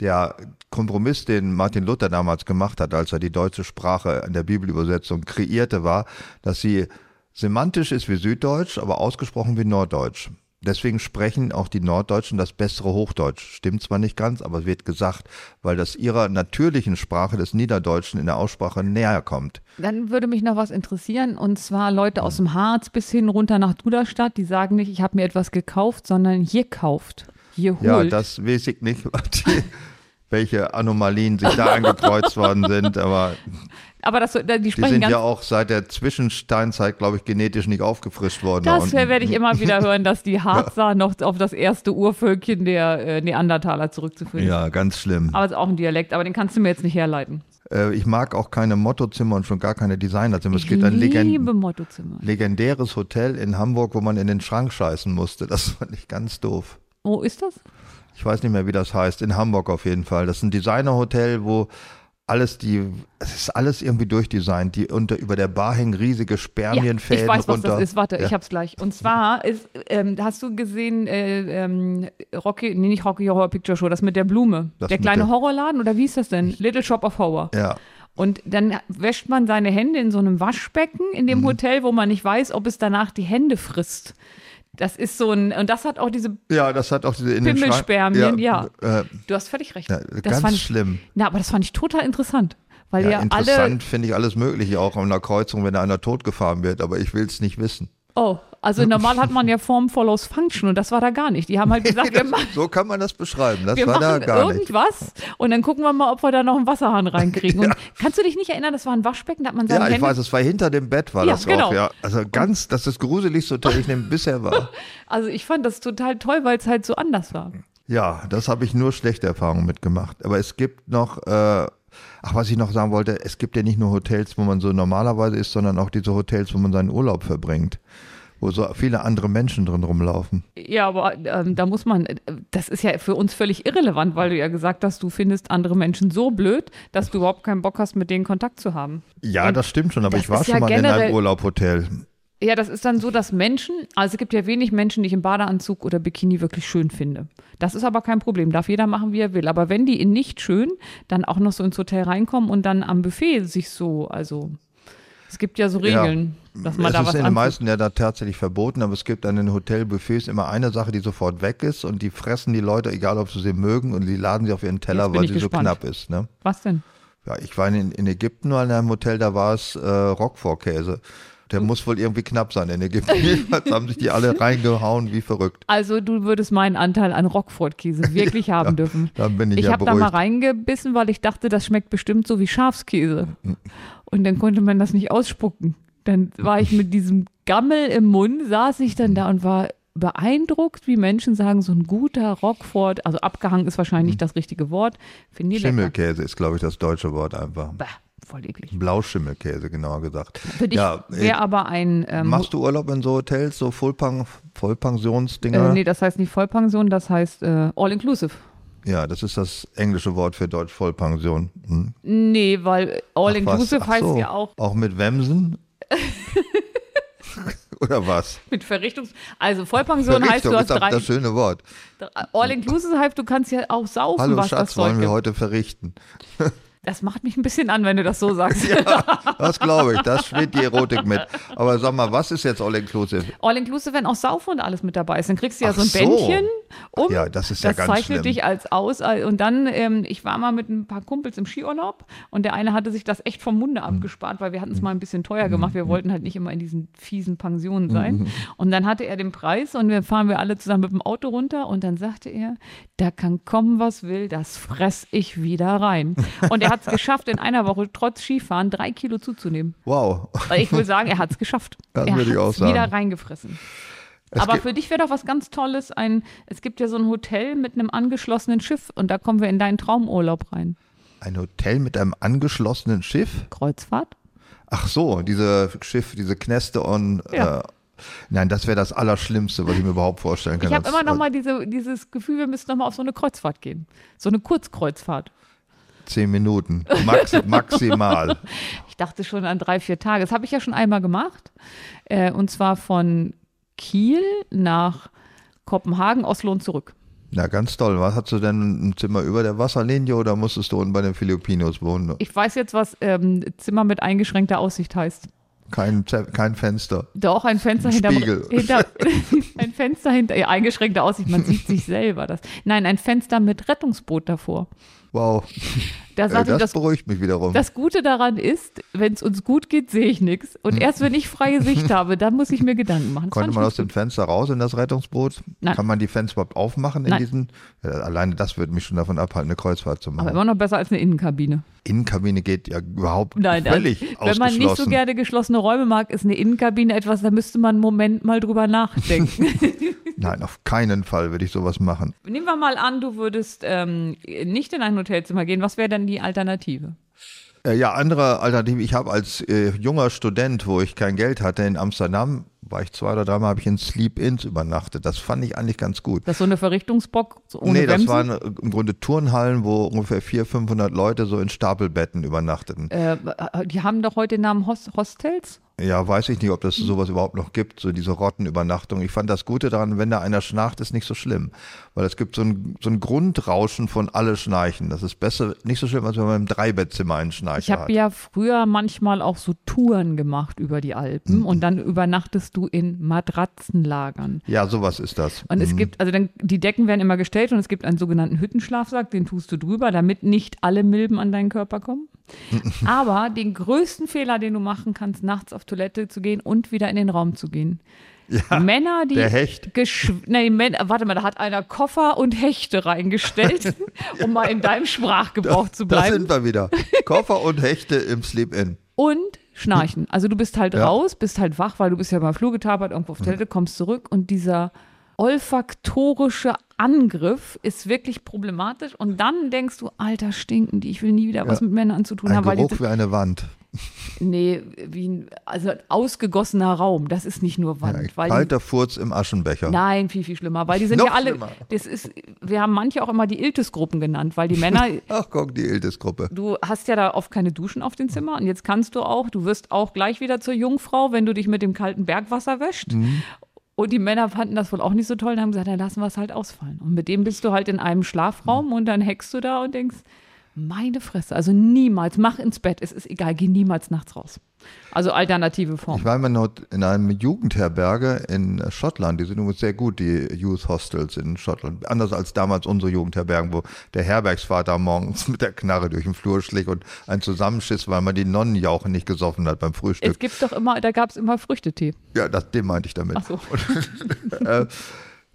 Speaker 3: Der Kompromiss, den Martin Luther damals gemacht hat, als er die deutsche Sprache in der Bibelübersetzung kreierte, war, dass sie semantisch ist wie Süddeutsch, aber ausgesprochen wie Norddeutsch. Deswegen sprechen auch die Norddeutschen das bessere Hochdeutsch. Stimmt zwar nicht ganz, aber es wird gesagt, weil das ihrer natürlichen Sprache des Niederdeutschen in der Aussprache näher kommt.
Speaker 4: Dann würde mich noch was interessieren, und zwar Leute aus dem Harz bis hin runter nach Duderstadt, die sagen nicht, ich habe mir etwas gekauft, sondern hier kauft, hier holt.
Speaker 3: Ja, das weiß ich nicht, was die, welche Anomalien sich da angekreuzt worden sind, aber
Speaker 4: Aber das, die
Speaker 3: die
Speaker 4: sprechen
Speaker 3: sind
Speaker 4: ganz,
Speaker 3: ja auch seit der Zwischensteinzeit, glaube ich, genetisch nicht aufgefrischt worden. da
Speaker 4: das
Speaker 3: unten.
Speaker 4: werde ich immer wieder hören, dass die Harzer noch auf das erste Urvölkchen der äh, Neandertaler zurückzuführen ist.
Speaker 3: ja, ganz schlimm.
Speaker 4: Aber es ist auch ein Dialekt, aber den kannst du mir jetzt nicht herleiten.
Speaker 3: Äh, ich mag auch keine Mottozimmer und schon gar keine Designerzimmer. Es
Speaker 4: ich
Speaker 3: gibt ein Legend
Speaker 4: liebe Mottozimmer.
Speaker 3: legendäres Hotel in Hamburg, wo man in den Schrank scheißen musste. Das fand ich ganz doof.
Speaker 4: Wo ist das?
Speaker 3: ich weiß nicht mehr, wie das heißt, in Hamburg auf jeden Fall. Das ist ein Designerhotel, wo alles die, es ist alles irgendwie durchdesignt. Die unter über der Bar hängen riesige Spermienfäden
Speaker 4: ich weiß, was
Speaker 3: runter.
Speaker 4: das ist. Warte,
Speaker 3: ja.
Speaker 4: ich hab's gleich. Und zwar ist, ähm, hast du gesehen, äh, ähm, Rocky, nee, nicht Rocky Horror Picture Show, das mit der Blume.
Speaker 3: Das
Speaker 4: der
Speaker 3: mit
Speaker 4: kleine
Speaker 3: der-
Speaker 4: Horrorladen oder wie hieß das denn? Little Shop of Horror.
Speaker 3: ja.
Speaker 4: Und dann wäscht man seine Hände in so einem Waschbecken in
Speaker 3: Mhm.
Speaker 4: dem Hotel, wo man nicht weiß, ob es danach die Hände frisst. Das ist so ein, und das hat auch diese,
Speaker 3: ja, das hat auch diese in den Schrank-
Speaker 4: Pimmelspermien,
Speaker 3: ja. Äh,
Speaker 4: du hast völlig recht.
Speaker 3: Ja,
Speaker 4: das
Speaker 3: ganz
Speaker 4: fand ich,
Speaker 3: schlimm.
Speaker 4: Na, aber das fand ich total interessant, weil
Speaker 3: ja,
Speaker 4: ja, alle,
Speaker 3: interessant finde ich alles Mögliche, auch an einer Kreuzung, wenn einer totgefahren wird, aber ich will es nicht wissen.
Speaker 4: oh, also normal hat man ja Form follows Function und das war da gar nicht. Die haben halt gesagt, wir machen,
Speaker 3: So kann man das beschreiben. Das
Speaker 4: wir
Speaker 3: war da
Speaker 4: machen
Speaker 3: gar nicht.
Speaker 4: irgendwas und dann gucken wir mal, ob wir da noch einen Wasserhahn reinkriegen. Und kannst du dich nicht erinnern, das war ein Waschbecken, da hat man seine
Speaker 3: Ja, ich
Speaker 4: Hände
Speaker 3: weiß, es war hinter dem Bett, war
Speaker 4: Ja,
Speaker 3: das
Speaker 4: genau.
Speaker 3: auch, ja. Also ganz, das ist das gruseligste Hotel, ich nehme bisher war.
Speaker 4: Also ich fand das total toll, weil es halt so anders war.
Speaker 3: Ja, das habe ich nur schlechte Erfahrungen mitgemacht. Aber es gibt noch, äh, ach, was ich noch sagen wollte, es gibt ja nicht nur Hotels, wo man so normalerweise ist, sondern auch diese Hotels, wo man seinen Urlaub verbringt, wo so viele andere Menschen drin rumlaufen.
Speaker 4: Ja, aber ähm, da muss man, äh, das ist ja für uns völlig irrelevant, weil du ja gesagt hast, du findest andere Menschen so blöd, dass du überhaupt keinen Bock hast, mit denen Kontakt zu haben.
Speaker 3: Ja, das stimmt schon, aber
Speaker 4: das
Speaker 3: ich war
Speaker 4: ist
Speaker 3: schon
Speaker 4: ja
Speaker 3: mal in
Speaker 4: generell-
Speaker 3: einem Urlaubhotel.
Speaker 4: Ja, das ist dann so, dass Menschen, also es gibt ja wenig Menschen, die ich im Badeanzug oder Bikini wirklich schön finde. Das ist aber kein Problem, darf jeder machen, wie er will. Aber wenn die in nicht schön dann auch noch so ins Hotel reinkommen und dann am Buffet sich so, also es gibt ja so
Speaker 3: Ja.
Speaker 4: Regeln, dass man
Speaker 3: es
Speaker 4: da
Speaker 3: ist
Speaker 4: was
Speaker 3: in den
Speaker 4: anzieht.
Speaker 3: meisten ja da tatsächlich verboten, aber es gibt an den Hotelbuffets immer eine Sache, die sofort weg ist und die fressen die Leute, egal ob sie sie mögen, und die laden sie auf ihren
Speaker 4: Jetzt
Speaker 3: Teller,
Speaker 4: bin
Speaker 3: weil
Speaker 4: ich
Speaker 3: sie so
Speaker 4: gespannt.
Speaker 3: knapp ist. Ne?
Speaker 4: Was denn?
Speaker 3: Ja, ich war in, in Ägypten nur in einem Hotel, da war es äh, Roquefort-Käse. Der
Speaker 4: Hm.
Speaker 3: muss wohl irgendwie knapp sein in Ägypten. Jedenfalls haben sich die alle reingehauen, wie verrückt.
Speaker 4: Also du würdest meinen Anteil an Rockford-Käse wirklich haben dürfen.
Speaker 3: Dann bin ich,
Speaker 4: Ich
Speaker 3: ja
Speaker 4: habe da mal
Speaker 3: beruhigt.
Speaker 4: reingebissen, weil ich dachte, das schmeckt bestimmt so wie Schafskäse. Und dann konnte man das nicht ausspucken. Dann war ich mit diesem Gammel im Mund, saß ich dann da und war beeindruckt, wie Menschen sagen, so ein guter Rockford, also abgehangen ist wahrscheinlich
Speaker 3: Mhm.
Speaker 4: nicht das richtige Wort, finde ich lecker.
Speaker 3: Schimmelkäse ist, glaube ich, das deutsche Wort einfach.
Speaker 4: Bah, voll eklig.
Speaker 3: Blauschimmelkäse, genauer gesagt.
Speaker 4: Für dich
Speaker 3: ja, ich-
Speaker 4: wäre aber ein, ähm,
Speaker 3: machst du Urlaub in so Hotels, so Vollpang, Vollpensionsdinger?
Speaker 4: äh, nee, das heißt nicht Vollpension, das heißt äh, All-Inclusive.
Speaker 3: Ja, das ist das englische Wort für Deutsch Vollpension. Hm.
Speaker 4: Nee,
Speaker 3: Ach,
Speaker 4: weil
Speaker 3: was?
Speaker 4: All-Inclusive
Speaker 3: Ach
Speaker 4: heißt
Speaker 3: so.
Speaker 4: ja auch
Speaker 3: Auch mit Wemsen? Oder was?
Speaker 4: mit Verrichtungs... Also Vollpension heißt, du
Speaker 3: Verrichtung
Speaker 4: hast
Speaker 3: ist auch
Speaker 4: drei...
Speaker 3: das schöne Wort.
Speaker 4: All inclusive heißt, du kannst ja auch saufen,
Speaker 3: Hallo
Speaker 4: was das
Speaker 3: Schatz,
Speaker 4: Zeug
Speaker 3: wollen wir
Speaker 4: gibt.
Speaker 3: heute verrichten?
Speaker 4: Das macht mich ein bisschen an, wenn du das so sagst.
Speaker 3: Das glaube ich, das spielt die Erotik mit. Aber sag mal, was ist jetzt All Inclusive?
Speaker 4: All inclusive, wenn auch saufen und alles mit dabei ist, dann kriegst du ja
Speaker 3: Ach
Speaker 4: so ein
Speaker 3: so.
Speaker 4: Bändchen um.
Speaker 3: Ja, das ist ja ganz
Speaker 4: zeichnet
Speaker 3: schlimm.
Speaker 4: dich als aus. Und dann, ähm, ich war mal mit ein paar Kumpels im Skiurlaub und der eine hatte sich das echt vom Munde
Speaker 3: Mhm.
Speaker 4: abgespart, weil wir hatten es mal ein bisschen teuer gemacht. Wir wollten halt nicht immer in diesen fiesen
Speaker 3: Mhm.
Speaker 4: Pensionen sein. Und dann hatte er den Preis und wir fahren wir alle zusammen mit dem Auto runter und dann sagte er, da kann kommen, was will, das fress ich wieder rein. Und er hat es geschafft, in einer Woche trotz Skifahren drei Kilo zuzunehmen.
Speaker 3: Wow.
Speaker 4: Weil Ich will sagen, er hat es geschafft.
Speaker 3: Das
Speaker 4: er
Speaker 3: würde ich auch
Speaker 4: hat's
Speaker 3: sagen.
Speaker 4: wieder reingefressen. Aber für dich wäre doch was ganz Tolles ein, es gibt ja so ein Hotel mit einem angeschlossenen Schiff und da kommen wir in deinen Traumurlaub rein.
Speaker 3: Ein Hotel mit einem angeschlossenen Schiff?
Speaker 4: Kreuzfahrt?
Speaker 3: Ach so, diese Schiff, diese Kneste on.
Speaker 4: Ja.
Speaker 3: Äh, nein, das wäre das Allerschlimmste, was ich mir überhaupt vorstellen kann.
Speaker 4: Ich habe
Speaker 3: Das-
Speaker 4: immer noch mal diese, dieses Gefühl, wir müssen noch mal auf so eine Kreuzfahrt gehen. So eine Kurzkreuzfahrt.
Speaker 3: Zehn Minuten, Max, maximal.
Speaker 4: Ich dachte schon an drei, vier Tage. Das habe ich ja schon einmal gemacht. Äh, und zwar von Kiel nach Kopenhagen, Oslo und zurück.
Speaker 3: Na, ganz toll. Was hast du denn ein Zimmer über der Wasserlinie oder musstest du unten bei den Filipinos wohnen?
Speaker 4: Ich weiß jetzt, was ähm, Zimmer mit eingeschränkter Aussicht heißt.
Speaker 3: Kein, Ze- kein Fenster.
Speaker 4: Doch, ein Fenster hinterm,
Speaker 3: Spiegel.
Speaker 4: hinter ein Fenster hinter ja, eingeschränkte Aussicht, man sieht sich selber das. Nein, ein Fenster mit Rettungsboot davor.
Speaker 3: Wow.
Speaker 4: Da
Speaker 3: Äh,
Speaker 4: sagte ich,
Speaker 3: das
Speaker 4: das,
Speaker 3: beruhigt mich wiederum.
Speaker 4: das Gute daran ist, wenn es uns gut geht, sehe ich nichts. Und erst wenn ich freie Sicht habe, dann muss ich mir Gedanken machen. Das
Speaker 3: Hm. Konnte
Speaker 4: fand
Speaker 3: man
Speaker 4: ich
Speaker 3: aus dem Fenster raus in das Rettungsboot?
Speaker 4: Nein.
Speaker 3: Kann man die Fenster überhaupt aufmachen in
Speaker 4: Nein.
Speaker 3: diesen? Ja, alleine das würde mich schon davon abhalten, eine Kreuzfahrt zu
Speaker 4: aber
Speaker 3: machen.
Speaker 4: immer noch besser als eine Innenkabine.
Speaker 3: Innenkabine geht ja überhaupt
Speaker 4: Nein, also,
Speaker 3: völlig
Speaker 4: wenn man nicht so
Speaker 3: ausgeschlossen.
Speaker 4: gerne geschlossene Räume mag, ist eine Innenkabine etwas, da müsste man einen Moment mal drüber nachdenken.
Speaker 3: Nein, auf keinen Fall würde ich sowas machen.
Speaker 4: Nehmen wir mal an, du würdest ähm, nicht in ein Hotelzimmer gehen. Was wäre denn die Alternative?
Speaker 3: Äh, ja, andere Alternative. Ich habe als äh, junger Student, wo ich kein Geld hatte in Amsterdam, war ich zwei oder dreimal, habe ich in Sleep-Ins übernachtet. Das fand ich eigentlich ganz gut.
Speaker 4: Das ist so eine Verrichtungsbock so ohne
Speaker 3: nee, das
Speaker 4: Bremsen?
Speaker 3: waren äh, im Grunde Turnhallen, wo ungefähr 400, 500 Leute so in Stapelbetten übernachteten.
Speaker 4: äh, die haben doch heute den Namen Hos Hostels?
Speaker 3: Ja, weiß ich nicht, ob
Speaker 4: Hm.
Speaker 3: das sowas überhaupt noch gibt, so diese Rottenübernachtung. Ich fand das Gute daran, wenn da einer schnarcht, ist nicht so schlimm. Weil es gibt so ein, so ein Grundrauschen von alle Schnarchen. Das ist besser, nicht so schlimm, als wenn man im Dreibettzimmer einen
Speaker 4: Ich
Speaker 3: Schnarcher hat.
Speaker 4: habe ja früher manchmal auch so Touren gemacht über die Alpen
Speaker 3: Mhm.
Speaker 4: und dann übernachtest du in Matratzenlagern.
Speaker 3: Ja, sowas ist das. Hm.
Speaker 4: Und es gibt, also dann, die Decken werden immer gestellt und es gibt einen sogenannten Hüttenschlafsack, den tust du drüber, damit nicht alle Milben an deinen Körper kommen. Aber den größten Fehler, den du machen kannst, nachts auf Toilette zu gehen und wieder in den Raum zu gehen. Männer, die.
Speaker 3: der Hecht.
Speaker 4: geschw- Nee, Männer, warte mal, da hat einer Koffer und Hechte reingestellt, um mal in deinem Sprachgebrauch zu
Speaker 3: Da
Speaker 4: bleiben.
Speaker 3: sind wir wieder. Koffer und Hechte im Sleep-In.
Speaker 4: und schnarchen. Also du bist halt
Speaker 3: Hm. Ja. Hm.
Speaker 4: raus, bist halt wach, weil du bist ja beim Flur getapert, irgendwo auf Toilette, kommst zurück und dieser olfaktorische Angriff ist wirklich problematisch und dann denkst du, alter Stinken, die ich will nie wieder was mit Männern zu tun
Speaker 3: Ein
Speaker 4: haben, weil die,
Speaker 3: Geruch wie eine Wand.
Speaker 4: nee, wie ein, also ein ausgegossener Raum, das ist nicht nur Wand,
Speaker 3: Ein
Speaker 4: weil die,
Speaker 3: kalter Furz im Aschenbecher.
Speaker 4: nein, viel viel schlimmer, weil die sind
Speaker 3: Noch
Speaker 4: ja alle,
Speaker 3: schlimmer.
Speaker 4: das ist, wir haben manche auch immer die Iltis-Gruppen genannt, weil die Männer
Speaker 3: Ach, guck, die Iltis-Gruppe.
Speaker 4: du hast ja da oft keine Duschen auf den Zimmern und jetzt kannst du auch, du wirst auch gleich wieder zur Jungfrau, wenn du dich mit dem kalten Bergwasser wäscht.
Speaker 3: Mhm.
Speaker 4: Und die Männer fanden das wohl auch nicht so toll und haben gesagt, dann lassen wir es halt ausfallen. Und mit dem bist du halt in einem
Speaker 3: Mhm.
Speaker 4: Schlafraum und dann hackst du da und denkst, meine Fresse, also niemals, mach ins Bett, es ist egal, geh niemals nachts raus. Also alternative Form.
Speaker 3: Ich war immer noch in einer Jugendherberge in Schottland. Die sind übrigens sehr gut, die Youth Hostels in Schottland. Anders als damals unsere Jugendherbergen, wo der Herbergsvater morgens mit der Knarre durch den Flur schlich und ein Zusammenschiss, weil man die Nonnenjauche nicht gesoffen hat beim Frühstück.
Speaker 4: Es gibt doch immer, da gab es immer Früchtetee.
Speaker 3: Ja, das, den meinte ich damit.
Speaker 4: Ach so.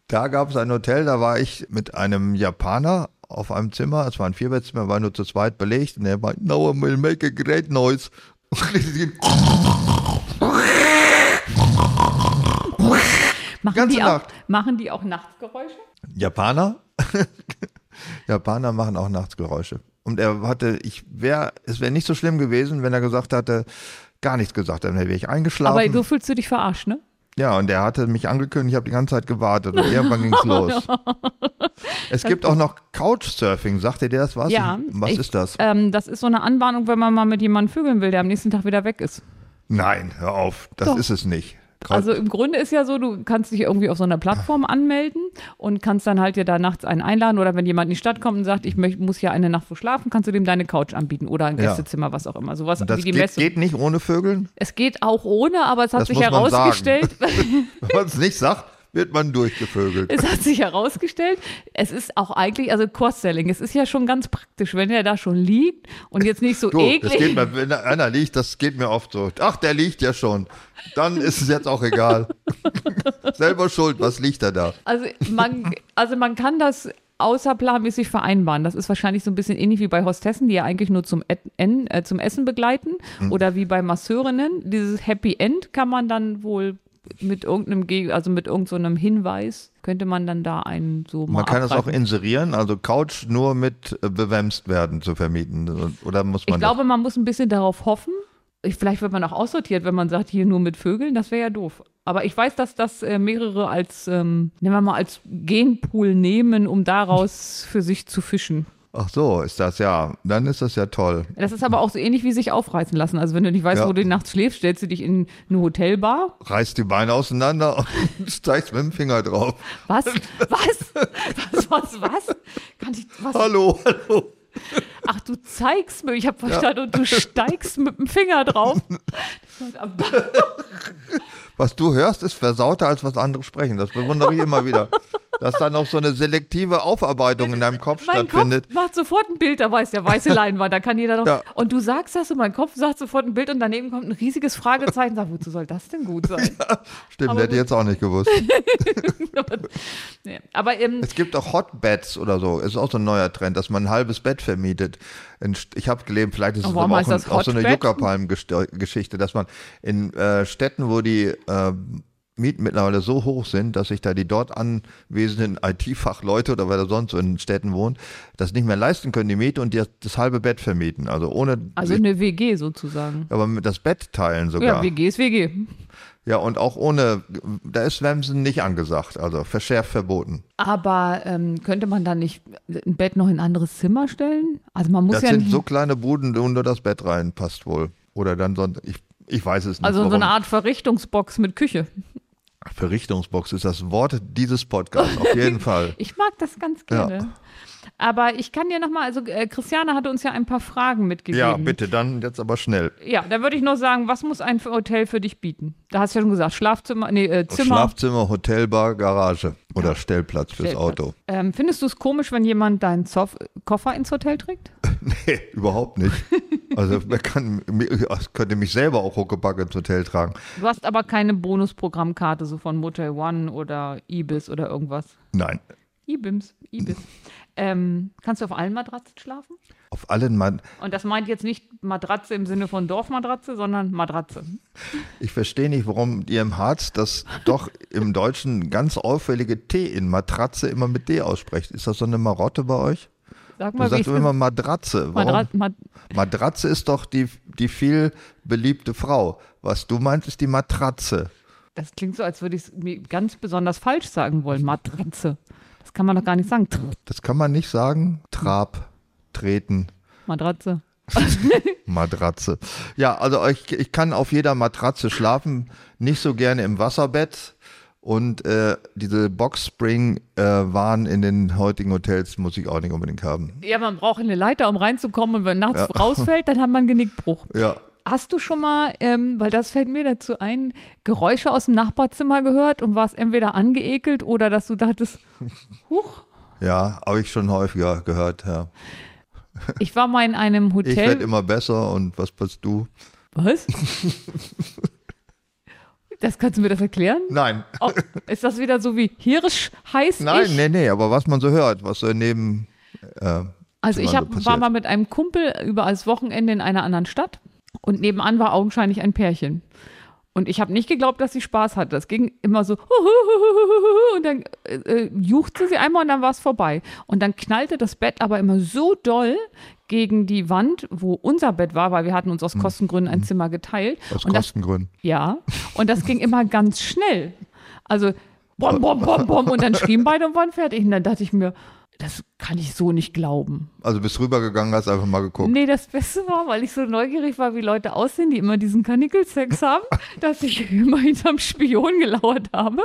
Speaker 3: Da gab es ein Hotel, da war ich mit einem Japaner auf einem Zimmer. Es war ein Vierbettzimmer, war nur zu zweit belegt. Und er meinte, no one will make a great noise. Und die sind
Speaker 4: Machen,
Speaker 3: Ganze
Speaker 4: die auch,
Speaker 3: Nacht.
Speaker 4: machen die auch Nachtgeräusche?
Speaker 3: Japaner? Japaner machen auch Nachtsgeräusche. Und er hatte, ich wäre, es wäre nicht so schlimm gewesen, wenn er gesagt hatte, gar nichts gesagt, dann wäre ich eingeschlafen.
Speaker 4: Aber so fühlst du dich verarscht, ne?
Speaker 3: ja, und er hatte mich angekündigt, ich habe die ganze Zeit gewartet und irgendwann
Speaker 4: Oh
Speaker 3: ging's los. Es gibt auch noch Couchsurfing, sagt ihr dir das was?
Speaker 4: Ja,
Speaker 3: Ich- Was
Speaker 4: ich-
Speaker 3: ist das?
Speaker 4: Ähm, das ist so eine Anbahnung, wenn man mal mit jemandem vögeln will, der am nächsten Tag wieder weg ist.
Speaker 3: Nein, hör auf, das
Speaker 4: Doch.
Speaker 3: ist es nicht. Couch-
Speaker 4: Also im Grunde ist ja so, du kannst dich irgendwie auf so einer Plattform anmelden und kannst dann halt dir da nachts einen einladen oder wenn jemand in die Stadt kommt und sagt, ich möcht, muss ja eine Nacht wo schlafen, kannst du dem deine Couch anbieten oder ein
Speaker 3: Ja.
Speaker 4: Gästezimmer, was auch immer. Sowas
Speaker 3: das
Speaker 4: wie die
Speaker 3: geht,
Speaker 4: Messe.
Speaker 3: geht nicht ohne Vögeln.
Speaker 4: Es geht auch ohne, aber es hat
Speaker 3: Das
Speaker 4: sich
Speaker 3: muss man sagen.
Speaker 4: herausgestellt,
Speaker 3: Wenn man es nicht sagt, wird man durchgevögelt.
Speaker 4: es hat sich herausgestellt, es ist auch eigentlich, also Cross-Selling, es ist ja schon ganz praktisch, wenn der da schon liegt und jetzt nicht so
Speaker 3: Du, das
Speaker 4: eklig.
Speaker 3: geht mir, wenn einer liegt, das geht mir oft so. Ach, der liegt ja schon. Dann ist es jetzt auch egal. Selber schuld, was liegt er da?
Speaker 4: Also man, also man kann das außerplanmäßig vereinbaren. Das ist wahrscheinlich so ein bisschen ähnlich wie bei Hostessen, die ja eigentlich nur zum, Et- En- äh, zum Essen begleiten
Speaker 3: Hm.
Speaker 4: oder wie bei Masseurinnen. Dieses Happy End kann man dann wohl mit irgendeinem, Ge- also mit irgendeinem Hinweis, könnte man dann da einen so mal
Speaker 3: Man kann es auch
Speaker 4: abgreifen.
Speaker 3: inserieren, also Couch nur mit äh, bewämst werden zu vermieten. Oder muss man
Speaker 4: Ich glaube, man muss ein bisschen darauf hoffen. Ich, vielleicht wird man auch aussortiert, wenn man sagt, hier nur mit Vögeln, das wäre ja doof. Aber ich weiß, dass das äh, mehrere als, ähm, nehmen wir mal, als Genpool nehmen, um daraus für sich zu fischen.
Speaker 3: das? Ach so, ist das ja. Dann ist das ja toll.
Speaker 4: Das ist aber auch so ähnlich wie sich aufreißen lassen. Also wenn du nicht weißt,
Speaker 3: Ja.
Speaker 4: wo du nachts schläfst, stellst du dich in eine Hotelbar.
Speaker 3: Reißt die Beine auseinander und zeigst mit dem Finger drauf.
Speaker 4: Was? Was? Was? Was? Was? Kann ich, was?
Speaker 3: Hallo, hallo.
Speaker 4: Ach, du zeigst mir. Ich habe verstanden und du steigst mit dem Finger drauf.
Speaker 3: Was du hörst, ist versauter als was andere sprechen. Das bewundere ich immer wieder. Dass da noch so eine selektive Aufarbeitung in deinem Kopf
Speaker 4: Mein Kopf
Speaker 3: stattfindet.
Speaker 4: macht sofort ein Bild, da weiß der weiße Leinwand, da kann jeder doch.
Speaker 3: Ja.
Speaker 4: Und du sagst das und mein Kopf sagt sofort ein Bild und daneben kommt ein riesiges Fragezeichen. Sag, wozu soll das denn gut sein?
Speaker 3: Stimmt,
Speaker 4: Aber
Speaker 3: hätte ich jetzt auch nicht gewusst.
Speaker 4: Aber, nee. aber ähm,
Speaker 3: Es gibt auch Hotbeds oder so. Ist auch so ein neuer Trend, dass man ein halbes Bett vermietet. In, St- ich habe gelebt, vielleicht ist es
Speaker 4: Oh, Warum
Speaker 3: aber auch,
Speaker 4: heißt das
Speaker 3: ein, auch so eine
Speaker 4: Hotbed?
Speaker 3: Juckerpalm-Geschichte, dass man in äh, Städten, wo die äh, Mieten mittlerweile so hoch sind, dass sich da die dort anwesenden IT-Fachleute oder wer da sonst so in Städten wohnt, das nicht mehr leisten können, die Miete und die das halbe Bett vermieten. Also ohne.
Speaker 4: also eine WG sozusagen.
Speaker 3: aber mit das Bett teilen sogar.
Speaker 4: Ja, WG ist WG.
Speaker 3: Ja, und auch ohne, da ist Wemsen nicht angesagt, also verschärft verboten.
Speaker 4: Aber ähm, könnte man dann nicht ein Bett noch in ein anderes Zimmer stellen? Also man muss
Speaker 3: Das
Speaker 4: ja
Speaker 3: sind
Speaker 4: nicht.
Speaker 3: so kleine Buden, wo nur das Bett reinpasst wohl. Oder dann so ein, ich, ich weiß es nicht.
Speaker 4: also so eine
Speaker 3: warum.
Speaker 4: Art Verrichtungsbox mit Küche.
Speaker 3: Verrichtungsbox ist das Wort dieses Podcasts, auf jeden Fall.
Speaker 4: Ich mag das ganz
Speaker 3: Ja.
Speaker 4: gerne. Aber ich kann dir nochmal, also äh, Christiane hatte uns ja ein paar Fragen mitgegeben.
Speaker 3: Ja, bitte, dann jetzt aber schnell.
Speaker 4: Ja, da würde ich noch sagen, was muss ein Hotel für dich bieten? Da hast du ja schon gesagt, Schlafzimmer, nee, äh, Zimmer.
Speaker 3: Schlafzimmer, Hotelbar, Garage oder Stellplatz fürs
Speaker 4: Stellplatz.
Speaker 3: Auto.
Speaker 4: Ähm, findest du es komisch, wenn jemand deinen Zoff Koffer ins Hotel trägt?
Speaker 3: Nee, überhaupt nicht. Also man kann, ich könnte mich selber auch Huckepack ins Hotel tragen.
Speaker 4: Du hast aber keine Bonusprogrammkarte, so von Motel One oder Ibis oder irgendwas.
Speaker 3: Nein,
Speaker 4: Ibims, Ibis. ähm, kannst du auf allen Matratzen schlafen?
Speaker 3: auf allen Mann.
Speaker 4: Und das meint jetzt nicht Matratze im Sinne von Dorfmatratze, sondern Matratze.
Speaker 3: Ich verstehe nicht, warum ihr im Harz das doch im Deutschen ganz auffällige T in Matratze immer mit D aussprecht. Ist das so eine Marotte bei euch?
Speaker 4: Sag
Speaker 3: Du
Speaker 4: mal, wie
Speaker 3: sagst
Speaker 4: ich
Speaker 3: doch immer Matratze. Warum?
Speaker 4: Matrat Mat
Speaker 3: Matratze ist doch die, die viel beliebte Frau. Was du meinst, ist die Matratze.
Speaker 4: Das klingt so, als würde ich es mir ganz besonders falsch sagen wollen. Matratze. Das kann man doch gar nicht sagen. Tr-
Speaker 3: Das kann man nicht sagen. Trab, treten,
Speaker 4: Matratze.
Speaker 3: Matratze. Ja, also ich, ich kann auf jeder Matratze schlafen, nicht so gerne im Wasserbett. Und äh, diese Boxspring äh, waren in den heutigen Hotels, muss ich auch nicht unbedingt haben.
Speaker 4: Ja, man braucht eine Leiter, um reinzukommen. Und wenn nachts rausfällt, dann hat man Genickbruch.
Speaker 3: Ja,
Speaker 4: Hast du schon mal, ähm, weil das fällt mir dazu ein, Geräusche aus dem Nachbarzimmer gehört und warst entweder angeekelt oder dass du dachtest, huch.
Speaker 3: ja, habe ich schon häufiger gehört. Ja.
Speaker 4: Ich war mal in einem
Speaker 3: Ich werde
Speaker 4: Hotel.
Speaker 3: immer besser und was bist du?
Speaker 4: Was? Das kannst du mir das erklären?
Speaker 3: Nein,
Speaker 4: Oh, ist das wieder so wie Hirsch heiß
Speaker 3: nein,
Speaker 4: ich?
Speaker 3: nee, nee, aber was man so hört, was so neben. Äh,
Speaker 4: Also
Speaker 3: Ist
Speaker 4: ich
Speaker 3: immer
Speaker 4: hab,
Speaker 3: so
Speaker 4: war
Speaker 3: passiert.
Speaker 4: mal mit einem Kumpel über das Wochenende in einer anderen Stadt und nebenan war augenscheinlich ein Pärchen. Und ich habe nicht geglaubt, dass sie Spaß hatte. Das ging immer so und dann äh, äh, juchzte sie einmal und dann war es vorbei. Und dann knallte das Bett aber immer so doll gegen die Wand, wo unser Bett war, weil wir hatten uns aus Kostengründen ein Zimmer geteilt.
Speaker 3: Hm. aus
Speaker 4: und das
Speaker 3: Kostengründen.
Speaker 4: ja, und das ging immer ganz schnell. Also, bom, bom, bom, bom, und dann schrien beide und waren fertig. Und dann dachte ich mir, das kann ich so nicht glauben.
Speaker 3: Also bist rübergegangen, hast einfach mal geguckt.
Speaker 4: Nee, das Beste war, weil ich so neugierig war, wie Leute aussehen, die immer diesen Kanickelsex haben, dass ich immer hinterm Spion gelauert habe.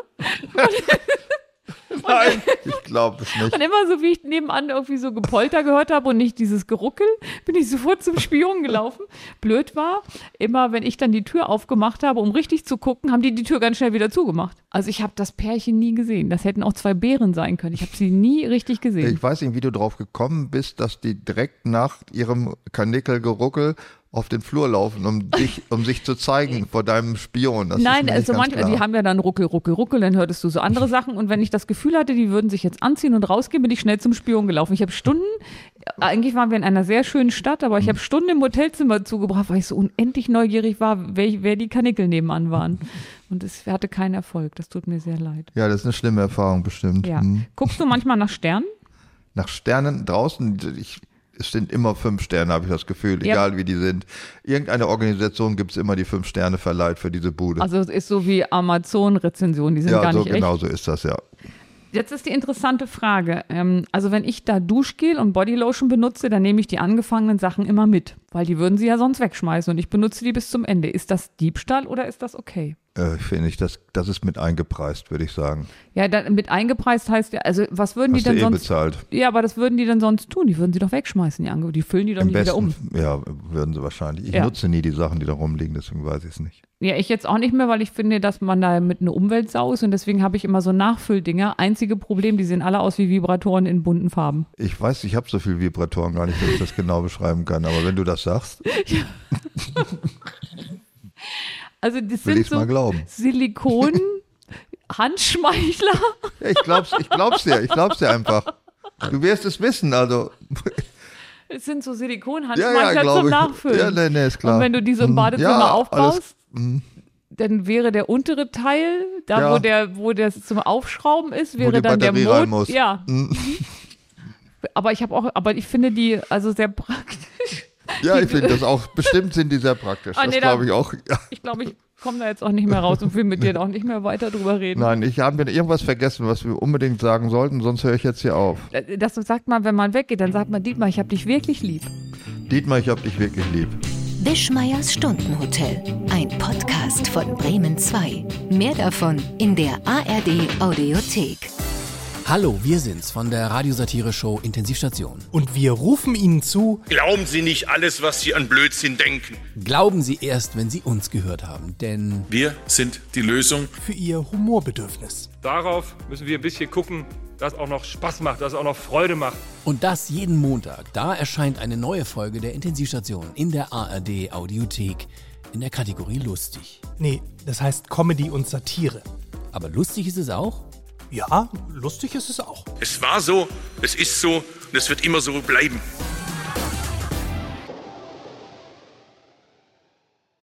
Speaker 3: Nein, ich glaube es nicht.
Speaker 4: Und immer so, wie ich nebenan irgendwie so Gepolter gehört habe und nicht dieses Geruckel, bin ich sofort zum Spion gelaufen. Blöd war, immer wenn ich dann die Tür aufgemacht habe, um richtig zu gucken, haben die die Tür ganz schnell wieder zugemacht. Also ich habe das Pärchen nie gesehen. Das hätten auch zwei Bären sein können. Ich habe sie nie richtig gesehen.
Speaker 3: Ich weiß nicht, wie du drauf gekommen bist, dass die direkt nach ihrem Kanickelgeruckel auf den Flur laufen, um, dich, um sich zu zeigen vor deinem Spion. Das ist
Speaker 4: Nein,
Speaker 3: mir
Speaker 4: also
Speaker 3: nicht ganz
Speaker 4: manchmal, die
Speaker 3: klar.
Speaker 4: haben ja dann Ruckel, Ruckel, Ruckel, dann hörtest du so andere Sachen. Und wenn ich das Gefühl hatte, die würden sich jetzt anziehen und rausgehen, bin ich schnell zum Spion gelaufen. Ich habe Stunden, eigentlich waren wir in einer sehr schönen Stadt,
Speaker 3: Hm.
Speaker 4: aber ich habe Stunden im Hotelzimmer zugebracht, weil ich so unendlich neugierig war, wer, wer die Kanickel nebenan waren. Und es hatte keinen Erfolg. Das tut mir sehr leid.
Speaker 3: Ja, das ist eine schlimme Erfahrung bestimmt.
Speaker 4: Ja.
Speaker 3: Hm.
Speaker 4: Guckst du manchmal nach Sternen?
Speaker 3: Nach Sternen draußen, ich, es sind immer fünf Sterne, habe ich das Gefühl,
Speaker 4: Ja.
Speaker 3: egal wie die sind. Irgendeine Organisation gibt es immer die fünf Sterne verleiht für diese Bude.
Speaker 4: Also es ist so wie Amazon-Rezensionen, die sind
Speaker 3: ja,
Speaker 4: gar
Speaker 3: so
Speaker 4: nicht echt.
Speaker 3: genau so ist das, ja.
Speaker 4: Jetzt ist die interessante Frage. Ähm, also wenn ich da Duschgel und Bodylotion benutze, dann nehme ich die angefangenen Sachen immer mit, weil die würden sie ja sonst wegschmeißen und ich benutze die bis zum Ende. Ist das Diebstahl oder ist das okay?
Speaker 3: Äh, Finde ich, das, das ist mit eingepreist, würde ich sagen.
Speaker 4: Ja, dann mit eingepreist heißt ja, also was würden
Speaker 3: Hast
Speaker 4: die
Speaker 3: du
Speaker 4: denn
Speaker 3: eh
Speaker 4: sonst?
Speaker 3: bezahlt.
Speaker 4: Ja, aber das würden die dann sonst tun? Die würden sie doch wegschmeißen, die Ange Die füllen die doch
Speaker 3: Im
Speaker 4: nicht wieder
Speaker 3: besten,
Speaker 4: um.
Speaker 3: ja, würden sie wahrscheinlich. Ich
Speaker 4: Ja.
Speaker 3: nutze nie die Sachen, die da rumliegen, deswegen weiß ich es nicht.
Speaker 4: Ja, ich jetzt auch nicht mehr, weil ich finde, dass man da mit einer Umweltsau ist und deswegen habe ich immer so Nachfülldinger. Einzige Problem, die sehen alle aus wie Vibratoren in bunten Farben.
Speaker 3: Ich weiß, ich habe so viel Vibratoren gar nicht, dass ich das genau beschreiben kann, aber wenn du das sagst,
Speaker 4: Also das
Speaker 3: will
Speaker 4: sind
Speaker 3: ich es mal
Speaker 4: so
Speaker 3: glauben.
Speaker 4: Silikon, Handschmeichler.
Speaker 3: Ja, ich glaub's, ich glaub's dir, ich glaub's dir einfach. Du wirst es wissen, also
Speaker 4: Es sind so
Speaker 3: ja,
Speaker 4: Silikonhandschmeichler
Speaker 3: ja,
Speaker 4: zum
Speaker 3: glaube ich.
Speaker 4: Nachfüllen.
Speaker 3: Ja, nee, nee, ist klar.
Speaker 4: Und wenn du die so im
Speaker 3: Hm,
Speaker 4: Badezimmer
Speaker 3: ja, Alles, mhm.
Speaker 4: aufbaust, dann wäre der untere Teil, da
Speaker 3: Ja.
Speaker 4: wo der, wo der zum Aufschrauben ist, wäre
Speaker 3: die
Speaker 4: dann der
Speaker 3: Batterie
Speaker 4: Motor.
Speaker 3: rein muss. Mhm.
Speaker 4: Ja. aber ich habe auch, aber ich finde die also sehr praktisch.
Speaker 3: ja, ich finde das auch. Bestimmt sind die sehr praktisch.
Speaker 4: Ah,
Speaker 3: das
Speaker 4: nee, da-
Speaker 3: glaube ich auch. Ja,
Speaker 4: Ich glaube, ich komme da jetzt auch nicht mehr raus und will mit dir da auch nicht mehr weiter drüber reden.
Speaker 3: Nein, ich habe mir irgendwas vergessen, was wir unbedingt sagen sollten, sonst höre ich jetzt hier auf.
Speaker 4: Äh, Das sagt man, wenn man weggeht, dann sagt man, Dietmar, ich habe dich wirklich lieb.
Speaker 3: Dietmar, ich habe dich wirklich lieb.
Speaker 1: Wischmeiers Stundenhotel. Ein Podcast von Bremen 2. Mehr davon in der ARD Audiothek.
Speaker 5: Hallo, wir sind's von der Radiosatire-Show Intensivstation.
Speaker 6: Und wir rufen Ihnen zu,
Speaker 7: Glauben Sie nicht alles, was Sie an Blödsinn denken.
Speaker 5: Glauben Sie erst, wenn Sie uns gehört haben, denn
Speaker 7: Wir sind die Lösung.
Speaker 6: für Ihr Humorbedürfnis.
Speaker 8: Darauf müssen wir ein bisschen gucken, dass auch noch Spaß macht, dass auch noch Freude macht.
Speaker 5: und das jeden Montag, da erscheint eine neue Folge der Intensivstation in der ARD Audiothek in der Kategorie lustig.
Speaker 6: Nee, das heißt Comedy und Satire.
Speaker 5: Aber lustig ist es auch?
Speaker 6: Ja, lustig ist es auch.
Speaker 7: Es war so, es ist so und es wird immer so bleiben.